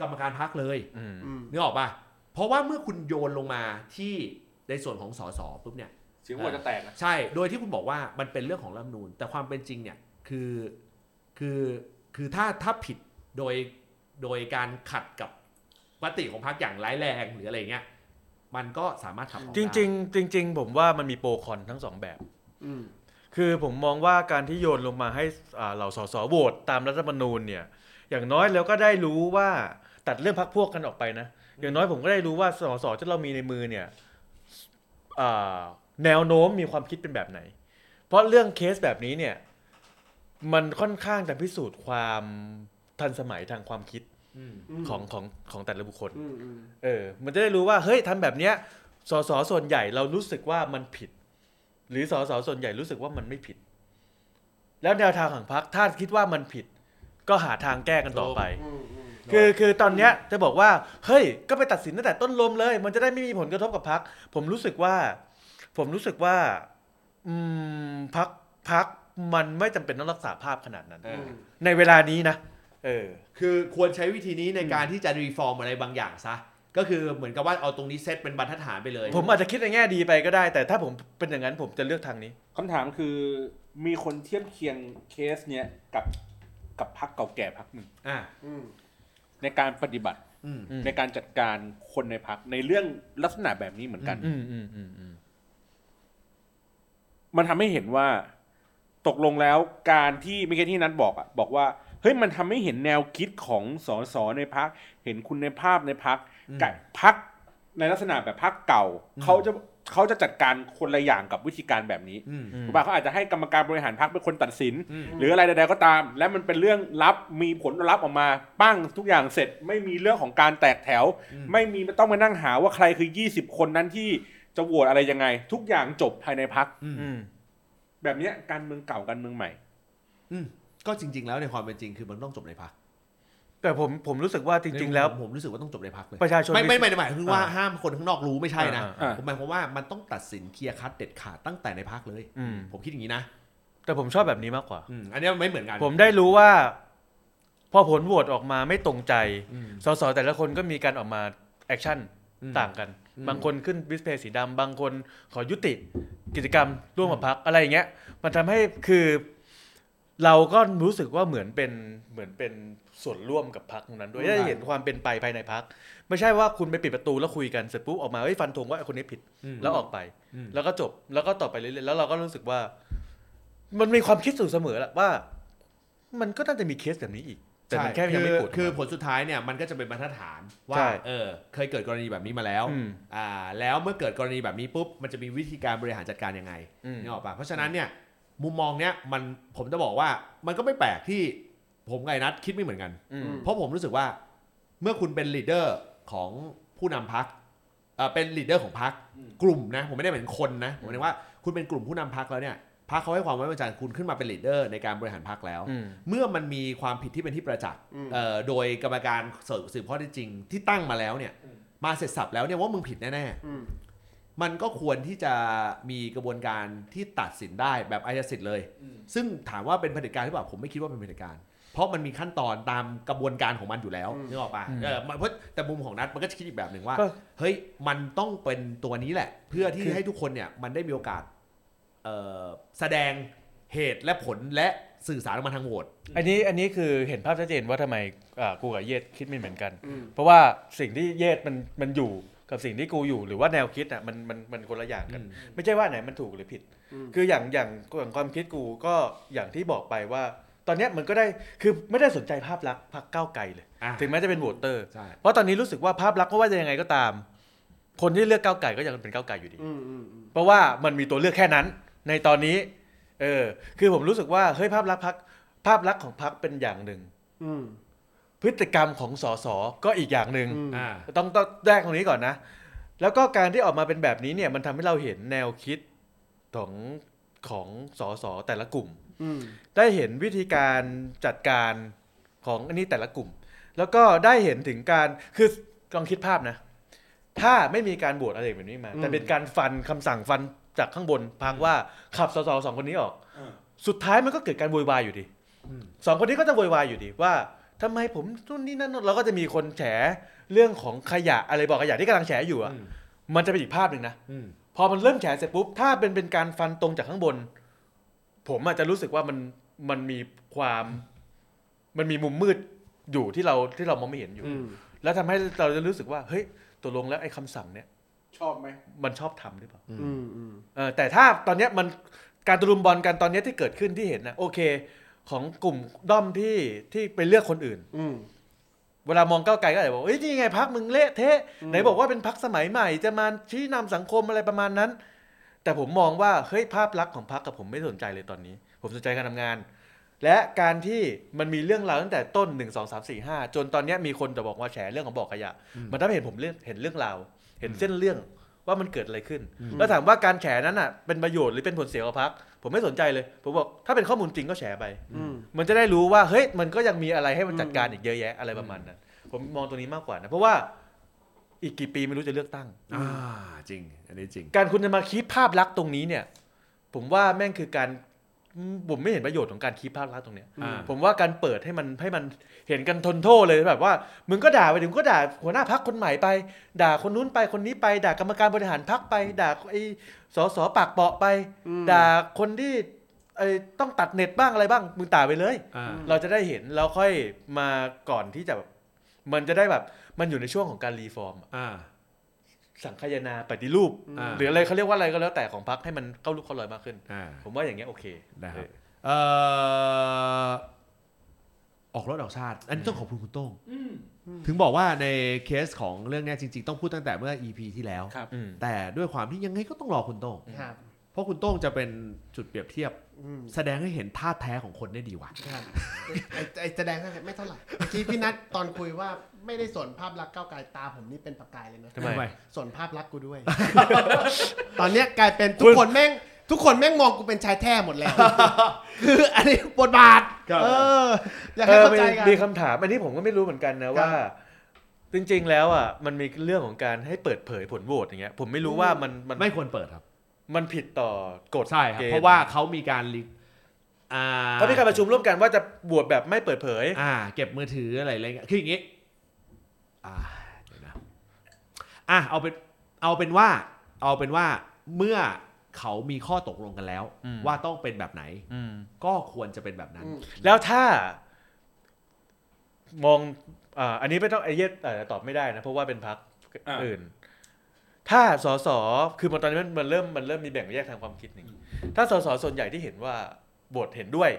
[SPEAKER 1] กรรมการพักเลย
[SPEAKER 5] อืม
[SPEAKER 2] อืม
[SPEAKER 1] นึกออกป่ะเพราะว่าเมื่อคุณโยนลงมาที่ในส่วนของสสปุ๊บเนี่ย
[SPEAKER 4] เสียงหัวจะแตกนะ
[SPEAKER 1] ใช่ โดยที่คุณบอกว่ามันเป็นเรื่องของรัฐธรรมนูญแต่ความเป็นจริงเนี่ยคือคือคือถ้าถ้าผิดโดยโดยการขัดกับมติของพรรคอย่างร้ายแรงหรืออะไรเงี้ยมันก็สามารถขับออก
[SPEAKER 5] จ
[SPEAKER 1] ได้
[SPEAKER 5] ริงๆจริง ๆ ผมว่ามันมีโปรคอนทั้งสองแบบ
[SPEAKER 2] อืม
[SPEAKER 5] คือผมมองว่าการที่โยนลงมาให้อ่าเหล่าสสโหวตตามรัฐธรรมนูญเนี่ย อย่างน้อยแล้วก็ได้รู้ว่าตัดเรื่องพักพวกกันออกไปนะ อย่างน้อยผมก็ได้รู้ว่าสสที่เรามีในมือเนี่ยอ่าแนวโน้มมีความคิดเป็นแบบไหน เพราะเรื่องเคสแบบนี้เนี่ย มันค่อนข้างจะพิสูจน์ความทันสมัยทางความคิด
[SPEAKER 1] อืม
[SPEAKER 5] ของของของแต่ละบุคคล
[SPEAKER 2] อืมอืม
[SPEAKER 5] เออ มันจะได้รู้ว่า เฮ้ยทำแบบเนี้ย สส ส่วนใหญ่เรารู้สึกว่ามันผิด หรือสส ส่วนใหญ่รู้สึกว่ามันไม่ผิด แล้วแนวทางของพรรคถ้าคิดว่ามันผิด ก็หาทางแก้กันต่อไป
[SPEAKER 2] อืมอืม
[SPEAKER 5] คือคือตอนเนี้ยจะบอกว่า เฮ้ย ก็ไปตัดสินตั้งแต่ต้นลมเลย มันจะได้ไม่มีผลกระทบกับพรรคผมรู้สึกว่า ผมรู้สึกว่า อืมพรรคพรรคมันไม่จำเป็นต้องรักษาภาพขนาดนั้น
[SPEAKER 4] เออ
[SPEAKER 5] ในเวลานี้นะ เออ
[SPEAKER 1] คือควรใช้วิธีนี้ในการที่จะรีฟอร์มอะไรบางอย่างซะ ก็คือเหมือนกับว่าเอาตรงนี้เซตเป็นบรรทัดฐานไปเลย
[SPEAKER 5] ผมอาจจะคิดในแง่ดีไปก็ได้ แต่ถ้าผมเป็นอย่างนั้นผมจะเลือกทางนี้
[SPEAKER 4] คำถามคือมีคนเทียบเคียงเคสเนี้ยกับกับพักเก่าแก่พักหนึ่ง
[SPEAKER 1] อ่ะ
[SPEAKER 2] อืม
[SPEAKER 4] ในการปฏิบัติ
[SPEAKER 1] อืม
[SPEAKER 5] อืม
[SPEAKER 4] ในการจัดการคนในพักในเรื่องลักษณะแบบนี้เหมือนกัน
[SPEAKER 5] อืมอืมอืมอืม
[SPEAKER 4] มันทำให้เห็นว่าตกลงแล้วการที่เมื่อกี้ที่นัทบอกอะบอกว่าเฮ้ยมันทำให้เห็นแนวคิดของสสในพักเห็นคุณในภาพในพัก
[SPEAKER 1] อืม
[SPEAKER 4] กับพักในลักษณะแบบพักเก่าเขาจะเขาจะจัดการคนละอย่างกับวิธีการแบบนี้
[SPEAKER 1] อืม
[SPEAKER 5] อืม
[SPEAKER 4] ถูกป่ะเขาอาจจะให้กรรมการบริหารพักเป็นคนตัดสิน
[SPEAKER 1] อืม
[SPEAKER 4] หรืออะไรใดๆก็ตาม และมันเป็นเรื่องลับมีผลลัพธ์ออกมาปั้งทุกอย่างเสร็จ ไม่มีเรื่องของการแตกแถว
[SPEAKER 1] อืม
[SPEAKER 4] ไม่มีต้องมานั่งหาว่าใครคือ 20 คนนั้นที่จะโหวตอะไรยังไง ทุกอย่างจบภายในพัก
[SPEAKER 1] อืม
[SPEAKER 5] อืม
[SPEAKER 4] แบบเนี้ยการเมืองเก่าการเมืองใหม่
[SPEAKER 1] อืม ก็จริง ๆ แล้วในความเป็นจริงคือมันต้องจบในพัก
[SPEAKER 5] แต่ผมผมรู้สึกว่าจริง ๆ แล้ว
[SPEAKER 1] ผมรู้สึกว่าต้องจบในพักเลย
[SPEAKER 5] ประชาชน
[SPEAKER 1] ไม่ไม่ไม่ได้หมายถึงว่า
[SPEAKER 5] อ่า
[SPEAKER 1] ห้ามคนข้างนอกรู้ไม่ใช่นะ
[SPEAKER 4] อ่า
[SPEAKER 1] ผมหมายความว่ามันต้องตัดสินเคลียร์คัดเด็ดขาดตั้งแต่ในพักเลย
[SPEAKER 5] อืม
[SPEAKER 1] ผมคิดอย่างนี้นะ
[SPEAKER 5] แต่ผมชอบแบบนี้มากกว่า
[SPEAKER 1] อืมอันเนี้ยไม่เหมือนกัน
[SPEAKER 5] ผมได้รู้ว่า พอผลโหวตออกมาไม่ตรงใจ
[SPEAKER 1] อืม
[SPEAKER 5] สสแต่ละคนก็มีการออกมาแอคชั่น
[SPEAKER 1] อืม
[SPEAKER 5] ต่างกัน
[SPEAKER 1] อืม
[SPEAKER 5] บางคนขึ้นดิสเพย์สีดำบางคนขอยุติกิจกรรมร่วมกับพักอะไรอย่างเงี้ย มันทำให้คือ เราก็รู้สึกว่าเหมือนเป็นเหมือนเป็นส่วนร่วมกับพักนั้นด้วยได้เห็นความเป็นไปภายในพัก ไม่ใช่ว่าคุณไปปิดประตูแล้วคุยกันเสร็จปุ๊บออกมาเฮ้ยฟันธงว่าไอ้คนนี้ผิด
[SPEAKER 1] อืม
[SPEAKER 5] แล้วออกไป
[SPEAKER 1] อืม
[SPEAKER 5] แล้วก็จบแล้วก็ต่อไปเรื่อยๆแล้วเราก็รู้สึกว่า มันมีความคิดอยู่เสมอแหละว่า มันก็น่าจะมีเคสแบบนี้อีก แต่มันแค่ยังไม่
[SPEAKER 1] คือ
[SPEAKER 5] ปวด
[SPEAKER 1] คือผลสุดท้ายเนี่ยมันก็จะเป็นบรรทัดฐานว่า
[SPEAKER 5] ใช่
[SPEAKER 1] เออเคยเกิดกรณีแบบนี้มาแล้ว
[SPEAKER 5] อืม
[SPEAKER 1] อ่าแล้วเมื่อเกิดกรณีแบบนี้ปุ๊บมันจะมีวิธีการบริหารจัดการยังไง
[SPEAKER 5] อืม
[SPEAKER 1] นี่ออกปะเพราะฉะนั้นเนี่ยมุมมองเนี่ยมันผมจะบอกว่ามันก็ไม่แปลกที่ผมกับไงนัทคิดไม่เหมือนกัน
[SPEAKER 5] อืม
[SPEAKER 1] เพราะผมรู้สึกว่าเมื่อคุณเป็นลีดเดอร์ของผู้นำพักเป็นลีดเดอร์ของพักกลุ่มนะ ผมไม่ได้เหมือนคนนะผมหมายถึงว่าคุณเป็นกลุ่มผู้นำพักแล้วเนี่ยพักเขาให้ความไว้วางใจคุณขึ้นมาเป็นลีดเดอร์ในการบริหารพักแล้ว
[SPEAKER 5] อืม
[SPEAKER 1] เมื่อมันมีความผิดที่เป็นที่ประจักษ์
[SPEAKER 2] อืม
[SPEAKER 1] เอ่อโดยกรรมการสืบข้อเท็จจริงที่ตั้งมาแล้วเนี่ย มาเสร็จสับแล้วเนี่ยว่ามึงผิดแน่
[SPEAKER 2] อืม
[SPEAKER 1] ๆมันก็ควรที่จะมีกระบวนการที่ตัดสินได้แบบอายสิทธิ์เลย ซึ่งถามว่าเป็นเผด็จการหรือเปล่าผมไม่คิดว่าเป็นเผด็จการ เพราะมันมีขั้นตอนตามกระบวนการของมันอยู่แล้ว
[SPEAKER 2] อืม
[SPEAKER 1] นึกออกปะ
[SPEAKER 5] อืม
[SPEAKER 1] เออมันเพราะแต่มุมของนัทมันก็จะคิดอีกแบบหนึ่งว่า
[SPEAKER 5] ก็
[SPEAKER 1] เฮ้ยมันต้องเป็นตัวนี้แหละ เพื่อที่
[SPEAKER 5] คือ
[SPEAKER 1] ให้ทุกคนเนี่ยมันได้มีโอกาสเอ่อแสดงเหตุและผลและสื่อสารออกมาทางโหวต
[SPEAKER 5] อันนี้อันนี้คือเห็นภาพชัดเจนว่าทำไมอ่ากูกับเยศคิดไม่เหมือนกัน
[SPEAKER 2] อืม
[SPEAKER 5] เพราะว่าสิ่งที่เยศมันมันอยู่ กับสิ่งที่กูอยู่หรือว่าแนวคิดอ่ะมันมันมันคนละอย่างกัน
[SPEAKER 1] อืม
[SPEAKER 5] ไม่ใช่ว่าไหนมันถูกหรือผิด
[SPEAKER 4] อืม
[SPEAKER 5] คืออย่างอย่างอย่างความคิดกูก็อย่างที่บอกไปว่า ตอนเนี้ยมันก็ได้คือไม่ได้สนใจภาพลักษณ์พรรคก้าวไกลเลย
[SPEAKER 1] อ่ะ
[SPEAKER 5] ถึงแม้จะเป็นโหวตเตอร์
[SPEAKER 1] ใช่
[SPEAKER 5] เพราะตอนนี้รู้สึกว่าภาพลักษณ์ก็ว่าจะยังไงก็ตาม คนที่เลือกก้าวไก่ก็ยังเป็นก้าวไก่อยู่ดี
[SPEAKER 4] อืมอืมอืม
[SPEAKER 5] เพราะว่ามันมีตัวเลือกแค่นั้น ในตอนนี้ เออ คือผมรู้สึกว่าเฮ้ยภาพลักษณ์พักภาพลักษณ์ของพักเป็นอย่างหนึ่ง
[SPEAKER 4] อืม
[SPEAKER 5] พฤติกรรมของสสก็อีกอย่างหนึ่ง
[SPEAKER 4] อืม
[SPEAKER 1] อ่า
[SPEAKER 5] ต้องต้องแยกตรงนี้ก่อนนะ แล้วก็การที่ออกมาเป็นแบบนี้เนี่ยมันทำให้เราเห็นแนวคิดของของสสแต่ละกลุ่ม
[SPEAKER 4] อืม
[SPEAKER 5] ได้เห็นวิธีการจัดการของอันนี้แต่ละกลุ่ม แล้วก็ได้เห็นถึงการคือลองคิดภาพนะ ถ้าไม่มีการบวชอะไรแบบนี้มา แต่เป็นการฟันคำสั่งฟันจากข้างบนพักว่าขับสสสองคนนี้ออก
[SPEAKER 4] อืม
[SPEAKER 5] สุดท้ายมันก็เกิดการโวยวายอยู่ดี
[SPEAKER 1] อืม
[SPEAKER 5] สองคนนี้ก็จะโวยวายอยู่ดีว่าทำไมผมนู่นนี่นั่นเราก็จะมีคนแฉเรื่องของขยะอะไรบอกขยะที่กำลังแฉอยู่อะ
[SPEAKER 1] อืม
[SPEAKER 5] มันจะเป็นอีกภาพหนึ่งนะ
[SPEAKER 1] อืม
[SPEAKER 5] พอมันเริ่มแฉเสร็จปุ๊บ ถ้าเป็นเป็นการฟันตรงจากข้างบน ผมอาจจะรู้สึกว่ามันมันมีความมันมีมุมมืดอยู่ที่เราที่เรามองไม่เห็นอยู่
[SPEAKER 4] อืม
[SPEAKER 5] แล้วทำให้เราจะรู้สึกว่า เฮ้ยตกลงแล้วไอ้คำสั่งเนี่ย
[SPEAKER 4] ชอบไหม
[SPEAKER 5] มันชอบทำหรือเปล่า
[SPEAKER 4] อืมอืม
[SPEAKER 5] เออแต่ถ้าตอนเนี้ยมันการตะลุมบอลกันตอนเนี้ยที่เกิดขึ้นที่เห็นนะโอเค ของกลุ่มด้อมที่ที่ไปเลือกคนอื่น
[SPEAKER 4] อืม
[SPEAKER 5] เวลามองก้าวไกลก็อาจจะบอกเอ้ยนี่ไงพักมึงเละเทะ
[SPEAKER 4] อืม
[SPEAKER 5] ไหนบอกว่าเป็นพักสมัยใหม่จะมาชี้นำสังคมอะไรประมาณนั้น แต่ผมมองว่าเฮ้ยภาพลักษณ์ของพักกับผมไม่สนใจเลยตอนนี้ ผมสนใจการทำงาน และการที่มันมีเรื่องราวตั้งแต่ต้น 1 2 3 4 5 จนตอนเนี้ยมีคนจะบอกว่าแฉเรื่องของบอกขยะ มันทำให้เห็นผมเรื่องเห็นเรื่องราว เห็นเส้นเรื่องว่ามันเกิดอะไรขึ้น แล้วถามว่าการแฉนั้นอ่ะเป็นประโยชน์หรือเป็นผลเสียกับพักผมไม่สนใจเลย ผมบอกถ้าเป็นข้อมูลจริงก็แฉไป
[SPEAKER 4] อืม
[SPEAKER 5] มันจะได้รู้ว่าเฮ้ยมันก็ยังมีอะไรให้มันจัดการอีกเยอะแยะอะไรประมาณนั้นผมมองตรงนี้มากกว่านะเพราะว่าอีกกี่ปีไม่รู้จะเลือกตั้ง
[SPEAKER 1] อ่าจริง อันนี้จริง
[SPEAKER 5] การคุณจะมาคีบภาพลักษณ์ตรงนี้เนี่ย ผมว่าแม่งคือการอืมผมไม่เห็นประโยชน์ของการคีบภาพลักษณ์ตรงเนี้ย
[SPEAKER 1] อ่า
[SPEAKER 5] ผมว่าการเปิดให้มันให้มันเห็นกันทนโทษเลยแบบว่ามึงก็ด่าไปถึงก็ด่าหัวหน้าพักคนใหม่ไป ด่าคนนู้นไปคนนี้ไป ด่ากรรมการบริหารพักไป ด่าไอ้สสปากเปาะไป
[SPEAKER 4] อืม
[SPEAKER 5] ด่าคนที่ไอ้ต้องตัดเน็ตบ้างอะไรบ้างมึงด่าไปเลย
[SPEAKER 1] อ่า
[SPEAKER 5] เราจะได้เห็นแล้วค่อยมาก่อนที่จะแบบมันจะได้แบบมันอยู่ในช่วงของการรีฟอร์มอะ
[SPEAKER 1] อ่า
[SPEAKER 5] สังคายนาปฏิรูป
[SPEAKER 1] อ่า
[SPEAKER 5] หรืออะไรเขาเรียกว่าอะไรก็แล้วแต่ของพักให้มันเข้ารูปเข้ารอยมากขึ้น
[SPEAKER 1] อ่า
[SPEAKER 5] ผมว่าอย่างเงี้ยโอเค
[SPEAKER 1] นะครับ
[SPEAKER 5] เออ
[SPEAKER 1] เอ่อออกรถออกชาติ อันนี้ต้องขอบคุณคุณโต้ง
[SPEAKER 4] อืม
[SPEAKER 1] ถึงบอกว่าในเคสของเรื่องเนี้ยจริง ๆ ต้องพูดตั้งแต่เมื่อ EP ที่แล้ว
[SPEAKER 4] ครับ
[SPEAKER 5] อืม
[SPEAKER 1] แต่ด้วยความที่ยังไงก็ต้องรอคุณโต้ง
[SPEAKER 2] ครับ
[SPEAKER 1] เพราะคุณโต้งจะเป็นจุดเปรียบเทียบ
[SPEAKER 2] อืม
[SPEAKER 1] แสดงให้เห็นท่าแท้ของคนได้ดีกว่า
[SPEAKER 2] ครับไอ้ไอ้แสดงไม่เท่าไหร่เมื่อกี้พี่นัทตอนคุยว่าไม่ได้สนภาพลักษณ์ก้าวไกลตาผมนี่เป็นประกายเลยนะ
[SPEAKER 5] ทำไม
[SPEAKER 2] สนภาพลักษณ์กูด้วย ตอนเนี้ยกลายเป็นทุกคนแม่ง ทุกคนแม่งมองกูเป็นชายแท้หมดแล้ว คืออันนี้บทบาท
[SPEAKER 1] ครับ
[SPEAKER 2] เออ อยากให้เข้าใจ
[SPEAKER 5] เอ
[SPEAKER 2] กั
[SPEAKER 5] อน มีมีคำถามอันนี้ผมก็ไม่รู้เหมือนกันนะว่า จริงๆแล้วอ่ะมันมีเรื่องของการให้เปิดเผยผลโหวตอย่างเงี้ยผมไม่รู้ว่ามันมัน
[SPEAKER 1] ไม่ควรเปิดครับ
[SPEAKER 5] มันผิดต่อกฎ
[SPEAKER 1] ใช่ครับ
[SPEAKER 5] กณฑ์
[SPEAKER 1] เพราะว่าเขามีการลิอ่า
[SPEAKER 5] เขามีการประชุมร่วมกันว่าจะบวชแบบไม่เปิดเผย
[SPEAKER 1] อ่า เก็บมือถืออะไรอะไรเงี้ยคืออย่างงี้ อ่าเดี๋ยวนะอ่ะเอาเป็นเอาเป็นว่า เอาเป็นว่าเมื่อเขามีข้อตกลงกันแล้ว
[SPEAKER 5] อืม
[SPEAKER 1] ว่าต้องเป็นแบบไหน
[SPEAKER 5] อืม
[SPEAKER 1] ก็ควรจะเป็นแบบนั้น
[SPEAKER 2] อืม
[SPEAKER 5] แล้วถ้ามองอ่าอันนี้ไม่ต้องไอเหี้ยเอ่อตอบไม่ได้นะ เพราะว่าเป็นพัก
[SPEAKER 4] อ่า
[SPEAKER 5] อื่น ถ้าสสคือมันตอนนี้มันมันเริ่มมันเริ่มมีแบ่งแยกทางความคิดหนึ่างงี้ถ้าสสส่วนใหญ่ที่เห็นว่าโบทเห็นด้วย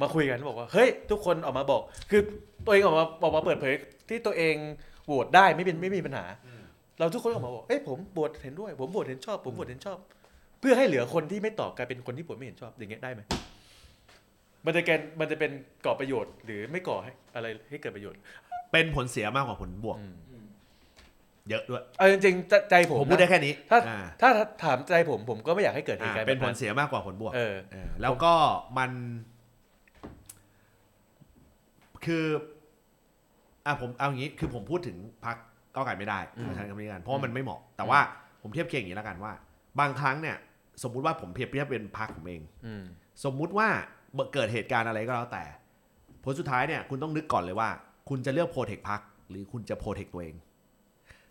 [SPEAKER 5] มาคุยกันบอกว่า เฮ้ย ทุกคนออกมาบอก คือตัวเองออกมาออกมาเปิดเผย ที่ตัวเองโหวตได้ไม่เป็นไม่มีปัญหา เราทุกคนออกมาบอกเอ้ยผมโหวตเห็นด้วย ผมโหวตเห็นชอบ ผมโหวตเห็นชอบ เพื่อให้เหลือคนที่ไม่ตอบกลายเป็นคนที่โหวตไม่เห็นชอบอย่างเงี้ยได้ไหม มันจะเกณฑ์มันจะเป็นก่อประโยชน์ หรือไม่ก่อให้อะไรให้เกิดประโยชน์
[SPEAKER 1] เป็นผลเสียมากกว่าผลบวก
[SPEAKER 5] อืม
[SPEAKER 1] เยอะด้วย
[SPEAKER 5] เอาจริงๆจะใจผม
[SPEAKER 1] ผมพูดได้
[SPEAKER 5] นะ
[SPEAKER 1] แค่นี้
[SPEAKER 5] ถ้า
[SPEAKER 1] อ่า
[SPEAKER 5] ถ้าถามใจผมผมก็ไม่อยากให้เกิดเห
[SPEAKER 1] อ่า
[SPEAKER 5] ตุการณ์
[SPEAKER 1] เป็นผล
[SPEAKER 5] แบบ
[SPEAKER 1] เสียมากกว่าผลบวก
[SPEAKER 5] เออ
[SPEAKER 1] เออแล้วก็มันคืออ่ะผมเอาอย่างนี้คือผมพูดถึงพักก้าวไก่ไม่ได้
[SPEAKER 5] อืม
[SPEAKER 1] ใช้คำนี้กันเพราะว่ามันไม่เหมาะ แต่ว่าผมเทียบเคียงอย่างนี้แล้วกันว่า บางครั้งเนี่ย สมมุติว่าผมเปรียบเทียบเป็นพักผมเอง
[SPEAKER 5] ืม
[SPEAKER 1] สมมุติว่าเกิดเหตุการณ์อะไรก็แล้วแต่ ผลสุดท้ายเนี่ยคุณต้องนึกก่อนเลยว่า คุณจะเลือกโปรเทคพักหรือคุณจะโปรเทคตัวเอง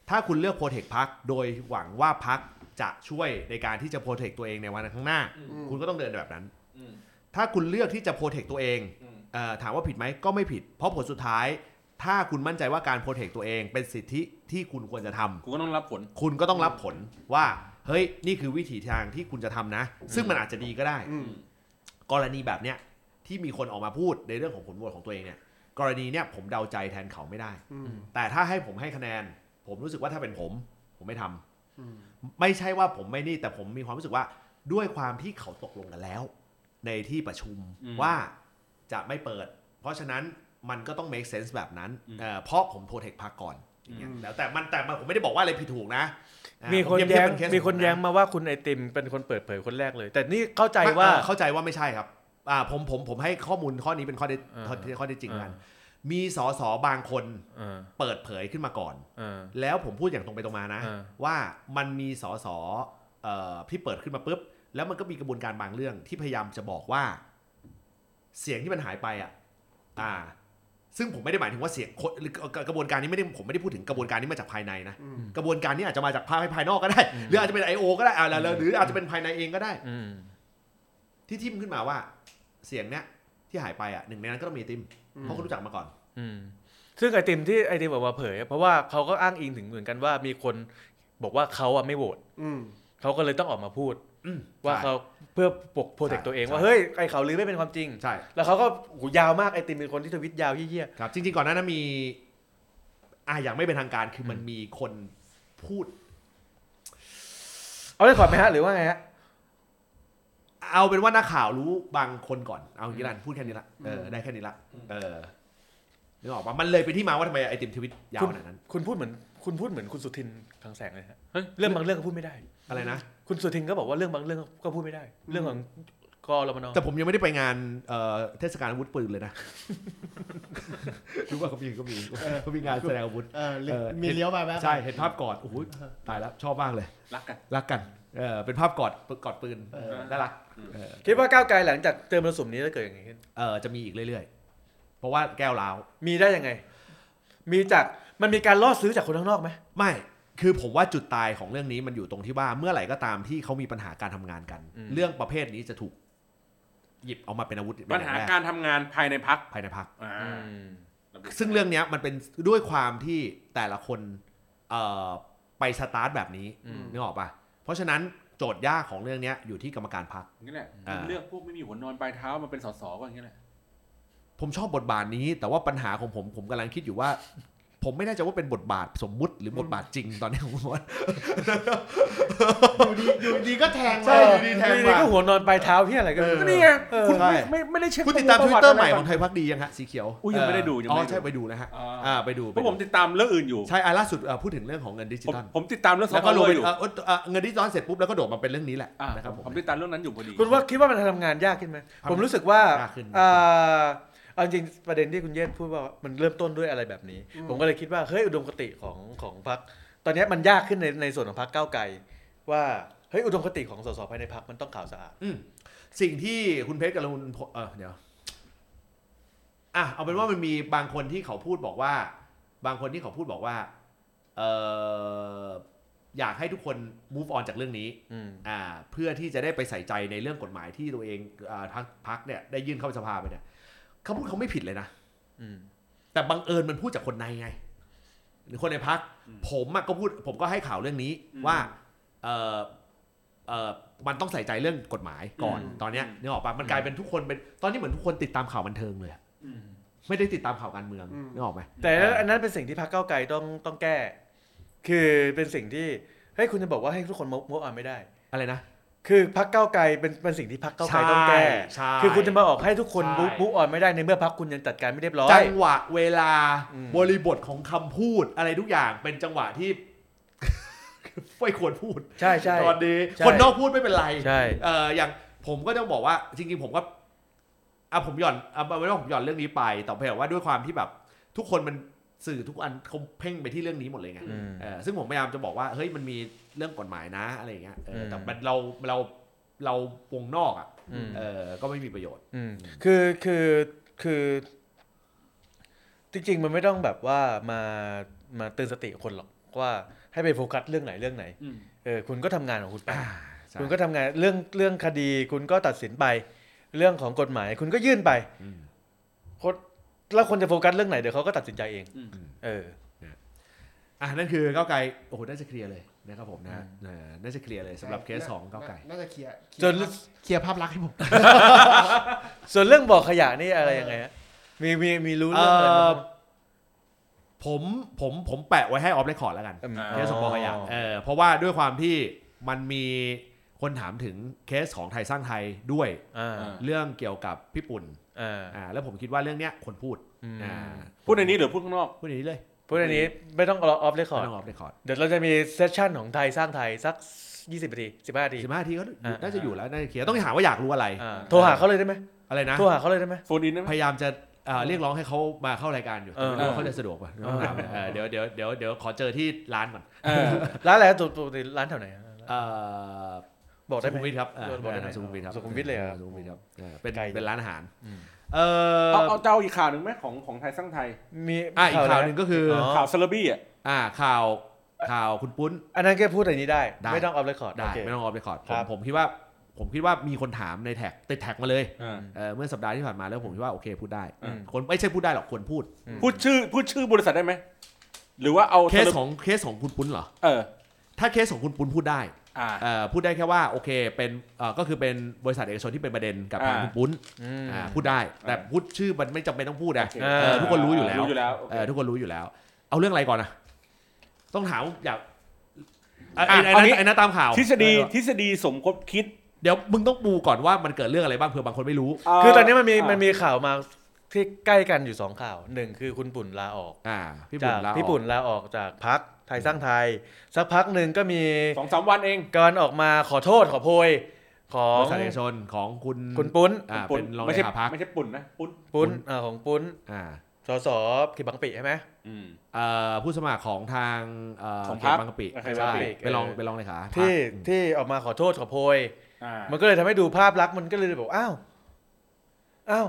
[SPEAKER 1] ถ้าคุณเลือกโปรเทคพักโดยหวังว่าพักจะช่วยในการที่จะโปรเทคตัวเองในวันข้างหน้า คุณก็ต้องเดินแบบนั้น
[SPEAKER 4] อืม
[SPEAKER 1] ถ้าคุณเลือกที่จะโปรเทคตัวเอง
[SPEAKER 4] อืม
[SPEAKER 1] เออถามว่าผิดไหมก็ไม่ผิด เพราะผลสุดท้าย ถ้าคุณมั่นใจว่าการโปรเทคตัวเองเป็นสิทธิที่คุณควรจะทำ
[SPEAKER 4] กูก็ต้องรับผล
[SPEAKER 1] คุณก็ต้องรับผลว่า เฮ้ย นี่คือวิถีทางที่คุณจะทำนะ ซึ่งมันอาจจะดีก็ได้
[SPEAKER 2] อืม
[SPEAKER 1] กรณีแบบเนี้ยที่มีคนออกมาพูดในเรื่องของผลโหวตของตัวเองเนี่ย กรณีเนี้ยผมเดาใจแทนเขาไม่ได้
[SPEAKER 2] อืม
[SPEAKER 1] แต่ถ้าให้ผมให้คะแนน ผมรู้สึกว่าถ้าเป็นผม ผมไม่ทำ
[SPEAKER 2] อืม
[SPEAKER 1] ไม่ใช่ว่าผมไม่นี่แต่ผมมีความรู้สึกว่าด้วยความที่เขาตกลงกันแล้ว ในที่ประชุม
[SPEAKER 4] อืม
[SPEAKER 1] ว่าจะไม่เปิด เพราะฉะนั้นมันก็ต้อง make sense แบบนั้น
[SPEAKER 4] อืม
[SPEAKER 1] เอ่อเพราะผมโปรเทคพักก่อนอย่างเงี้ยแล้วแต่มันแต่มันผมไม่ได้บอกว่าอะไรผิดถูกนะอ่า
[SPEAKER 5] มี
[SPEAKER 1] ผ
[SPEAKER 5] คน
[SPEAKER 1] เทีบ
[SPEAKER 5] แย้
[SPEAKER 1] เทีบเป็
[SPEAKER 5] ง
[SPEAKER 1] เส
[SPEAKER 5] มีคน
[SPEAKER 1] ของผะ
[SPEAKER 5] แย้งมาว่าคุณไอติมเป็นคนเปิดเผยคนแรกเลย แต่นี่เข้าใจว่า
[SPEAKER 1] ไม่เอ่อเข้าใจว่าไม่ใช่ครับอ่าผมผมผมให้ข้อมูลข้อนี้เป็นข้อเท็จ
[SPEAKER 5] อ่า
[SPEAKER 1] ข้อข้อเท็จจริงกัน
[SPEAKER 5] อ่
[SPEAKER 1] มีสอสอบางคน
[SPEAKER 5] เออ
[SPEAKER 1] เปิดเผยขึ้นมาก่อน
[SPEAKER 5] เออ
[SPEAKER 1] แล้วผมพูดอย่างตรงไปตรงมานะ
[SPEAKER 5] อ่า
[SPEAKER 1] ว่ามันมีสอสอเอ่อที่เปิดขึ้นมาปุ๊บ แล้วมันก็มีกระบวนการบางเรื่องที่พยายามจะบอกว่า เสียงที่มันหายไปอ่ะอ่า ซึ่งผมไม่ได้หมายถึงว่าเสียงคนหรือกระบวนการนี้ไม่ได้ผมไม่ได้พูดถึงกระบวนการนี้มาจากภายในนะ
[SPEAKER 2] อืม
[SPEAKER 1] กระบวนการนี้อาจจะมาจากภายภายนอกก็ได้ หรืออาจจะเป็น I.O. ก็ได้อ่าแล้วแล้วหรืออาจจะเป็นภายในเองก็ได้
[SPEAKER 5] อืม
[SPEAKER 1] ที่ทิมขึ้นมาว่าเสียงเนี้ยที่หายไปอ่ะหนึ่งในนั้นก็ต้องมีไอติมเพราะเขารู้จักมาก่อน
[SPEAKER 5] อืมซึ่งไอติมที่ไอติมออกมาเผย เพราะว่าเขาก็อ้างอิงถึงเหมือนกันว่ามีคนบอกว่าเขาอะไม่โหวต
[SPEAKER 2] อืม
[SPEAKER 5] เขาก็เลยต้องออกมาพูด
[SPEAKER 1] อืม
[SPEAKER 5] ว่าเขาเพื่อปกโปรเทค
[SPEAKER 1] ใช่
[SPEAKER 5] ตัวเอง
[SPEAKER 1] ใช่
[SPEAKER 5] ว่าเฮ้ยไอเขาวลือไม่เป็นความจริง
[SPEAKER 1] ใช่
[SPEAKER 5] แล้วเขาก็โอ้โหยาวมากไอติมเป็นคนที่ทวิตยาวเยี่ย
[SPEAKER 1] ครับ จริงๆก่อนหน้านั้นมีอ่าอย่างไม่เป็นทางการคือมันมีคนพูด
[SPEAKER 5] ๆ เอาได้ขอดไหมฮะ หรือว่าไงฮะ
[SPEAKER 1] เอาเป็นว่านักข่าวรู้บางคนก่อนเอาอย่างนี้ละพูดแค่นี้ละเออได้แค่นี้ละเออนึกออกปะมันเลยไปนที่มาว่าทำไมไอติมทวิตยาวขนาดนั้น
[SPEAKER 5] คุณพูดเหมือนคุณพูดเหมือนคุณสุทินคลังแสงเลยฮะ
[SPEAKER 4] เฮ้ย
[SPEAKER 5] เรื่องบางเรื่องก็พูดไม่ได้
[SPEAKER 1] อะไรนะ
[SPEAKER 5] คุณสุทินก็บอกว่าเรื่องบางเรื่องก็พูดไม่ได้ เรื่องของกอรมน
[SPEAKER 1] แต่ผมยังไม่ได้ไปงานเอ่อเทศกาลอาวุธปืนเลยนะ รู้ว่าเขามีเขามีเขามีงานแสดงอาวุธ
[SPEAKER 2] เออหรือ
[SPEAKER 1] เออ
[SPEAKER 2] มีเลี้ยวมาแบบ
[SPEAKER 1] ใช่เห็นภาพกอดโอ้โหตายแล้วชอบมากเลย
[SPEAKER 4] รักกัน
[SPEAKER 1] รักกัน เออเป็นภาพกอดกอดปืน
[SPEAKER 4] เออ
[SPEAKER 1] น่ารักเออ
[SPEAKER 5] คิดว่าก้าวไกลหลังจากเจอมรสุมนี้จะเกิดอย่างไงขึ้น
[SPEAKER 1] เออจะมีอีกเรื่อยๆ เพราะว่าแก้วล้าว
[SPEAKER 5] มีได้ยังไง มีจากมันมีการล่อซื้อจากคนข้างนอกไหม
[SPEAKER 1] ไม่ คือผมว่าจุดตายของเรื่องนี้มันอยู่ตรงที่ว่าเมื่อไหร่ก็ตามที่เขามีปัญหาการทำงานกัน เรื่องประเภทนี้จะถูก หยิบเอามาเป็นอาวุธ
[SPEAKER 4] ปัญหา
[SPEAKER 1] อย่งแ
[SPEAKER 4] การทำงานภายในพัก
[SPEAKER 1] ภายในพัก
[SPEAKER 4] อ่า
[SPEAKER 1] ซึ่งเรื่องเนี้ยมันเป็นด้วยความที่แต่ละคนเอ่อไปสตาร์ทแบบนี้นึกออกปะเพราะฉะนั้นโจทย์ยากของเรื่องเนี้ยอยู่ที่กรรมการพัก
[SPEAKER 4] นี่แหละ
[SPEAKER 1] อ่า
[SPEAKER 4] เลือกพวกไม่มีหัวนอนปลายเท้ามาเป็นสสก็อย่างเงี้ยแหละ
[SPEAKER 1] ผมชอบบทบาทนี้ แต่ว่าปัญหาของผมผมกำลังคิดอยู่ว่า ผมไม่แน่ใจว่าเป็นบทบาทสมมุติหรือบทบาทจริงตอนนี้ผม ว่า
[SPEAKER 2] อยู่ดีอยู่ดีก็แทง
[SPEAKER 1] ใช่
[SPEAKER 2] เลย
[SPEAKER 1] ดีแทง
[SPEAKER 5] มีก็
[SPEAKER 1] ว่ะ
[SPEAKER 5] หัวนอนปลายเท้าที่อะไรกัน
[SPEAKER 1] เออ
[SPEAKER 5] ก็นี่ไงคุณ
[SPEAKER 1] ใช่
[SPEAKER 4] ไม่ไม่ได้เช็ค
[SPEAKER 1] คุณติดตามท
[SPEAKER 4] ข้
[SPEAKER 1] วิ
[SPEAKER 4] มู
[SPEAKER 1] ต
[SPEAKER 4] ล
[SPEAKER 1] เตอ
[SPEAKER 4] ประ
[SPEAKER 1] ร์ใหม่
[SPEAKER 4] วัะไ
[SPEAKER 1] ของไทยพักดียังฮะสีเขียว
[SPEAKER 4] อุ๊ยยังไม่ได้ดูยัง
[SPEAKER 1] อ๋
[SPEAKER 4] ไม่
[SPEAKER 1] อ
[SPEAKER 4] ได้ดู
[SPEAKER 1] ใช่ไปดูนะฮะ
[SPEAKER 4] อ่า
[SPEAKER 1] อ่าไปดู
[SPEAKER 4] เพราะผมติดตามเรื่องอื่นอยู่
[SPEAKER 1] ใช่อ่าล่าสุดเอ่อพูดถึงเรื่องของเงินดิจิ
[SPEAKER 4] ผม
[SPEAKER 1] ตอล
[SPEAKER 4] ผมติดตามเรื่องซอ
[SPEAKER 1] แล้
[SPEAKER 4] ฟ
[SPEAKER 1] ว
[SPEAKER 4] ต์
[SPEAKER 1] ก็รวม
[SPEAKER 4] แวร์
[SPEAKER 1] ไป
[SPEAKER 4] อยู่
[SPEAKER 1] เอ่อเอ่อเงินดิจิตอลเสร็จปุ๊บแล้วก็โดดมาเป็นเรื่องนี้แหละ
[SPEAKER 4] อ่า
[SPEAKER 1] นะครับผม
[SPEAKER 4] ผมติดตามเรื่องนั้นอยู่พอดี
[SPEAKER 5] คุณว่าคิดว่ามันทำงานยากขึ้นไหมผมรู้สึกว่าย
[SPEAKER 1] ากขึ้น
[SPEAKER 5] อ่าเอาจริงประเด็นที่คุณเยศพูดว่ามันเริ่มต้นด้วยอะไรแบบนี้ ผมก็เลยคิดว่าเฮ้ยอุดมคติของของพรรคตอนเนี้ยมันยากขึ้นในในส่วนของพรรคก้าวไกลว่าเฮ้ยอุดมคติของสสภายในพรรคมันต้องขาวสะอาด
[SPEAKER 1] สิ่งที่คุณเพชรกับคุณพเออเดี๋ยวอ่ะเอาเป็นว่ามันมีบางคนที่เขาพูดบอกว่า บางคนที่เขาพูดบอกว่าเอออยากให้ทุกคน move on จากเรื่องนี้
[SPEAKER 5] อืม
[SPEAKER 1] อ่าเพื่อที่จะได้ไปใส่ใจในเรื่องกฎหมายที่ตัวเองอ่าพักพักเนี่ยได้ยื่นเข้าสภาไปเนี่ยเขาพูดเขาไม่ผิดเลยนะ
[SPEAKER 5] อืม
[SPEAKER 1] แต่บังเอิญมันพูดจากคนในไง หรือคนในพัก ผมอะก็พูดผมก็ให้ข่าวเรื่องนี้
[SPEAKER 4] อืม
[SPEAKER 1] ว่าเออ เอ่อมันต้องใส่ใจเรื่องกฎหมายก่อน
[SPEAKER 2] อืม
[SPEAKER 1] ตอนเนี้ยนึกออกปะมันกลายเป็นทุกคนเป็นตอนนี้เหมือนทุกคนติดตามข่าวบันเทิงเลยอะ
[SPEAKER 4] อืม
[SPEAKER 1] ไม่ได้ติดตามข่าวการเมือง
[SPEAKER 2] อืม
[SPEAKER 1] นึกออกไหม
[SPEAKER 5] แต่
[SPEAKER 1] เอออั
[SPEAKER 5] อันนั้นเป็นสิ่งที่พรรคก้าวไกลต้องต้องแก้ คือเป็นสิ่งที่เฮ้ยคุณจะบอกว่าให้ทุกคนมุกอ่านไม่ได้
[SPEAKER 1] อะไรนะ
[SPEAKER 5] คือพรรคก้าวไกลเป็นเป็นสิ่งที่พรรคก้าวไกลต้องแก้
[SPEAKER 1] ใช่
[SPEAKER 5] คือคุณจะมาออกให้ทุกคน
[SPEAKER 1] ใช่
[SPEAKER 5] บุ๊บุ๊อ่อนไม่ได้ในเมื่อพักคุณยังจัดการไม่เรียบร้อ
[SPEAKER 1] จั
[SPEAKER 5] ย
[SPEAKER 1] งหวะเวลา
[SPEAKER 5] อืม
[SPEAKER 1] บริบทของคำพูดอะไรทุกอย่างเป็นจังหวะที่ ไม่ควรพูด
[SPEAKER 5] ใช่ใช่
[SPEAKER 1] ตอนนี้
[SPEAKER 5] ใช่
[SPEAKER 1] คนนอกพูดไม่เป็นไร
[SPEAKER 5] ใช่
[SPEAKER 1] เอออย่างผมก็ต้องบอกว่า จริง ๆ ผมก็อ่ะผมหย่อนอ่ะไม่ต้องผมหย่อนเรื่องนี้ไปแต่เพียงว่าด้วยความที่แบบ ทุกคนมันสื่อทุกอันเขาเพ่งไปที่เรื่องนี้หมดเลยไง
[SPEAKER 5] อืม
[SPEAKER 1] เออซึ่งผมพยายามจะบอกว่าเฮ้ยมันมีเรื่องกฎหมายนะอะไรอย่างเงี้ยเอออ
[SPEAKER 5] ม
[SPEAKER 1] แต่มันเราเราเราวงนอกอ่ะ
[SPEAKER 5] อืม
[SPEAKER 1] เออก็ไม่มีประโยชน์
[SPEAKER 5] อืมคือคือคือ จริง ๆ มันไม่ต้องแบบว่ามามาเตือนสติคนหรอกว่าให้ไปโฟกัสเรื่องไหนเรื่องไหน
[SPEAKER 4] อืม
[SPEAKER 5] เออคุณก็ทำงานของคุณไป
[SPEAKER 1] ใช่
[SPEAKER 5] คุณก็ทำงานเรื่องเรื่องคดี คุณก็ตัดสินไป เรื่องของกฎหมาย คุณก็ยื่นไป
[SPEAKER 1] อืม
[SPEAKER 5] คน แล้วคนจะโฟกัสเรื่องไหนเดี๋ยวเขาก็ตัดสินใจเอง
[SPEAKER 4] อืม
[SPEAKER 5] เออ
[SPEAKER 1] อ่ะนั่นคือก้าวไกลโอ้โหน่าจะเคลียร์เลยนะครับผมนะเออน่าจะเคลียร์เลยสำหรับเคสของก้าวไกล
[SPEAKER 2] น่าจะเคลียร์เคลียร์
[SPEAKER 5] จน
[SPEAKER 2] เคลียร์ภาพลักษณ์ให้ผม
[SPEAKER 5] ส่วนเรื่องบ่อขยะนี่อะไรยังไงฮะมีมีมีรู้เรื่องอะไรบ้างไหม
[SPEAKER 1] ผมผมผมแปะไว้ให้ออฟเรคคอร์ดแล้วกัน
[SPEAKER 5] อืม
[SPEAKER 1] เคสของปอขยะ
[SPEAKER 5] อ๋อ
[SPEAKER 1] เออเพราะว่าด้วยความที่มันมีคนถามถึงเคสของไทยสร้างไทยด้วย
[SPEAKER 5] อ่า
[SPEAKER 1] เรื่องเกี่ยวกับพี่ปุ่น
[SPEAKER 5] อ่า
[SPEAKER 1] อ่าแล้วผมคิดว่าเรื่องเนี้ยคนพูด
[SPEAKER 5] อืม
[SPEAKER 1] อ่า
[SPEAKER 4] พูดในนี้หรือพูดข้างนอก
[SPEAKER 1] พูดอย่างนี้เลย
[SPEAKER 5] พูดอันนี้ไม่ต้องออฟเรคคอ
[SPEAKER 1] ไม่ต้
[SPEAKER 5] ร์ด
[SPEAKER 1] องออฟเรคคอร์ด
[SPEAKER 5] เดี๋ยวเราจะมีเซสชั่นของไทยสร้างไทยสัก 20นาที15นาที
[SPEAKER 1] สิบห้าทีก็อยู่
[SPEAKER 5] อ่า
[SPEAKER 1] น่าจะอยู่แล้วน่าจะเคลียร์ต้องหาว่าอยากรู้อะไร
[SPEAKER 5] อ่าโทรหาเขาเลยได้ไหม
[SPEAKER 1] อะไรนะ
[SPEAKER 5] โทรหาเขาเลยได้ไหม
[SPEAKER 4] โฟนอินได้ไหม
[SPEAKER 1] พยายามจะเอ่อเรียกร้องให้เขามาเข้ารายการอยู่
[SPEAKER 5] เออ
[SPEAKER 1] แต่ไม่รู้ว่าเขาจะสะดวกป่ะเดี๋ยวต้องถามเออเดี๋ยวเดี๋ยวเดี๋ยวเดี๋ยวขอเจอที่ร้านก่อน
[SPEAKER 5] ร้านอะไรตัวตัวร้านแถวไหนฮะ
[SPEAKER 1] เอ่อ
[SPEAKER 5] บอกได้ไหม
[SPEAKER 1] สุขุมวิทครับา
[SPEAKER 5] บอกได้ไหม
[SPEAKER 1] สุขุมวิทครับ
[SPEAKER 5] สุขุมวิทเลยเหรอ
[SPEAKER 1] สุขุมวิทครับเออเป็น
[SPEAKER 5] ไกลอยู่
[SPEAKER 1] เป็นร้านอาหาร
[SPEAKER 5] อืม
[SPEAKER 1] เออ
[SPEAKER 4] เอาเอาเจ้าอีกข่าวหนึ่งไหมของของไทยสร้างไทย
[SPEAKER 5] มี
[SPEAKER 1] อ่ะอีกข่าว
[SPEAKER 5] ะ
[SPEAKER 1] ห
[SPEAKER 5] ไร
[SPEAKER 1] นึ่งก็คือ
[SPEAKER 5] อ๋อ
[SPEAKER 4] ข่าวซาลาบี้อ่ะ
[SPEAKER 1] อ่าข่าวข่าวคุณปุ้น
[SPEAKER 5] อันนั้นแค่พูดอันนี้ได้
[SPEAKER 1] ได้
[SPEAKER 5] ไม่ต้องออฟเรคคอร์ด
[SPEAKER 1] ได้ไม่ต้องออฟเรคคอร์ดผ
[SPEAKER 5] ครั
[SPEAKER 1] ม
[SPEAKER 5] บ
[SPEAKER 1] ผมคิดว่าผมคิดว่ามีคนถามในแท็กติดแท็กมาเลย
[SPEAKER 4] อ่า
[SPEAKER 1] เออเมื่อสัปดาห์ที่ผ่านมาแล้วผมคิดว่าโอเคพูดได้
[SPEAKER 5] อืม
[SPEAKER 1] คนไม่ใช่พูดได้หรอกควรพูด
[SPEAKER 4] พูดชื่อพูดชื่อบริษัทได้ไหม หรือว่าเอา
[SPEAKER 1] เคส
[SPEAKER 4] ซาลา
[SPEAKER 1] ของเคสของคุณปุ้นเหรอ
[SPEAKER 4] เออ
[SPEAKER 1] ถ้าเคสของคุณปุ้นพูดได้
[SPEAKER 4] อ่า
[SPEAKER 1] เอ่อพูดได้แค่ว่าโอเคเป็นเอ่อก็คือเป็นบริษัทเอกชนที่เป็นประเด็นกับทาง
[SPEAKER 4] อ่า
[SPEAKER 1] คุณปุ้น
[SPEAKER 5] อืม
[SPEAKER 1] อ่าพูดได้แต่พูดชื่อมันไม่จำเป็นต้องพูดนะ
[SPEAKER 4] โอเค
[SPEAKER 5] เออ
[SPEAKER 1] ทุกคนรู้อยู่แล้ว
[SPEAKER 4] รู้อยู่แล้วโอ
[SPEAKER 1] เอ
[SPEAKER 4] เค
[SPEAKER 1] อทุกคนรู้อยู่แล้ว เอาเรื่องอะไรก่อนนะต้องถามอยากไอ้
[SPEAKER 4] อ่ะ
[SPEAKER 1] ไอ้
[SPEAKER 4] เอา
[SPEAKER 1] นั้
[SPEAKER 4] งี้
[SPEAKER 1] นไอ้นั้นตามข่าว
[SPEAKER 4] ทฤษฎี
[SPEAKER 1] เออ
[SPEAKER 4] ทฤษฎีสมคบคิด
[SPEAKER 1] เดี๋ยวมึงต้องปูก่อนว่ามันเกิดเรื่องอะไรบ้างเผื่อบางคนไม่รู้
[SPEAKER 4] เ
[SPEAKER 5] คือตอนนี้มันมีมัน
[SPEAKER 4] อ่า
[SPEAKER 5] มีข่าวมาที่ใกล้กันอยู่สองข่าวหนึ่งคือคุณปุ่นลาออก
[SPEAKER 1] อ่า พี่ปุ่
[SPEAKER 5] จาน ก
[SPEAKER 1] ลาออก
[SPEAKER 5] พี่ปุ่นลาออกจากพักไทยสร้างไทย สักพักหนึ่งก็มี
[SPEAKER 4] สองสามวันเอง
[SPEAKER 5] การออกมาขอโทษขอโพยขอบ
[SPEAKER 1] ริ
[SPEAKER 5] ง
[SPEAKER 1] ษัทเอกชนของคุณ
[SPEAKER 5] คุณปุ้น
[SPEAKER 1] อ่า
[SPEAKER 4] ปุ่
[SPEAKER 1] เป็นรอง
[SPEAKER 4] ไม่
[SPEAKER 1] เล
[SPEAKER 4] ใช่
[SPEAKER 1] ขาพัก
[SPEAKER 4] ไม่ใช่ปุ่นนะ ปุ่น
[SPEAKER 5] ปุ้นอ่าของปุ้น
[SPEAKER 1] อ่า
[SPEAKER 5] สสเขตบางกะปิใช่ไหม
[SPEAKER 4] อืม
[SPEAKER 1] เอ่อผู้สมัครของทางเอ่อ
[SPEAKER 4] ของ
[SPEAKER 1] เข
[SPEAKER 4] พร
[SPEAKER 1] ต
[SPEAKER 4] รค
[SPEAKER 1] บางกะปิ
[SPEAKER 4] โอเค
[SPEAKER 1] ใช่
[SPEAKER 4] บางกะปิ
[SPEAKER 1] เป็นรอง
[SPEAKER 5] เออ
[SPEAKER 1] เป็นรองเลขาพรรคอ
[SPEAKER 5] ที่
[SPEAKER 1] ืม
[SPEAKER 5] ที่ออกมาขอโทษขอโพย
[SPEAKER 4] อ่า
[SPEAKER 5] มันก็เลยทำให้ดูภาพลักษณ์มันก็เลยแบบอ้าวอ้าว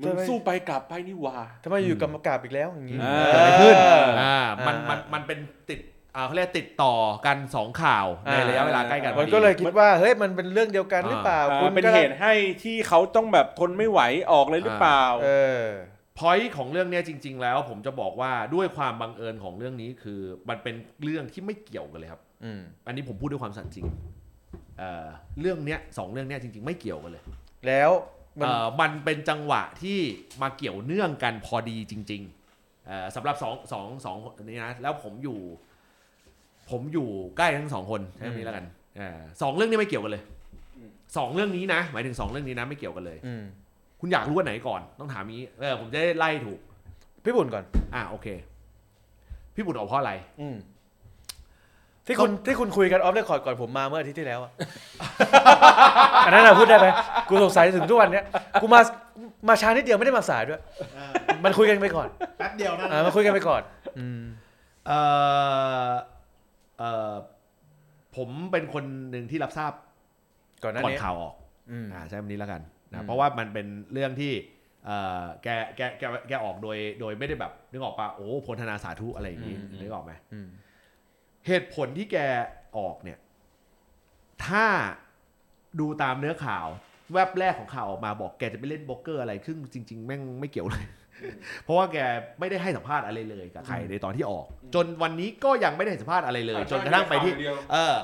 [SPEAKER 4] มึงสู้ไปกลับไปนี่หว่า
[SPEAKER 5] ทำไมอยู่กับมากราบอีกแล้วอย่างนี้
[SPEAKER 4] อ่า
[SPEAKER 1] เกิดอะไรขึ้น
[SPEAKER 4] เอออ่
[SPEAKER 1] ่ามัน
[SPEAKER 5] อ่ามั
[SPEAKER 1] มันมันเป็นติดอ่าเขาเรียกติดต่อกันสองข่าวในระยะเวลาใกล้กันพอ
[SPEAKER 5] มัน
[SPEAKER 1] ดี
[SPEAKER 5] ก็เลยคิดว่าเฮ้ยมันเป็นเรื่องเดียวกัน
[SPEAKER 1] อ่า
[SPEAKER 5] หรือเปล่า
[SPEAKER 4] อ่า
[SPEAKER 5] คุณ
[SPEAKER 4] เป็น
[SPEAKER 5] ก็
[SPEAKER 4] เหตุให้ที่เขาต้องแบบทนไม่ไหวออกเลยหรือเปล่า
[SPEAKER 5] เออ
[SPEAKER 1] พอยต์ของเรื่องเนี้ยจริง ๆ แล้ว ผมจะบอกว่าด้วยความบังเอิญของเรื่องนี้คือมันเป็นเรื่องที่ไม่เกี่ยวกันเลยครับ
[SPEAKER 5] อืม
[SPEAKER 1] อันนี้ผมพูดด้วยความสัตย์จริงเอ่อเรื่องเนี้ยสองเรื่องเนี้ยจริง ๆ ไม่เกี่ยวกันเลย
[SPEAKER 5] แล้วมัน
[SPEAKER 1] เอ่อมันเป็นจังหวะที่มาเกี่ยวเนื่องกันพอดีจริงๆเอ่อสำหรับสองสองสองคนนี้นะแล้วผมอยู่ ผมอยู่ใกล้ทั้งสองคนใช่ไหมนี้แล้วกันเอ่อสองเรื่องนี้ไม่เกี่ยวกันเลย
[SPEAKER 4] อืม
[SPEAKER 1] สองเรื่องนี้นะหมายถึงสองเรื่องนี้นะไม่เกี่ยวกันเลย
[SPEAKER 5] อืม
[SPEAKER 1] คุณอยากรู้อันไหนก่อนต้องถามนี้เออผมจะได้ไล่ถูก
[SPEAKER 5] พี่บุญก่อน
[SPEAKER 1] อ่ะโอเค พี่บุญออกเพราะอะไร
[SPEAKER 5] อืมที่คุณที่คุณคุยกันออฟเรคคอร์ดก่อนผมมาเมื่ออาทิตย์ที่แล้ว อะ อันนั้นอะพูดได้ไหมกูสงสัยถึงทุกวันเนี้ยกูมามาช้านิดเดียวไม่ได้มาสายด้วย
[SPEAKER 2] เออ
[SPEAKER 5] มันคุยกันไปก่อน
[SPEAKER 2] แป๊บเดียวนะ
[SPEAKER 5] อ่ามันคุยกันไปก่อน อืม
[SPEAKER 1] เออเออผมเป็นคนหนึ่งที่รับทราบ
[SPEAKER 5] ก่อนหน้า
[SPEAKER 1] ก่อน
[SPEAKER 5] นี้
[SPEAKER 1] ข่าวออก
[SPEAKER 5] อืม
[SPEAKER 1] อ่าใช้คำนี้แล้วกัน
[SPEAKER 5] อื
[SPEAKER 1] นะ
[SPEAKER 5] ม
[SPEAKER 1] เพราะว่ามันเป็นเรื่องที่เออแกแกแกแกออกโดยโดยไม่ได้แบบนึกออกปะโอ้โหโพนธนาสาธุอะไรอย่างนี้นึกออกไหม
[SPEAKER 5] อืม
[SPEAKER 1] เหตุผลที่แกออกเนี่ย ถ้าดูตามเนื้อข่าว แวบแรกของข่าวออกมาบอกแกจะไปเล่นโบล็อกเกอร์อะไรซึ่งจริง ๆ แม่งไม่เกี่ยวเลย เพราะว่าแกไม่ได้ให้สัมภาษณ์อะไรเลยกับใครในตอนที่ออก จนวันนี้ก็ยังไม่ได้ให้สัมภาษณ์อะไรเลย จนกระทั่งไปที่ เออ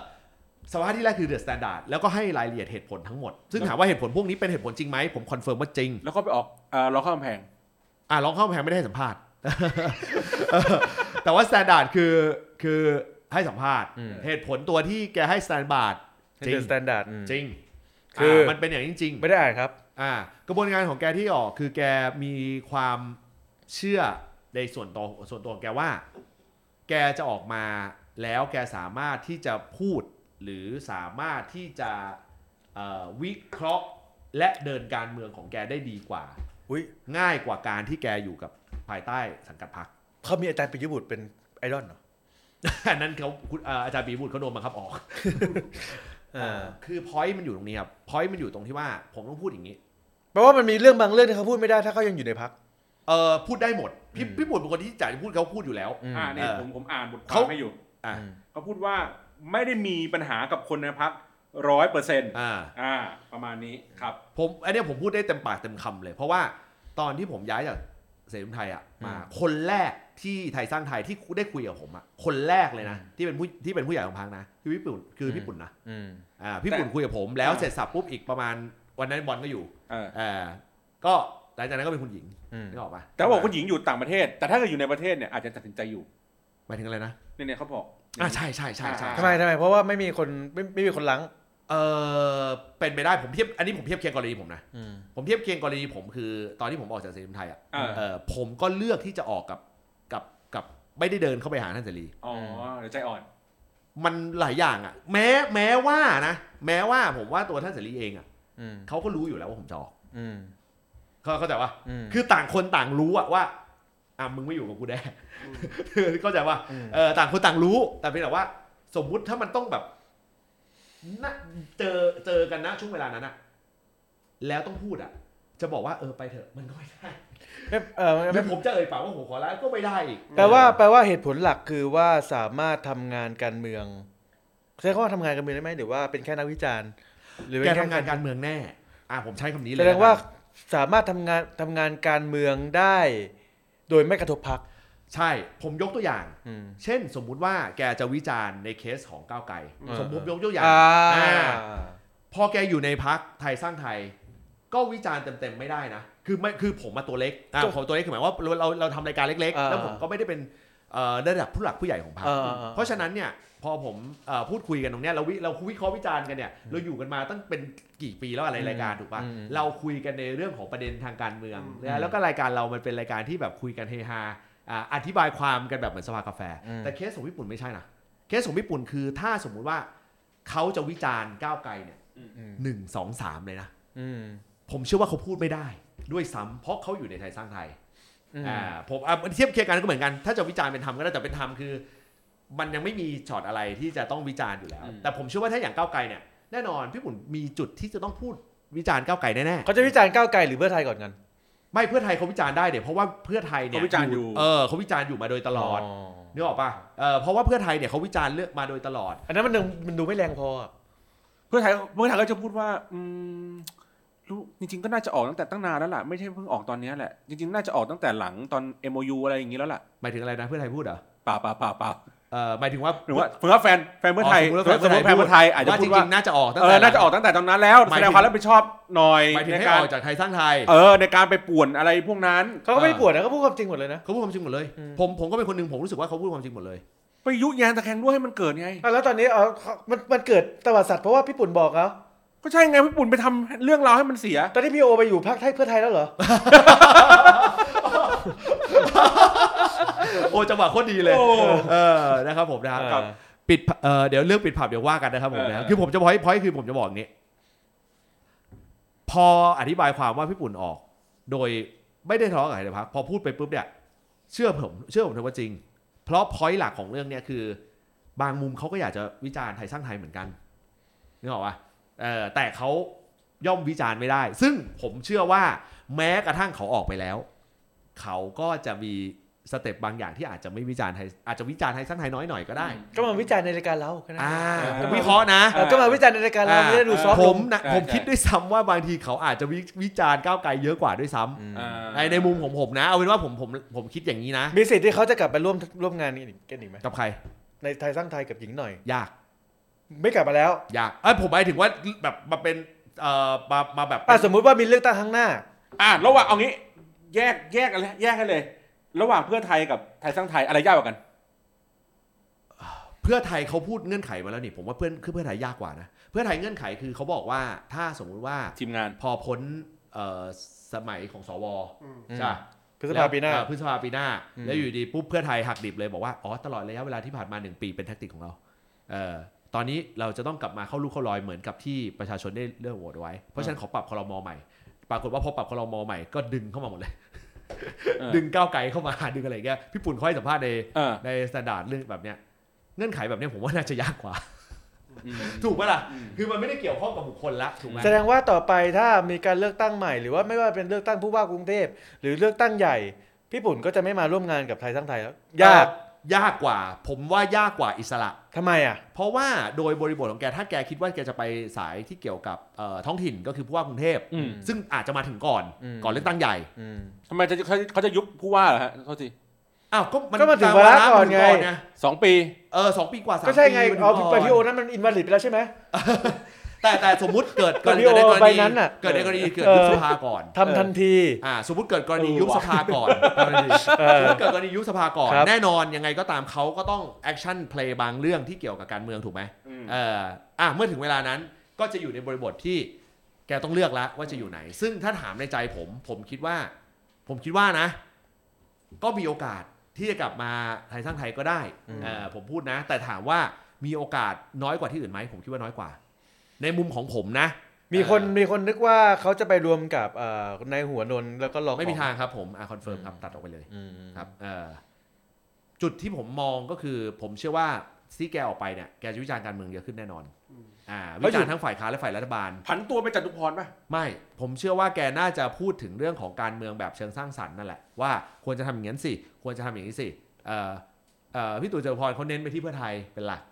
[SPEAKER 1] สัมภาษณ์ที่แรกคือเดอะสแตนดาร์ดแล้วก็ให้รายละเอียดเหตุผลทั้งหมด ซึ่งถามว่าเหตุผลพวกนี้เป็นเหตุผลจริงไหมผมคอนเฟิร์มว่าจริง
[SPEAKER 4] แล้วก็ไปออกอ่าร้องข้ามกำแพง
[SPEAKER 1] อ่ะลองเข้าแพงไม่ได้ให้สัมภาษณ์ เออแต่ว่าสแตนดาร์ดคือคือให้สัมภาษณ์ เหตุผลตัวที่แกให้สแตนดาร์ดจริง
[SPEAKER 5] เดอะสแตนดาร์ด
[SPEAKER 1] จริง
[SPEAKER 5] คือ
[SPEAKER 1] ามันเป็นอย่างนี้จริง
[SPEAKER 5] ไม่ได้อ่านครับ
[SPEAKER 1] อ่ากระบวนการของแกที่ออกคือแกมีความเชื่อในส่วนตัวส่วนตัวของแกว่า แกจะออกมาแล้วแกสามารถที่จะพูด หรือสามารถที่จะเอ่อวิเคราะห์และเดินการเมืองของแกได้ดีกว่า
[SPEAKER 5] อุ้ย
[SPEAKER 1] ง่ายกว่าการที่แกอยู่กับภายใต้สังกัดพรรค
[SPEAKER 5] เขามีอาจารย์ปิยบุตรเป็นไอดอลเหรอ
[SPEAKER 1] อันนั้นเขาคุณเอ่ออาจารย์ปีบุตรเขาโดนบังคับออก
[SPEAKER 5] อ่า
[SPEAKER 1] คือพอยต์มันอยู่ตรงนี้ครับพอยต์มันอยู่ตรงที่ว่าผมต้องพูดอย่างนี้
[SPEAKER 5] แปลว่ามันมีเรื่องบางเรื่องที่เขาพูดไม่ได้ถ้าเขายังอยู่ในพัก
[SPEAKER 1] เออพูดได้หมดพี่
[SPEAKER 5] อืม
[SPEAKER 1] พี่บุตรเป็นคนที่จ่ายพูดเขาพูดอยู่แล้ว
[SPEAKER 4] อ่าเนี่ย
[SPEAKER 1] เออ
[SPEAKER 4] ผมผมอ่านบทควา
[SPEAKER 1] เขา
[SPEAKER 4] มให้อยู่
[SPEAKER 1] อ่า
[SPEAKER 4] เขาพูดว่าไม่ได้มีปัญหากับคนในพักร้อยเปอร์เซ็นต์
[SPEAKER 1] อ่า
[SPEAKER 4] อ่า ประมาณนี้ครับ
[SPEAKER 1] ผมอันเนี้ยผมพูดได้เต็มปากเต็มคำเลย เพราะว่าตอนที่ผมย้ายจาก เสรีรวมไทยอ่ะมาคนแรกที่ไทยสร้างไทยที่ได้คุยกับผมอ่ะคนแรกเลยนะ ที่เป็นผู้ที่เป็นผู้ใหญ่ของพักนะคือพี่ปุ่นคือพี่ปุ่นนะ
[SPEAKER 5] อืม
[SPEAKER 1] อ่าพี่ปุ่นคุยกับผมแล้วเสร็จสับปุ๊บอีกประมาณวันนั้นบอลก็อยู่
[SPEAKER 4] เออ
[SPEAKER 1] อ่าก็หลังจากนั้นก็เป็นคุณหญิง
[SPEAKER 5] อืม
[SPEAKER 1] นึกออกปะ
[SPEAKER 4] แต่ว่าบอกคุณหญิงอยู่ต่างประเทศ แต่ถ้าเกิดอยู่ในประเทศเนี่ยอาจจะตัดสินใจอยู่
[SPEAKER 1] หมายถึงอะไรนะ
[SPEAKER 4] เนี่ยเนี่ยเขาบอก
[SPEAKER 1] อ่าใช่ใช่ใช่ใช่
[SPEAKER 5] ทำไมทำไมเพราะว่าไม่มีคนไม่ไม่มีคนล้าง
[SPEAKER 1] เออเป็นไปได้ผมเทียบอันนี้ผมเทียบเคียงกรณีผมนะ
[SPEAKER 5] อืม
[SPEAKER 1] ผมเทียบเคียงกรณีผมคือตอนที่ผมออกจากเสรีรวมไทยอ่ะ
[SPEAKER 4] อ่า
[SPEAKER 1] เอ่อผมก็เลือกที่จะออกกับกับกับไม่ได้เดินเข้าไปหาท่านเสรี
[SPEAKER 4] อ๋อเดี๋ยวใจอ่อน
[SPEAKER 1] มันหลายอย่างอ่ะ แม้แม้ว่านะแม้ว่าผมว่าตัวท่านเสรีเองอ่ะ
[SPEAKER 5] อืม
[SPEAKER 1] เขาก็รู้อยู่แล้วว่าผมจะออก
[SPEAKER 5] อืม
[SPEAKER 1] เขาเข้าใจว่า
[SPEAKER 5] อืม
[SPEAKER 1] คือต่างคนต่างรู้อ่ะว่าอ่ะมึงไม่อยู่กับกูแน่
[SPEAKER 4] อืม
[SPEAKER 1] เข้าใจว่า
[SPEAKER 5] อืม
[SPEAKER 1] เออต่างคนต่างรู้ แต่เพียงแต่ว่า สมมุติถ้ามันต้องแบบณเจอเจอกันนะช่วงเวลานั้นอ่ะ แล้วต้องพูดอ่ะ จะบอกว่าเออไปเถอะมันก็ไม่ได้
[SPEAKER 5] ไม่เออ
[SPEAKER 1] หรื
[SPEAKER 5] ไม่
[SPEAKER 1] อผมจะเอ่ยปากว่าผมขอลาก็ไม่ได้อีก
[SPEAKER 5] แปลว่าแปลว่าเหตุผลหลักคือว่าสามารถทำงานการเมืองใช้คำว่าทำงานการเมืองได้ไหมหรือว่าเป็นแค่นักวิจารณ์ หรือเป็
[SPEAKER 1] แก
[SPEAKER 5] นแค่
[SPEAKER 1] ทำงานการเมืองแน่ อ่าผมใช้คำนี้เลย
[SPEAKER 5] แสดงว่า
[SPEAKER 1] นะครั
[SPEAKER 5] สามารถทำงานทำงานการเมืองได้ โดยไม่กระทบพัก
[SPEAKER 1] บใช่ ผมยกตัวอย่าง
[SPEAKER 5] อืม
[SPEAKER 1] เช่น สมมุติว่าแกจะวิจารณ์ในเคสของก้าวไกล
[SPEAKER 5] อืม
[SPEAKER 1] สมมติยกตัวอย่าง
[SPEAKER 5] อ่า
[SPEAKER 1] อ่าพอแกอยู่ในพักไทยสร้างไทย ก็วิจารณ์เต็มๆไม่ได้นะ คือไม่คือผมมาตัวเล็กอ่ะผมตัวเล็กคือหมายว่าเราเราเราทำรายการเล็กๆ แล้วผมก็ไม่ได้เป็นเอ่อระดับผู้หลักผู้ใหญ่ของพรรค
[SPEAKER 5] อ่าอ่าอ่า
[SPEAKER 1] เพราะฉะนั้นเนี่ยพอผมเอ่อพูดคุยกันตรงเนี้ยเราวิเราวิเคราะห์วิจารณ์กันเนี่ยเราอยู่กันมาตั้งเป็นกี่ปีแล้วอะไรรายการถูกปะ
[SPEAKER 5] อืม
[SPEAKER 1] เราคุยกันในเรื่องของประเด็นทางการเมือง
[SPEAKER 4] อืม
[SPEAKER 1] นะแล้วก็รายการเรามันเป็นรายการที่แบบคุยกันเฮฮาอ่าอธิบายความกันแบบเหมือนสภากาแฟ แต่เคสของญี่ปุ่นไม่ใช่นะเคสของญี่ปุ่นคือถ้าสมมุติว่าเขาจะวิจารณ์ก้าวไกลเนี่ยหนึ่งสองสามเลยนะ
[SPEAKER 5] อืม
[SPEAKER 1] ผมเชื่อว่าเขาพูดไม่ได้ด้วยซ้ำเพราะเขาอยู่ในไทยสร้างไทย
[SPEAKER 5] อืม
[SPEAKER 1] อ่าผมอ่ะเทียบเคียงกันก็เหมือนกัน ถ้าจะวิจารณ์เป็นธรรมก็ได้แต่เป็นธรรมคือ มันยังไม่มีช็อตอะไรที่จะต้องวิจารณ์อยู่แล้ว
[SPEAKER 4] อืม
[SPEAKER 1] แต่ผมเชื่อว่าถ้าอย่างก้าวไกลเนี่ยแน่นอนพี่ปุ่นมีจุดที่จะต้องพูดวิจารณ์ก้าวไกลแน่
[SPEAKER 5] เขาจะวิจารณ์ก้าวไกลหรือเพื่อไทยก่อนกัน
[SPEAKER 1] ๆไม่เพื่อไทยเขาวิจารณ์ได้เดี๋ยวเพราะว่าเพื่อไทยเนี่ย
[SPEAKER 4] เขาวิจารณ์อยู่
[SPEAKER 1] เออเขาวิจารณ์อยู่มาโดยตลอดนึกออกป่ะเออเพราะว่าเพื่อไทยเนี่ยเขาวิจารณ์เลือกมาโดยตลอด
[SPEAKER 5] อันนั้นมันยังมันดูไม่แรงพออะ
[SPEAKER 4] เพื่อไทยเพื่อไทยก็จะพูดว่า อืมรู้จริง ๆ ก็น่าจะออกตั้งแต่ตั้งนานแล้วล่ะ ไม่ใช่เพิ่งออกตอนเนี้ยแหละ จริง ๆ น่าจะออกตั้งแต่หลังตอน MOU อะไรอย่างนี้แล้วล่ะ
[SPEAKER 1] หมายถึงอะไรนะเพื่อไทยพูดเหรอ
[SPEAKER 4] เปล่าเปล่าเปล่าเปล่า
[SPEAKER 1] เออหมายถึงว่า
[SPEAKER 4] หรือว่าเผื่อแฟนแฟนเพื่อไทย
[SPEAKER 1] สมมติ
[SPEAKER 4] สมมติแฟนเพื่อไทยอาจจะ
[SPEAKER 1] ว่า
[SPEAKER 4] พู
[SPEAKER 1] จ
[SPEAKER 4] ดว่า
[SPEAKER 1] ริงๆน่าจะออกตั้ง
[SPEAKER 4] เอ
[SPEAKER 1] แต่
[SPEAKER 4] อน่าจะออกตั้งแต่ตอนนั้นแล้วแสดงความรับผิดชอบหน่อย
[SPEAKER 1] หมายถึง
[SPEAKER 4] ใน
[SPEAKER 1] ให้
[SPEAKER 4] การ
[SPEAKER 1] ออกจากไทยสร้างไทย
[SPEAKER 4] เออในการไปป่วนอะไรพวกนั้น
[SPEAKER 5] เขาก็ไม่ปวดนะเขาพูดความจริงหมดเลยนะ
[SPEAKER 1] เขาพูดความจริงหมดเลย
[SPEAKER 5] อืม
[SPEAKER 1] ผมผมก็เป็นคนหนึ่งผมรู้สึกว่าเขาพูดความจริงหมดเลย
[SPEAKER 4] ไปยุแยงตะแคงด้วยให้มันเกิดไง
[SPEAKER 5] อ่ะแล้วตอนนี้เอาเขามันมันเกิดตะวัดสัตว์เพราะว่าพี่ปุ่นบอกเขา
[SPEAKER 4] ก็ใช่ไงพี่ปุ่นไปทำเรื่องราวให้มันเสีย
[SPEAKER 5] ตอนนี้พี่โอไปอยู่พรรคไทยเพื่อไทยแล้วเหรอ
[SPEAKER 1] โอ้จังหวะโคตรดีเลย
[SPEAKER 4] โอ้
[SPEAKER 1] เออนะครับผมนะครับ
[SPEAKER 5] เออ
[SPEAKER 1] ปิดเออเดี๋ยวเรื่องปิดผับเดี๋ยวว่ากันนะครับผมนะครับ
[SPEAKER 4] เออ
[SPEAKER 1] คือผมจะพอยพอยคือผมจะบอกอย่างนี้ พออธิบายความว่าพี่ปุ่นออก โดยไม่ได้ทะเลาะกับใครเลยพักพอพูดไปปุ๊บเนี่ย เชื่อผม เชื่อผมเถอะว่าจริง เพราะพอยหลักของเรื่องเนี่ยคือ บางมุมเขาก็อยากจะวิจารณ์ไทยสร้างไทยเหมือนกันนึกออกปะเออแต่เขาย่อมวิจารณ์ไม่ได้ ซึ่งผมเชื่อว่าแม้กระทั่งเขาออกไปแล้ว เขาก็จะมีสเต็ปบางอย่างที่อาจจะไม่วิจารณ์ไทยอาจจะวิจารณ์ไทยสร้างไทยน้อยหน่อยก็ได้
[SPEAKER 5] ก็มาวิจารณ์ในรายการเราแค่นั้น
[SPEAKER 1] อ่า
[SPEAKER 4] เออ
[SPEAKER 1] ผมวิเคราะห์นะ
[SPEAKER 5] เออก็มาวิจารณ์ในรายการเรา
[SPEAKER 1] อ่า
[SPEAKER 5] ไม่ได้ดูซอฟต์
[SPEAKER 1] ผ
[SPEAKER 5] ล
[SPEAKER 1] ม
[SPEAKER 5] ง
[SPEAKER 1] นะ
[SPEAKER 4] ใช่
[SPEAKER 1] ผมคิด
[SPEAKER 4] ใช่
[SPEAKER 1] ด้วยซ้ำว่าบางทีเขาอาจจะวิวิจารณ์ก้าวไกลเยอะกว่าด้วยซ้ำ
[SPEAKER 5] อ่า
[SPEAKER 1] ในในมุมของผมนะ เอาเป็นว่าผมผมผมคิดอย่างนี้นะ
[SPEAKER 5] มีสิทธิ์ที่เขาจะกลับไปร่วมร่วมงานนี้อีกกันอีกไหม
[SPEAKER 1] กับใคร
[SPEAKER 5] ในไทยสร้างไทยกับหญิงหน่อย
[SPEAKER 1] ยาก
[SPEAKER 5] ไม่กลับมาแล้ว
[SPEAKER 1] ยากเอ้ยผมหมายถึงว่าแบบมาเป็นเอ่อมามาแบบ
[SPEAKER 5] อ่ะสมมุติว่ามีเลือกตั้งครั้งหน้า
[SPEAKER 4] อ่ะระหว่างเอางี้ แยกแยกอะไรแยกกันเลย ระหว่างเพื่อไทยกับไทยสร้างไทยอะไรยากกว่ากัน
[SPEAKER 1] เพื่อไทยเขาพูดเงื่อนไขมาแล้วนี่ผมว่าเพื่อนคือเพื่อไทยยากกว่านะเพื่อไทยเงื่อนไขคือเขาบอกว่าถ้าสมมุติว่า
[SPEAKER 4] ทีมงาน
[SPEAKER 1] พอพ้นเอ่อสมัยของสวใช่ปะ
[SPEAKER 5] พฤษภาปีหน้า
[SPEAKER 1] แล้วเอ่อพฤษภาปีหน้า
[SPEAKER 5] อืม
[SPEAKER 1] แล้วอยู่ดีปุ๊บเพื่อไทยหักดิบเลยบอกว่าอ๋อตลอดระยะเวลาที่ผ่านมาหนึ่งปีเป็นแทคติกของเราเอ่อตอนนี้เราจะต้องกลับมาเข้าลูกเข้ารอยเหมือนกับที่ประชาชนได้เลือกโหวตไว้ เพราะฉะนั้นขอปรับคอรมอใหม่ ปรากฏว่าพอปรับคอรมอใหม่ก็ดึงเข้ามาหมดเลย
[SPEAKER 4] เออ
[SPEAKER 1] ดึงก้าวไกลเข้ามาดึงอะไรอย่างเงี้ยพี่ปุ่นค่อยสัมภาษณ์ใน
[SPEAKER 4] เออ
[SPEAKER 1] ในสแตนดาร์ดเรื่องแบบเนี้ยเงื่อนไขแบบเนี้ยผมว่าน่าจะยากกว่า
[SPEAKER 4] อืม
[SPEAKER 1] ถูกปะล่ะ
[SPEAKER 4] อืม
[SPEAKER 1] คือมันไม่ได้เกี่ยวข้องกับบุคคลละถูกไหม
[SPEAKER 5] แสดงว่าต่อไปถ้ามีการเลือกตั้งใหม่หรือว่าไม่ว่าเป็นเลือกตั้งผู้ว่ากรุงเทพหรือเลือกตั้งใหญ่ พี่ปุ่นก็จะไม่มาร่วมงานกับไทยสร้างไทยแล้วยาก
[SPEAKER 1] เอ่อ ยากกว่า ผมว่ายากกว่าอิสระ
[SPEAKER 5] ทำไมอ่ะ
[SPEAKER 1] เพราะว่าโดยบริบทของแกถ้าแกคิดว่าแกจะไปสายที่เกี่ยวกับเอ่อท้องถิ่นก็คือผู้ว่ากรุงเทพ
[SPEAKER 4] อืม
[SPEAKER 1] ซึ่งอาจจะมาถึงก่อน
[SPEAKER 5] อืม
[SPEAKER 1] ก่อนเลือกตั้งใหญ่
[SPEAKER 5] อืม
[SPEAKER 4] ทำไมจะเขาเขาจะยุบผู้ว่าเหรอฮะโทษที
[SPEAKER 1] อ้าวก็
[SPEAKER 5] ก็มาถึงวาระก่อนไง
[SPEAKER 1] มัถึะ
[SPEAKER 4] สองปี
[SPEAKER 1] เออสองปีกว่าสาม
[SPEAKER 5] ก็ใช่ไง
[SPEAKER 1] ปีมัน
[SPEAKER 5] เอา
[SPEAKER 1] ถึ
[SPEAKER 5] พี่
[SPEAKER 1] ก่
[SPEAKER 5] ไป
[SPEAKER 1] น
[SPEAKER 5] พี่โอนั่นมันอินวาลิดไปแล้วใช่ไหม
[SPEAKER 1] แต่แต่สมมุติเกิด
[SPEAKER 5] ก็พี่โอ
[SPEAKER 1] ในกร
[SPEAKER 5] ใบ
[SPEAKER 1] ณี
[SPEAKER 5] นั้นน่ะ
[SPEAKER 1] เกิดในกรณีเกิด
[SPEAKER 5] เออ
[SPEAKER 1] ยุบสภาก่อน
[SPEAKER 5] ทำทันที
[SPEAKER 1] อ่าสมมติเกิดกรณียุบสภาก่อน
[SPEAKER 5] เอ
[SPEAKER 1] ส
[SPEAKER 5] อ
[SPEAKER 1] มมติเกิดกรณียุบสภาก่อน
[SPEAKER 5] ครับ
[SPEAKER 1] แน่นอนยังไงก็ตามเขาก็ต้องแอคชั่นเพลย์บางเรื่องที่เกี่ยวกับการเมืองถูกไหมเอออ่าเมื่อถึงเวลานั้นก็จะอยู่ในบริบทที่แกต้องเลือกแล้วว่าจะอยู่ไหน ซึ่งถ้าถามในใจผม ผมคิดว่า ผมคิดว่านะ ก็มีโอกาสที่จะกลับมาไทยสร้างไทยก็ได้
[SPEAKER 5] อืม
[SPEAKER 1] เออผมพูดนะ แต่ถามว่ามีโอกาสน้อยกว่าที่อื่นไหมผมคิดว่าน้อยกว่า ในมุมของผมนะ
[SPEAKER 5] มีคนมีคนนึกว่าเขาจะไปรวมกับเอ่อในายหัวนนท์แล้วก็ลอง
[SPEAKER 1] ไม่มี
[SPEAKER 5] ออก
[SPEAKER 1] ทางครับผมอ่ะคอนเฟิร์มครับตัดออกไปเลย
[SPEAKER 5] อืม
[SPEAKER 1] ครับเอ่อจุดที่ผมมองก็คือ ผมเชื่อว่าซีแกออกไปเนี่ยแกจะวิจารณ์การเมืองเยอะขึ้นแน่นอนอ่าวิจารณ์ทั้งฝ่ายค้านและฝ่ายรัฐบาล
[SPEAKER 4] ผันตัวไปนจตุพรป่ะ
[SPEAKER 1] ไม่ผมเชื่อว่าแกน่าจะพูดถึงเรื่องของการเมืองแบบเชิงสร้างสรรค์นั่นแหละว่าควรจะทำอย่างนั้นสิควรจะทำอย่างนี้สิเอ่อเอ่อพี่ตู่เจริญพรเขาเน้นไปที่เพื่อไทยเป็นหลัก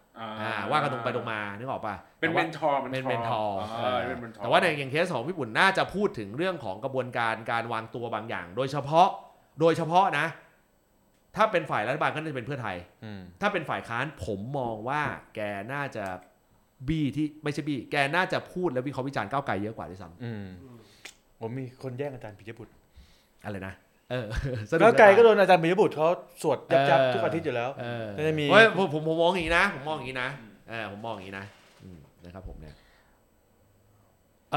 [SPEAKER 1] อ่าว่ากันตรงไปตรงมานึกออกปะ
[SPEAKER 4] เป็น
[SPEAKER 1] แต่
[SPEAKER 4] เม
[SPEAKER 1] ว่า
[SPEAKER 4] นทอร์
[SPEAKER 1] เป็นเมนทอร์
[SPEAKER 4] เออเป็นเมนทอร์
[SPEAKER 1] แต่ว่าในอย่างเคสของพี่ปุ่นน่าจะพูดถึงเรื่องของกระบวนการการวางตัวบางอย่าง โดยเฉพาะ โดยเฉพาะนะ ถ้าเป็นฝ่ายรัฐบาลก็น่าจะเป็นเพื่อไทย
[SPEAKER 5] อืม
[SPEAKER 1] ถ้าเป็นฝ่ายค้านผมมองว่าแกน่าจะบี้ที่ไม่ใช่บี้แกน่าจะพูดและวิเคราะห์วิจารณ์ก้าวไกลเยอะกว่าด้วยซ้
[SPEAKER 5] อืมผมมีคนแย่งอาจารย์ปิยบุตร
[SPEAKER 1] ำอะไรนะ เอ อ
[SPEAKER 5] แล้วไก่ก็
[SPEAKER 1] โด
[SPEAKER 5] โด
[SPEAKER 1] น
[SPEAKER 5] นอาจารย์ปิยบุตรเขาสวดยับยับ
[SPEAKER 1] เออ
[SPEAKER 5] ทุกอาทิตย์อยู่แล้ว
[SPEAKER 1] เออ
[SPEAKER 5] ก็จะมี
[SPEAKER 1] เฮ้ยผมผมผมมองอย่างนี้นะ ผมมองอย่างนี้นะเออผมมองอย่างนี้นะอืมนะครับผมเนี่ยเอ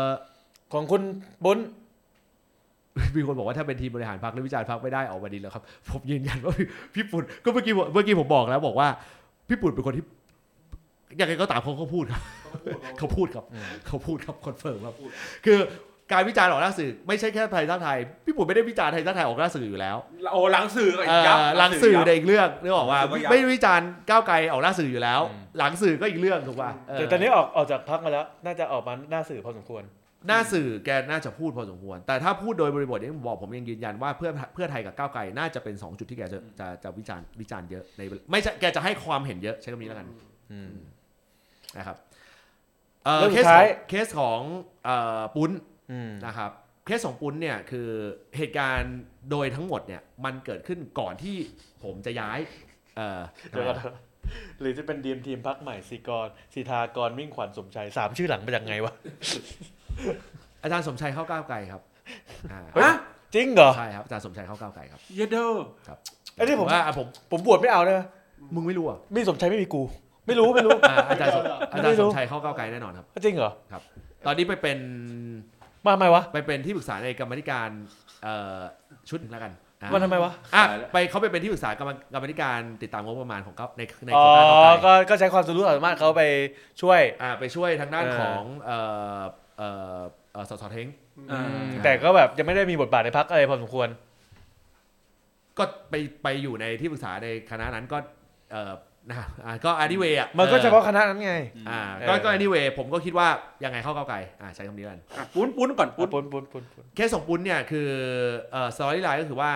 [SPEAKER 1] อ
[SPEAKER 5] ของคุณบุญ
[SPEAKER 1] มีคนบอกว่าถ้าเป็นทีมบริหารพรรคหรือวิจารณ์พรรคไม่ได้ออกมาดีแล้วครับ ผมยืนยันว่าพี่พี่ปุ่นก็เมื่อกี้ผมเมื่อกี้ผมบอกแล้วบอกว่า พี่ปุ่นเป็นคนที่ยังไงก็ตามเขาเขาพูดครับ เขาพูดครับเขาพูดครับคอนเฟิร์มครับคือการวิจารณ์ออกหน้าสื่อไม่ใช่แค่ไทยสร้างไทยพี่ปุ่นไม่ได้วิจารณ์ไทยสร้างไทยออกหน้าสื่ออยู่แล้ว
[SPEAKER 4] โอ้หลังสื่อก็อี
[SPEAKER 1] เอก
[SPEAKER 4] ยับ
[SPEAKER 1] อหลังสื่อในยอีกเรื่องนึกออกว่า
[SPEAKER 4] หลังสื่อก็ยับ
[SPEAKER 1] ไม่ได้วิจารณ์ก้าวไกลออกหน้าสื่ออยู่แล้ว หลังสื่อก็อีกเรื่องถูกป่ะเ
[SPEAKER 5] แต่ตอนนี้ออกออกจากพักมาแล้ว น่าจะออกมาหน้าสื่อพอสมควร
[SPEAKER 1] หน้าสื่อแกน่าจะพูดพอสมควร แต่ถ้าพูดโดยบริบทที่ผมบอกผมยังยืนยันว่าเพื่อเพื่อไทยกับก้าวไกลน่าจะเป็น 2 จุดที่แกจะจะจะวิจารณ์วิจารณ์เยอะในไม่ใช่แกจะให้ความเห็นเยอะใช้คำนี้แล้วกัน
[SPEAKER 5] อืม
[SPEAKER 1] นะครับเอ่อ
[SPEAKER 5] แล้ว
[SPEAKER 1] เค
[SPEAKER 5] สุ
[SPEAKER 1] ส
[SPEAKER 5] ดท้าย
[SPEAKER 1] ของเคสของเอ่อปุ้น
[SPEAKER 5] อืม
[SPEAKER 1] นะครับเคสของปุ้นเนี่ยคือเหตุการณ์โดยทั้งหมดเนี่ยมันเกิดขึ้นก่อนที่ผมจะย้ายเอ่อ
[SPEAKER 5] เดี๋ยวก่อนนะหรือจะเป็นดีมทีมพักใหม่สีกรสีทากรมิ่งขวัญสมชัยสามชื่อหลังมาจากไงวะ
[SPEAKER 1] อาจารย์สมชัยเข้าก้าวไกลครับอ่า
[SPEAKER 4] ฮะ
[SPEAKER 5] จริงเหรอ
[SPEAKER 1] ใช่ครับอาจารย์สมชัยเข้าก้าวไกลครับ
[SPEAKER 4] เยเดอร์
[SPEAKER 5] ไอ้นี่ผม
[SPEAKER 1] ว่าอ่ะผม
[SPEAKER 5] ผมบวชไม่เอาเลย
[SPEAKER 1] มึงไม่รู้เหรอ่ะ
[SPEAKER 5] มีสมชัยไม่มีกู ไม่รู้ไม่รู้
[SPEAKER 1] อ่าอาจารย์สมอาจารย์สมชัยเข้าก้าวไกลแน่นอนครับ
[SPEAKER 5] จริงเหรอ
[SPEAKER 1] ตอนนี้ไปเป็น
[SPEAKER 5] มาทำไมวะ
[SPEAKER 1] ไปเป็นที่ปรึกษาในกรรมาธิการเอ่อชุดหนึ่งแล้วกันอ่ะ
[SPEAKER 5] มาทำไมวะ
[SPEAKER 1] อ่ะไปเขาไปเป็นที่ปรึกษากรรมกรรมาธิการติดตามงบประมาณของเขาในใน
[SPEAKER 5] อ๋
[SPEAKER 1] โค
[SPEAKER 5] อ
[SPEAKER 1] รงการต่อไป
[SPEAKER 5] ก็ก็ใช้ความสรู้ความสามารถเขาไปช่วย
[SPEAKER 1] อ่ะไปช่วยทางด้าน
[SPEAKER 5] เออ
[SPEAKER 1] ของเอ่อเอ่อเอ่อสสเท้ง
[SPEAKER 4] อ่า
[SPEAKER 1] ใช่
[SPEAKER 5] แต่ก็แบบยังไม่ได้มีบทบาทในพักอะไรพอสมควร
[SPEAKER 1] ก็ไปไปอยู่ในที่ปรึกษาในคณะนั้นก็เอ่อนะอ่ะก็อันนี้เวอ่ะ
[SPEAKER 5] มันก็เฉ
[SPEAKER 1] ออ
[SPEAKER 5] พาะคณะนั้นไง
[SPEAKER 1] อ่ะ
[SPEAKER 5] เออ
[SPEAKER 1] ก็ก็อันนี้เวผมก็คิดว่ายังไงเข้าเก้าวไกลอ่ะใช้คำนี้กัน
[SPEAKER 4] อ่ะปุ้นปุ้นก่อนปุ้
[SPEAKER 5] ปุ้
[SPEAKER 4] น
[SPEAKER 5] นปุ้นปุ้นปุ้น
[SPEAKER 1] เคสของปุ้นเนี่ยคือสตอรี่ไลน์ก็คือว่า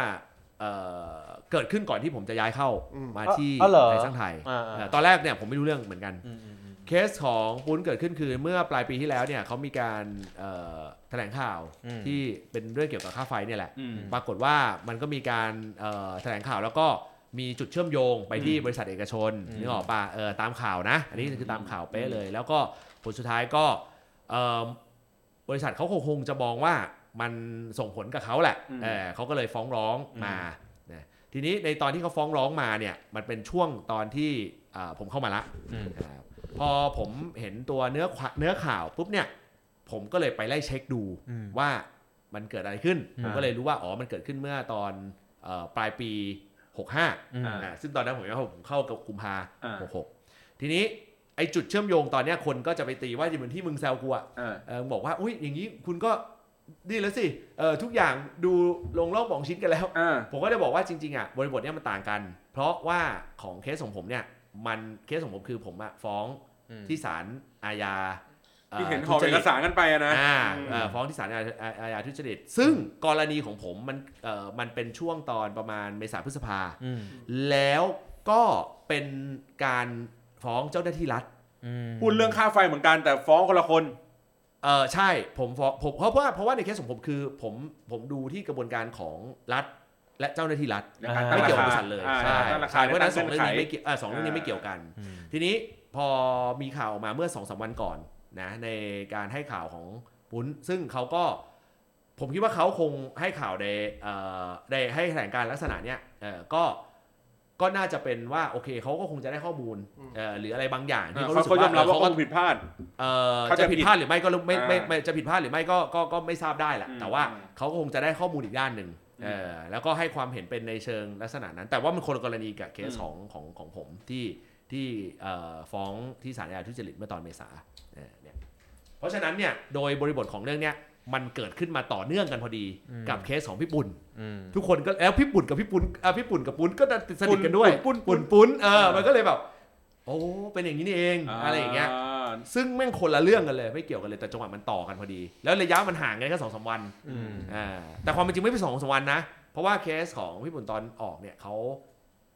[SPEAKER 1] เอ่อเกิดขึ้นก่อนที่ผมจะย้ายเข้า
[SPEAKER 2] อืม
[SPEAKER 1] มาที่
[SPEAKER 5] อ๋อเหรอ
[SPEAKER 1] ไทยสร้างไทย
[SPEAKER 5] อ่า
[SPEAKER 1] เอ่อตอนแรกเนี่ยผมไม่รู้เรื่องเหมือนกัน
[SPEAKER 5] ๆอืมๆ
[SPEAKER 1] เคสของปุ้นเกิดขึ้นคือเมื่อปลายปีที่แล้วเนี่ยเขามีการเอ่อแถลงข่าว
[SPEAKER 5] อืม
[SPEAKER 1] ที่เป็นเรื่องเกี่ยวกับค่าไฟเนี่ยแหละ
[SPEAKER 4] อืม
[SPEAKER 1] ปรากฏว่ามันก็มีการเอ่อแถลงข่าวแล้วก็มีจุดเชื่อมโยงไปที่บริษัทเอกชน
[SPEAKER 5] อืม
[SPEAKER 1] นึกออกปะเออตามข่าวนะ อันนี้คือตามข่าวเป๊ะเลย แล้วก็ผลสุดท้ายก็เอ่อบริษัทเขาคงจะมองว่ามันส่งผลกับเขาแหละ
[SPEAKER 4] อืม
[SPEAKER 1] เออเขาก็เลยฟ้องร้องมานะทีนี้ในตอนที่เขาฟ้องร้องมาเนี่ยมันเป็นช่วงตอนที่อ่าผมเข้ามาละ
[SPEAKER 5] อืม
[SPEAKER 1] ครับพอผมเห็นตัวเนื้อขวาเนื้อข่าวปุ๊บเนี่ย ผมก็เลยไปไล่เช็คดู
[SPEAKER 5] อืม
[SPEAKER 1] ว่ามันเกิดอะไรขึ้น
[SPEAKER 5] อืม
[SPEAKER 1] ผมก็เลยรู้ว่า อ๋อ มันเกิดขึ้นเมื่อตอนเอ่อปลายปี 65
[SPEAKER 5] อืม
[SPEAKER 1] อ่าซึ่งตอนนั้นผมว่าผมเข้ากับกุมภา
[SPEAKER 4] อ่า
[SPEAKER 1] หกหกทีนี้ไอ้จุดเชื่อมโยงตอนเนี้ยคนก็จะไปตีว่าเหมือนที่มึงแซวกูอะ
[SPEAKER 4] เออ
[SPEAKER 1] เออมึงบอกว่า อุ้ยอย่างนี้คุณก็ดีแล้วสิเออทุกอย่างดูลงลอกบองชิ้นกันแล้ว
[SPEAKER 4] อ่า
[SPEAKER 1] ผมก็ได้บอกว่าจริงๆอ่ะบริบทเนี่ยมันต่างกัน เพราะว่าของเคสของผมเนี่ยมันเคสของผมคือผมอะฟ้อง
[SPEAKER 5] อืม
[SPEAKER 1] ที่ศาลอาญา
[SPEAKER 4] ที่เห็นหอ
[SPEAKER 1] ทุ
[SPEAKER 4] บ
[SPEAKER 1] จ
[SPEAKER 4] เอ
[SPEAKER 1] ริ
[SPEAKER 4] ก
[SPEAKER 1] ต
[SPEAKER 4] สารกันไปอะนะ
[SPEAKER 1] อ่าเอ่อฟ้องที่ศาลอาญาอาญาทุจริต ซึ่งกรณีของผมมันเอ่อมันเป็นช่วงตอนประมาณเมษาพฤษภา
[SPEAKER 5] อืม
[SPEAKER 1] แล้วก็เป็นการฟ้องเจ้าหน้าที่รัฐ
[SPEAKER 5] อืม
[SPEAKER 4] พูดเรื่องค่าไฟเหมือนกันแต่ฟ้องคนละคน
[SPEAKER 1] เออใช่ผมฟ้องผมเพราะว่าเพราะว่าในเคสของผมคือผมผมดูที่กระบวนการของรัฐ และเจ้าหน้าที่รัฐ
[SPEAKER 4] ในการ
[SPEAKER 5] อ่า
[SPEAKER 4] ตั้
[SPEAKER 1] ไม่
[SPEAKER 4] ง
[SPEAKER 1] เกี่ยว
[SPEAKER 4] รา
[SPEAKER 1] กับบริ
[SPEAKER 4] คา
[SPEAKER 1] ษัทเลย
[SPEAKER 4] อ่า
[SPEAKER 1] ใช่
[SPEAKER 4] ตั้งราคา
[SPEAKER 1] ใช่เพราะฉะนั้นสองเรื่อง
[SPEAKER 4] ตั้
[SPEAKER 1] นี้
[SPEAKER 4] งื่
[SPEAKER 1] ไม่เกี่ยวอ่าสองเรื่องนี้ไม่เกี่ยวกัน
[SPEAKER 5] อืม
[SPEAKER 1] ทีนี้พอมีข่าวออกมาเมื่อสองสามวันก่อนนะในการให้ข่าวของปุ้นซึ่งเขาก็ผมคิดว่าเขาคงให้ข่าวในเอ่อในให้แถลงการลักษณะเนี้ยเออก็ก็น่าจะเป็นว่าโอเคเขาก็คงจะได้ข้อมูลเอ่อหรืออะไรบางอย่าง
[SPEAKER 4] เอ
[SPEAKER 1] ที่
[SPEAKER 4] อ
[SPEAKER 1] เขา
[SPEAKER 4] เขา
[SPEAKER 1] รู้สึก
[SPEAKER 4] ก็ยอ
[SPEAKER 1] ว่าม
[SPEAKER 4] รับว่า
[SPEAKER 1] เขา
[SPEAKER 4] เขา
[SPEAKER 1] ก็
[SPEAKER 4] คงผิดพลาด
[SPEAKER 1] เอ่อ
[SPEAKER 4] เขา
[SPEAKER 1] จะ
[SPEAKER 4] จะ
[SPEAKER 1] ผิด
[SPEAKER 4] ผิด
[SPEAKER 1] พลาดหรือไม่ก็ไม่ไม่
[SPEAKER 4] อ่า
[SPEAKER 1] ไม่จะผิดพลาดหรือไม่ก็ก็ก็ไม่ทราบได้แหละ
[SPEAKER 4] อืม
[SPEAKER 1] แต่ว่า
[SPEAKER 4] อืม
[SPEAKER 1] เขาก็คงจะได้ข้อมูลอีกด้านหนึ่ง
[SPEAKER 4] อืม
[SPEAKER 1] เออแล้วก็ให้ความเห็นเป็นในเชิงลักษณะนั้น แต่ว่ามันคนละกรณีกับเคส
[SPEAKER 4] อืม
[SPEAKER 1] ของของของผมที่ที่เอ่อฟ้องที่ศาลอาญาทุจริตเมื่อตอนเมษาเออเนี่ยเพราะฉะนั้นเนี่ยโดยบริบทของเรื่องเนี้ยมันเกิดขึ้นมาต่อเนื่องกันพอดี
[SPEAKER 5] อืม
[SPEAKER 1] กับเคสของพี่ปุ่น
[SPEAKER 5] อืม
[SPEAKER 1] ทุกคนก็แล้วพี่ปุ่นกับพี่ปุ่นอ่ะพี่ปุ่นกับปุ้นก็ดันสนิทกันด้วย
[SPEAKER 4] ปุ่นปุ่
[SPEAKER 1] ปุ่
[SPEAKER 4] น
[SPEAKER 1] นปุ้นเออมันก็เลยแบบโอ้เป็นอย่างนี้นี่เองอะไรอย่างเงี้ย
[SPEAKER 4] อ่า
[SPEAKER 1] ซึ่งแม่งคนละเรื่องกันเลยไม่เกี่ยวกันเลยแต่จังหวะมันต่อกันพอดี แล้วระยะมันห่างกันแค่สองสามวัน
[SPEAKER 5] อืม
[SPEAKER 1] อ่าแต่ความเป็นจริงไม่เป็นสองสามวันนะ เพราะว่าเคสของพี่บุญตอนออกเนี่ยเขา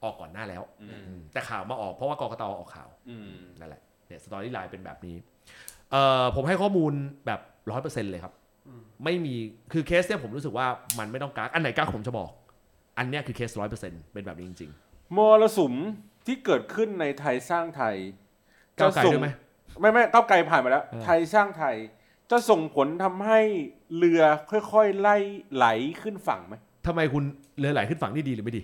[SPEAKER 1] ออกก่อนหน้าแล้ว
[SPEAKER 4] อืม
[SPEAKER 1] แต่ข่าวมาออกเพราะว่ากกตออกข่าว
[SPEAKER 4] อืม
[SPEAKER 1] นั่นแหละเนี่ยสตอรี่ไลน์เป็นแบบนี้เอ่อผมให้ข้อมูลแบบร้อยเปอร์เซ็นต์เลยครับ ไม่มีคือเคสเนี่ยผมรู้สึกว่ามันไม่ต้องกักอันไหนกักผมจะบอก อันเนี้ยคือเคสร้อยเปอร์เซ็นต์เป็นแบบนี้จริง
[SPEAKER 4] มรสุมที่เกิดขึ้นในไทยสร้างไทย
[SPEAKER 1] ๆก้าวไกลด้วยไหม
[SPEAKER 4] ไม่ไม่ก้าวไกลผ่านไปแล้ว
[SPEAKER 1] เออ
[SPEAKER 4] ไทยสร้างไทย จะส่งผลทำให้เรือค่อยๆไล่ไหลขึ้นฝั่งไหม
[SPEAKER 1] ทำไมคุณเรือไหลขึ้นฝั่งนี่ดีหรือไม่ดี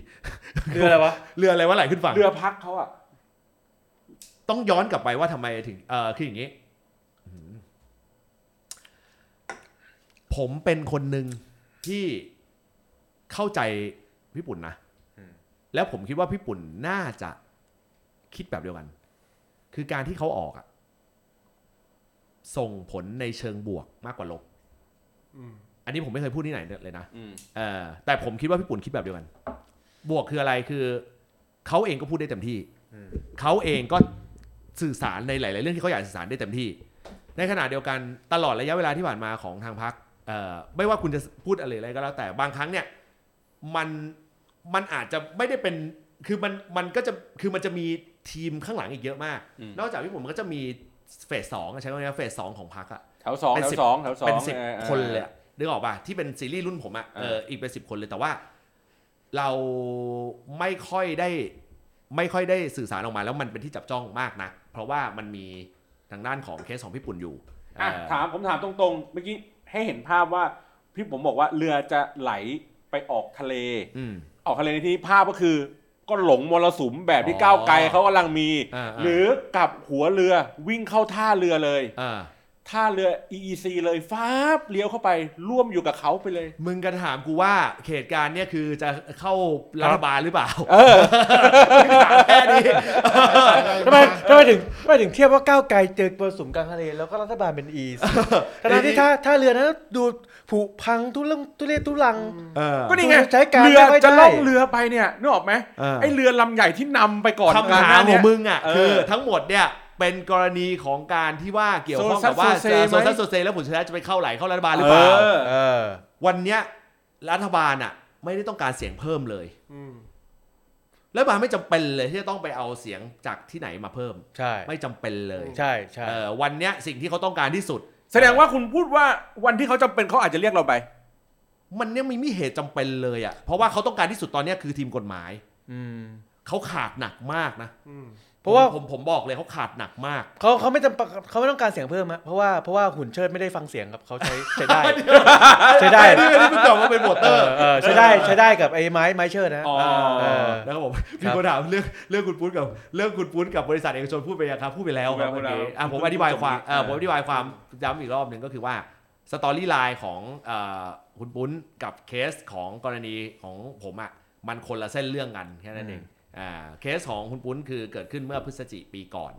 [SPEAKER 5] เรื่องอะไรวะ
[SPEAKER 1] เรืออะไรว่าไหลขึ้นฝั่ง
[SPEAKER 4] เรือพักเขาอะ
[SPEAKER 1] ต้องย้อนกลับไปว่าทำไมถึงเออคืออย่างนี้ ผมเป็นคนหนึ่งที่เข้าใจพี่ปุ่นนะ
[SPEAKER 5] อืม
[SPEAKER 1] แล้วผมคิดว่าพี่ปุ่นน่าจะคิดแบบเดียวกัน คือการที่เขาออกอะส่งผลในเชิงบวกมากกว่าลบ อันนี้ผมไม่เคยพูดที่ไหนเลยนะ
[SPEAKER 4] อืม
[SPEAKER 1] เออแต่ผมคิดว่าพี่ปุ่นคิดแบบเดียวกัน บวกคืออะไรคือเขาเองก็พูดได้เต็มที่
[SPEAKER 5] อืม
[SPEAKER 1] เขาเองก็สื่อสารในหลาย ๆ เรื่องที่เขาอยากสื่อสารได้เต็มที่ ในขณะเดียวกันตลอดระยะเวลาที่ผ่านมาของทางพักไม่ว่าคุณจะพูดอะไรอะไรก็แล้ว แต่บางครั้งเนี่ยมันมันอาจจะไม่ได้เป็นคือมันมันก็จะคือมันจะมีทีมข้างหลังอีกเยอะมาก
[SPEAKER 4] อืม
[SPEAKER 1] นอกจากพี่ปุ่นมันก็จะมีเฟสสองอะใช้คำว่าเฟสสองของพักอะ
[SPEAKER 4] แถวสอง
[SPEAKER 1] เป็น
[SPEAKER 4] แถว
[SPEAKER 1] สิบ
[SPEAKER 4] สองแถวสอง
[SPEAKER 1] เป็นสิบ
[SPEAKER 4] ออออ
[SPEAKER 1] คนเลยอะนึกออกป่ะที่เป็นซีรีส์รุ่นผมอะ
[SPEAKER 4] เอ
[SPEAKER 1] เอ
[SPEAKER 4] อ
[SPEAKER 1] ออีกเป็นสิบคนเลยแต่ว่า เราไม่ค่อยได้ไม่ค่อยได้สื่อสารออกมาแล้วมันเป็นที่จับจ้องมากนะ เพราะว่ามันมีทางด้านของเคสของพี่ปุ่นอยู่
[SPEAKER 4] อ่ะ
[SPEAKER 1] เออ
[SPEAKER 4] ถามผมถามตรงๆ เมื่อกี้ให้เห็นภาพว่าพี่ผมบอกว่าเรือจะไหลไปออกทะเล
[SPEAKER 1] อืม
[SPEAKER 4] ออกทะเลในที่นี้ภาพก็คือก็หลงมรสุมแบบที่
[SPEAKER 1] อ๋อ
[SPEAKER 4] ก้าวไกลเขากำลังมี
[SPEAKER 1] อ่าๆ
[SPEAKER 4] หรือกลับหัวเรือวิ่งเข้าท่าเรือเลย
[SPEAKER 1] เออ
[SPEAKER 4] ท่าเรือ EEC เลยฟ้าบเลี้ยวเข้าไปร่วมอยู่กับเขาไปเลย
[SPEAKER 1] มึงกระถามกูว่าเขตการเนี่ยคือจะเข้ารัฐบาลหรือเปล่า
[SPEAKER 4] เออ
[SPEAKER 1] แค่นี้
[SPEAKER 5] ทำไมทำไมถึงทำไมถึงเทียบว่าก้าวไกลเจอประสมกลางทะเลแล้วก็รัฐบาลเป็นอีสทั้งที่ถ้าถ้าเรือนั้นดูผุพังทุเรงทุเรศทุลัง
[SPEAKER 1] เออ
[SPEAKER 4] ก็นี่ไง
[SPEAKER 5] ใช้การ
[SPEAKER 4] เรือ
[SPEAKER 5] ไม่ได้
[SPEAKER 4] จะล่องเรือไปเนี่ยนึกออกไหม
[SPEAKER 1] เออ
[SPEAKER 4] ไอเรือลำใหญ่ที่นำไปก่อน
[SPEAKER 1] คำถามข
[SPEAKER 4] หน้
[SPEAKER 1] อ
[SPEAKER 4] เนี่
[SPEAKER 1] ง
[SPEAKER 4] ย
[SPEAKER 1] มึงอ่ะ
[SPEAKER 4] เออ
[SPEAKER 1] คือทั้งหมดเนี่ยเป็นกรณีของการที่ว่าเกี่ยวข้องกับว่า
[SPEAKER 4] โซซัสโซเซ
[SPEAKER 1] จะ
[SPEAKER 4] ไหม
[SPEAKER 1] โซซัสโซเซแล้วผลชนะจะไปเข้าไหลเข้ารัฐบาลหรือเปล่า
[SPEAKER 4] เออ
[SPEAKER 5] เออ
[SPEAKER 1] วันเนี้ยรัฐบาลอ่ะ ไม่ได้ต้องการเสียงเพิ่มเลยรัฐบาลไม่จำเป็นเลยที่จะต้องไปเอาเสียงจากที่ไหนมาเพิ่ม
[SPEAKER 5] ใช่
[SPEAKER 1] ไม่จำเป็นเลย
[SPEAKER 5] ใช่ใช่
[SPEAKER 1] เออวันเนี้ยสิ่งที่เขาต้องการที่สุด
[SPEAKER 4] แสดงว่าคุณพูดว่าวันที่เขาจำเป็นเขาอาจจะเรียกเราไป
[SPEAKER 1] มันเนี่ยไม่มีเหตุจำเป็นเลยอ่ะเพราะว่าเขาต้องการที่สุดตอนเนี้ยคือทีมกฎหมาย
[SPEAKER 5] ม
[SPEAKER 1] เขาขาดหนักมากนะ
[SPEAKER 5] เพราะว่า
[SPEAKER 1] ผมผมบอกเลยเขาขาดหนักมาก
[SPEAKER 5] เขาเขาไม่จำเป็นเขาไม่ต้องการเสียงเพิ่มฮะเพราะว่าเพราะว่าหุ่นเชิดไม่ได้ฟังเสียงครับเขาใช้ใช้ได้ ใช้ได้
[SPEAKER 1] อันนี้อันนี้เพิ่งตอบว่าเป็นโบเต
[SPEAKER 5] เอ
[SPEAKER 1] อ
[SPEAKER 5] อ
[SPEAKER 1] ร์
[SPEAKER 5] เออใช้ได้ใช้ได้กับไอ้ไม้ไม้เชิดนะ
[SPEAKER 4] อ๋อ
[SPEAKER 5] เออ
[SPEAKER 1] แล้วก็บอก
[SPEAKER 5] ค
[SPEAKER 1] มี
[SPEAKER 5] รับ
[SPEAKER 1] คนถามเรื่องเรื่องคุณปุ้นกับเรื่องคุณปุ้นกับบริษัทเอกชนพูดไปยังครับพูดไปแล้วครับ
[SPEAKER 4] พู
[SPEAKER 1] เมื่อ
[SPEAKER 4] ดไปแล้ว
[SPEAKER 1] กี้
[SPEAKER 4] พูดไปแล้ว
[SPEAKER 1] อ่ะผมอธิบายความเอ่อ
[SPEAKER 4] เออ
[SPEAKER 1] ผมอธิบายความย้ำอีกรอบหนึ่งก็คือว่าสตอรี่ไลน์ของเอ่อคุณปุ้นกับเคสของกรณีของผมอ่ะมันคนละเส้นเรื่องกันแค่นั้นเองอ่าเคสของคุณปุ้นคือเกิดขึ้นเมื่อพฤศจิปีก่อน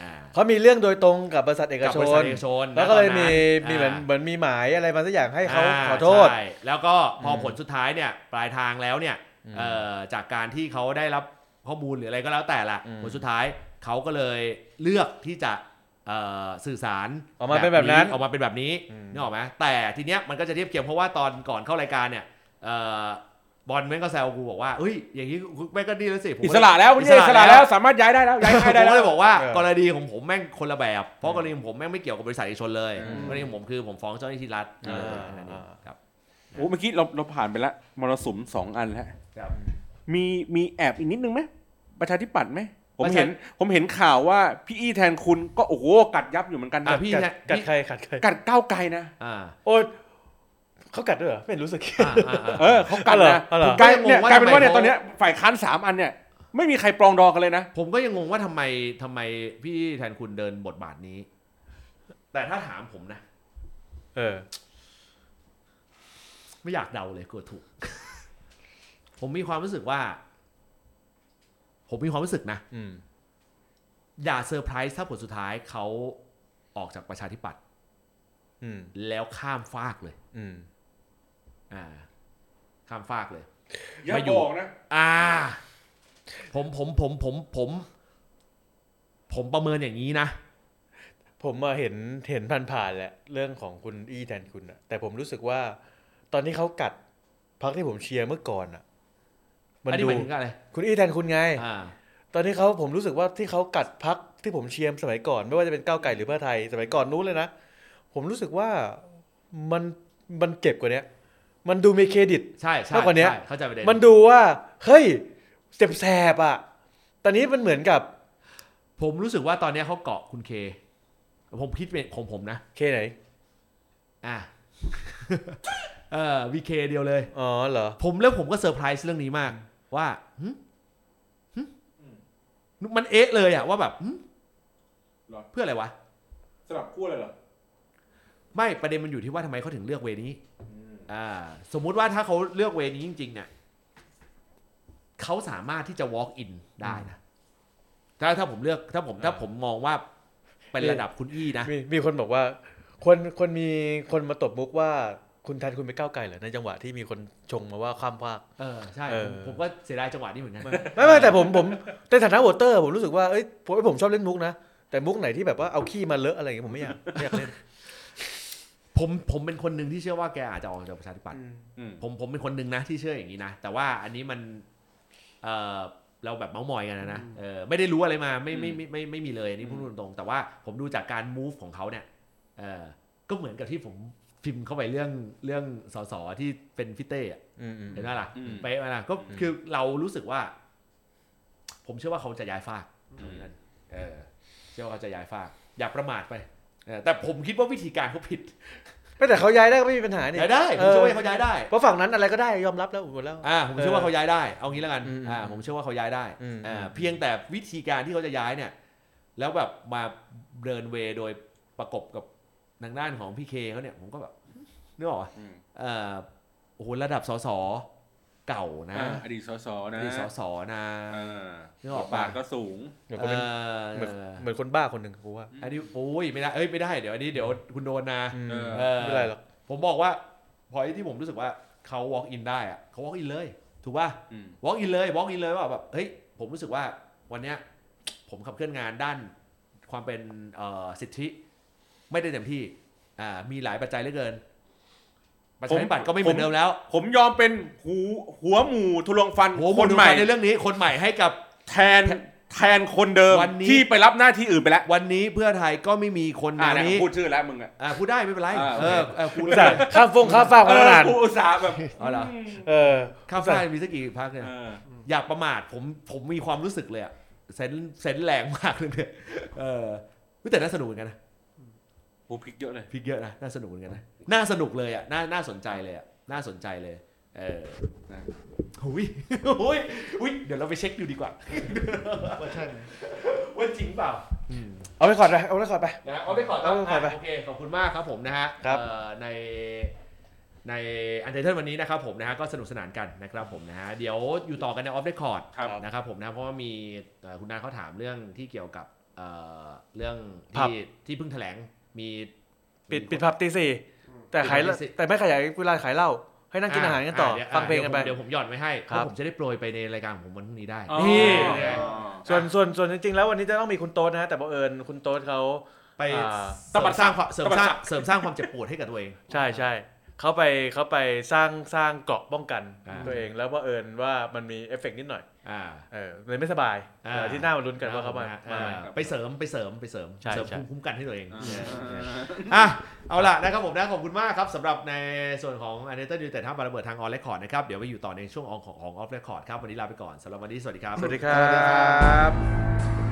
[SPEAKER 1] อ่า
[SPEAKER 5] เขามีเรื่องโดยตรงกับบริษัทเอก
[SPEAKER 1] กั
[SPEAKER 5] ช
[SPEAKER 1] บริษั
[SPEAKER 5] น
[SPEAKER 1] ทเอกชน
[SPEAKER 5] แล้วก็เลยมี
[SPEAKER 1] ณต
[SPEAKER 5] มีเหมือน
[SPEAKER 1] อ่า
[SPEAKER 5] เหมือนมีหมายอะไรมาสักอย่างให้เขา
[SPEAKER 1] า
[SPEAKER 5] ขอโทษ
[SPEAKER 1] ใช่แล้วก็พออ
[SPEAKER 5] ม
[SPEAKER 1] ผลสุดท้ายเนี่ยปลายทางแล้วเนี่ยเอ่อจากการที่เขาได้รับข้อมูลหรืออะไรก็แล้วแต่ละ
[SPEAKER 5] อืม
[SPEAKER 1] ผลสุดท้ายเขาก็เลยเลือกที่จะ เอ่อสื่อสาร
[SPEAKER 5] ออกมาเป็นแบบนั้น
[SPEAKER 1] ออกมาเป็นแบบนี้
[SPEAKER 5] อืม
[SPEAKER 1] นึกออกไหมแต่ทีเนี้ยมันก็จะเทียบเคียงเพราะว่าตอนก่อนเข้ารายการเนี่ยเอ่อบอลแม่งก็แซวกูบอกว่าเฮ้ยอย่างนี้กูแม่งก็ดีแล้วสิผม
[SPEAKER 4] อิ
[SPEAKER 1] ก็
[SPEAKER 4] ส
[SPEAKER 1] เย
[SPEAKER 4] ระแล้วคุณเนี่ย
[SPEAKER 1] อิ
[SPEAKER 4] อิ
[SPEAKER 1] ส
[SPEAKER 4] ส
[SPEAKER 1] ระ
[SPEAKER 4] ระ
[SPEAKER 1] แล้
[SPEAKER 4] แล้ว วสามารถย้ายได้แล้วย้าย
[SPEAKER 1] ผ
[SPEAKER 4] ค่าย
[SPEAKER 1] ม
[SPEAKER 4] ได้แล้
[SPEAKER 1] ก็
[SPEAKER 4] ว
[SPEAKER 1] เลยบอกว่า
[SPEAKER 5] เออก
[SPEAKER 1] รณีของผมแม่งคนละแบบ เพราะกรณีของผมแม่งไม่เกี่ยวกับบริษัทเอกชนเลย
[SPEAKER 4] อืม
[SPEAKER 1] กรณีของผมคือผมฟ้องเจ้าหน้าที่รัฐ
[SPEAKER 5] อ่า
[SPEAKER 1] เออแค่นั้นเองครับ
[SPEAKER 4] โอ้เมื่อกี้เราเราผ่านไปละมรสุมสองอันแล้ว
[SPEAKER 1] ครับ
[SPEAKER 4] มีมีแอบอีกนิดนึงไหมประชาธิปัตย์ไหมผม
[SPEAKER 1] ประชา
[SPEAKER 4] เห็นผมเห็นข่าวว่าพี่อี้แทนคุณก็โอ้โหกัดยับอยู่เหมือนกันนะ
[SPEAKER 1] อ่ะพี่
[SPEAKER 5] กั
[SPEAKER 1] เนี่
[SPEAKER 5] ด
[SPEAKER 1] ย
[SPEAKER 5] กัด
[SPEAKER 1] พี่
[SPEAKER 5] ใครกัดใคร
[SPEAKER 4] กัดก้าวไกลนะ
[SPEAKER 1] อ่า
[SPEAKER 5] โอ้ยเขากัดด้วยเหรอไม่รู้สึก
[SPEAKER 1] อ่าอ่าอ่า
[SPEAKER 4] เออเขากัด
[SPEAKER 5] อ๋อเหรอ
[SPEAKER 4] นะ
[SPEAKER 5] อ๋อเหรอ
[SPEAKER 4] กลายเนี่ย
[SPEAKER 1] ผม
[SPEAKER 4] ก
[SPEAKER 1] ก็
[SPEAKER 4] ลา
[SPEAKER 1] งงว่า
[SPEAKER 4] ยเป็นว่าเนี่ย
[SPEAKER 1] ทำไม
[SPEAKER 4] ตอนเนี้ยฝ่ายค้านสามอันเนี่ย ไม่มีใครปรองดองกันเลยนะ
[SPEAKER 1] ผมก็ยังงงว่าทำไมทำไมพี่แทนคุณเดินบทบาทนี้ แต่ถ้าถามผมนะ
[SPEAKER 5] เออ
[SPEAKER 1] ไม่อยากเดาเลยกลัวถูก ผมมีความรู้สึกว่า ผมมีความรู้สึกนะ
[SPEAKER 5] อืม
[SPEAKER 1] อย่าเซอร์ไพรส์ถ้าผลสุดท้ายเขาออกจากประชาธิปัตย์
[SPEAKER 5] อืม
[SPEAKER 1] แล้วข้ามฟากเลย
[SPEAKER 5] อืม
[SPEAKER 1] อ่า ข้ามฟากเลย
[SPEAKER 4] อย่าบอกนะ
[SPEAKER 1] อ่า ผมผมผมผมผม ผมประเมินอย่างนี้นะ
[SPEAKER 5] ผมมาเห็นเห็นผ่านๆแหละเรื่องของคุณอี้แทนคุณอะแต่ผมรู้สึกว่า ตอนที่เขากัดพักที่ผมเชียร์เมื่อก่อนอะมัน
[SPEAKER 1] อันนี้
[SPEAKER 5] ดู
[SPEAKER 1] หมายถึงอะไร
[SPEAKER 5] คุณอี้แทนคุณไง
[SPEAKER 1] อ่า
[SPEAKER 5] ตอนที่เขาผมรู้สึกว่าที่เขากัดพักที่ผมเชียร์สมัยก่อน ไม่ว่าจะเป็นก้าวไก่หรือเพื่อไทยสมัยก่อนนู้นเลยนะ ผมรู้สึกว่ามันมันเจ็บกว่าเนี้ย มันดูมีเครดิต
[SPEAKER 1] ใช่ใช่
[SPEAKER 5] มากกว่าเนี้ย
[SPEAKER 1] ใช่เข้าใจประเด็น
[SPEAKER 5] มันดูว่าเฮ้ยเจ็บแสบอะตอนนี้มันเหมือนกับ
[SPEAKER 1] ผมรู้สึกว่าตอนเนี้ยเขาเกาะคุณเค ผมคิดเป็นของผมนะ
[SPEAKER 5] เคไหน
[SPEAKER 1] อ่า เออวีเคเดียวเลย
[SPEAKER 5] อ๋อเหรอ
[SPEAKER 1] ผมแล้วผมก็เซอร์ไพรส์เรื่องนี้มาก ว่าหึหึมันเอ๊ะเลยอะว่าแบบหึ
[SPEAKER 4] หรอ
[SPEAKER 1] เพื่ออะไรวะ
[SPEAKER 4] สลับคู่เลยเหรอ
[SPEAKER 1] ไม่ประเด็นมันอยู่ที่ว่าทำไมเขาถึงเลือกเวนี้ อ่า สมมุติว่าถ้าเขาเลือกเวนี้จริง ๆ เนี่ยเขาสามารถที่จะ walk in ได้นะ ถ้าถ้าผมเลือกถ้าผมถ้าผมมองว่าเป็นระดับคุณอี้นะ
[SPEAKER 5] มีมีคนบอกว่าคนคนมีคนมาตบมุกว่าคุณแทนคุณไปก้าวไกลเหรอในจังหวะที่มีคนชงมาว่าความภาค
[SPEAKER 1] เออใช่
[SPEAKER 5] เออ
[SPEAKER 1] ผมผมก็เสียดายจังหวะนี้เหมือนกัน
[SPEAKER 5] ไม่ไม่แต่ผมผมในฐานะโหวตเตอร์ ผมรู้สึกว่าเอ้ยผมผมชอบเล่นมุกนะ แต่มุกไหนที่แบบว่าเอาขี้มาเลอะอะไรอย่างเงี้ยผมไม่อยากไม่อยากเล่น
[SPEAKER 1] ผมผมเป็นคนหนึ่งที่เชื่อว่าแกอาจจะออกจากประชาธิปัตย์ผมผมเป็นคนหนึ่งนะที่เชื่ออย่างนี้นะ แต่ว่าอันนี้มันเออเราแบบเมาส์มอยกันนะนะเออไม่ได้รู้อะไรมาไม่ไม่ไม่ไม่ไม่ไม่มีเลยอันนี้พูดตรงๆแต่ว่าผมดูจากการ move ของเขาเนี่ยเออก็เหมือนกับที่ผมพิมพ์เข้าไปเรื่องเรื่องสสที่เป็นพี่เต้อะ
[SPEAKER 5] อืมอืม
[SPEAKER 1] เห็นไหมล่ะ
[SPEAKER 4] อืม
[SPEAKER 1] ไปไหมล่ะก็คือเรารู้สึกว่า ผมเชื่อว่าเขาจะย้ายฟากเออเชื่อว่าเขาจะย้ายฟาก อย่าประมาทไปเออแต่ผมคิดว่าวิธีการเขาผิด
[SPEAKER 5] ไม่แต่เขาย้ายได้ก็ไม่มีปัญหานี่
[SPEAKER 1] ย้ายได้ผมเชื่อว่าเขาย้ายได้
[SPEAKER 5] เพราะฝั่งนั้นอะไรก็ได้ยอมรับแล้วหมดแล้ว
[SPEAKER 1] อ่าผมเชื่อว่าเขาย้ายได้ เอางี้แล้วกัน
[SPEAKER 5] อืม
[SPEAKER 1] อ่าผมเชื่อว่าเขาย้ายได้
[SPEAKER 5] อืม
[SPEAKER 1] อ่าเพียงแต่วิธีการที่เขาจะย้ายเนี่ย แล้วแบบมาเดินเวย์โดยประกบกับทางด้านของพี่เคเขาเนี่ยผมก็แบบนึกออกปะ
[SPEAKER 4] อืม
[SPEAKER 1] เอ่อโอ้โหระดับสสเก่านะ
[SPEAKER 4] อดีตสส
[SPEAKER 1] อ
[SPEAKER 4] นะ
[SPEAKER 1] ดีตสสนะ
[SPEAKER 4] อ่า
[SPEAKER 1] นึกออกปะ
[SPEAKER 4] บาทก็สูง
[SPEAKER 5] เหมือนค
[SPEAKER 1] เอน
[SPEAKER 5] เป็น
[SPEAKER 1] อ
[SPEAKER 5] เหมือนเหมือนคนบ้าคนหนึ่งกูว่า
[SPEAKER 1] อันนี้โอ้ยไม่ได้เอ้ยไม่ได้เดี๋ยวอันนี้เดี๋ยวคุณโดนนะ
[SPEAKER 5] อืม
[SPEAKER 4] เออ
[SPEAKER 1] เออ
[SPEAKER 5] ไม่เป็นไรหรอก
[SPEAKER 1] ผมบอกว่าพอยที่ผมรู้สึกว่าเขา walk in ได้อะเขา walk in เลย ถูกป่ะ
[SPEAKER 4] อืม
[SPEAKER 1] walk in เลย walk in เลยว่าแบบเฮ้ยผมรู้สึกว่าวันเนี้ยผมขับเคลื่อนงานด้านความเป็นเอ่อสิทธิไม่ได้เต็มที่อ่ามีหลายปัจจัยเหลือเกินประชาธิปัตย์ก็ไม่เหมือนเดิมแล้ว
[SPEAKER 4] ผมยอมเป็นหูหัวหมูทุลวงฟัน
[SPEAKER 1] โอ้โห
[SPEAKER 4] ค
[SPEAKER 1] คน
[SPEAKER 4] น
[SPEAKER 1] ให
[SPEAKER 4] ให
[SPEAKER 1] ม่
[SPEAKER 4] ม่
[SPEAKER 1] ในเรื่องนี้คนใหม่ให้กับ
[SPEAKER 4] แทนแทนคนเดิม
[SPEAKER 1] วันนี้
[SPEAKER 4] ที่ไปรับหน้าที่อื่นไปแล้ว
[SPEAKER 1] วันนี้เพื่อไทยก็ไม่มีคนแน
[SPEAKER 4] อ่าว เนี่ย
[SPEAKER 1] นี้
[SPEAKER 4] พูดชื่อแล้วมึงอะ
[SPEAKER 1] อ่าพูดได้ไม่เป็นไร
[SPEAKER 4] อ่าโอ
[SPEAKER 1] เออ
[SPEAKER 4] เค
[SPEAKER 1] เออพูด
[SPEAKER 5] อุตส่าห์ข้ามฟงข้ามฟากมาขนาด
[SPEAKER 4] กูอุตส่าห์แบบ
[SPEAKER 1] เอาละ
[SPEAKER 5] เออ
[SPEAKER 1] ข้าวฟ้ามีสักกี่พักเนี่ย
[SPEAKER 4] เออ
[SPEAKER 1] อย่าประมาทผมผมมีความรู้สึกเลยอะเซนส์เซนส์แรงมากเลยเนี่ยเออเฮ้ยแต่น่าสนุกเหมือนกันนะ
[SPEAKER 4] โอ้พริกเยอะเลย
[SPEAKER 1] พลิกเยอะนะน่าสนุกเหมือนกันนะน่าสนุกเลยอะน่าน่าสนใจเลยอะน่าสนใจเลย เออ
[SPEAKER 4] นะ
[SPEAKER 1] หุยหุยหุยเดี๋ยวเราไปเช็คดูดีกว่า
[SPEAKER 2] เวอร์ชัน
[SPEAKER 1] ว่าจริงเปล่า
[SPEAKER 5] เอาไปก่อนไปเอาไปก่อนไป
[SPEAKER 1] นะเอาไปก่อน
[SPEAKER 5] เอาไปก่อนไป
[SPEAKER 1] ะโอเคขอบคุณมากครับผมนะฮะ
[SPEAKER 5] ครับ
[SPEAKER 1] เอ่อในในอันเทอร์วันนี้นะครับผมนะฮะก็สนุกสนานกันนะครับผมนะฮะเดี๋ยวอยู่ต่อกันในออฟเรคคอร์ด
[SPEAKER 4] ครับ
[SPEAKER 1] นะครับผมนะเพราะว่ามีเอ่อคุณนาเขาถามเรื่องที่เกี่ยวกับเอ่อเรื่อง
[SPEAKER 5] ผับ
[SPEAKER 1] ที่ที่เพิ่งแถลงมี
[SPEAKER 5] ปิด
[SPEAKER 1] มี
[SPEAKER 5] ปิดผับตีสี่แต่ขายเหล้า
[SPEAKER 1] ปิดผับตีสี่
[SPEAKER 5] แต่ไม่ขยายเวลาขายเหล้าให้นั่งกินอาหารกันต่อ
[SPEAKER 1] ดี๋ยว
[SPEAKER 5] ฟังเพลงกันไป
[SPEAKER 1] เดี๋ยวผมหย่อนไว้ให้
[SPEAKER 5] ครับ
[SPEAKER 1] เพาะผมจะได้โปรยไปในรายการของผมวันพรุ่งนี้ได้
[SPEAKER 4] อ๋อ
[SPEAKER 1] นี่
[SPEAKER 2] อ๋อ
[SPEAKER 5] ส่วนส่วนส่วนจริงๆแล้ววันนี้จะต้องมีคุณโต๊ดนะฮะแต่บังเอิญคุณโต๊ดเขา
[SPEAKER 1] ไป ไป
[SPEAKER 5] อ่า
[SPEAKER 1] เสริมสร้างความเสริมสร้าง
[SPEAKER 4] ตะบัดสับ
[SPEAKER 1] เสริมสร้างความเจ็บปวดให้กับตัวเอง
[SPEAKER 5] ใช่ใช่เขาไปเขาไปสร้างสร้างเกราะป้องกัน
[SPEAKER 1] อ่า
[SPEAKER 5] ตัวเองแล้วว่าเอิญว่ามันมีเอฟเฟกต์นิดหน่อย
[SPEAKER 1] อ่า
[SPEAKER 5] เออเลยไม่สบาย
[SPEAKER 1] อ่า
[SPEAKER 5] เออที่หน้ามาลุ้นกันว่าเขามามาไหม
[SPEAKER 1] ไปเสริมไปเสริมไปเสริม
[SPEAKER 5] ใช่
[SPEAKER 1] เสริม
[SPEAKER 5] ใช่
[SPEAKER 1] ภูมิคุ้มกันให้ตัวเอง
[SPEAKER 4] อ่า
[SPEAKER 1] อ่ะเอาล่ะนะครับผมนะขอบคุณมากครับสำหรับในส่วนของอันเดอร์ดิวแต่ท่ามบาระเบิดทางออนเรคคอร์ดนะครับ เดี๋ยวไปอยู่ต่อในช่วงของของออฟเรคคอร์ดครับ วันนี้ลาไปก่อนสำหรับวันนี้สวัสดีครับ
[SPEAKER 5] สวัสดีครับ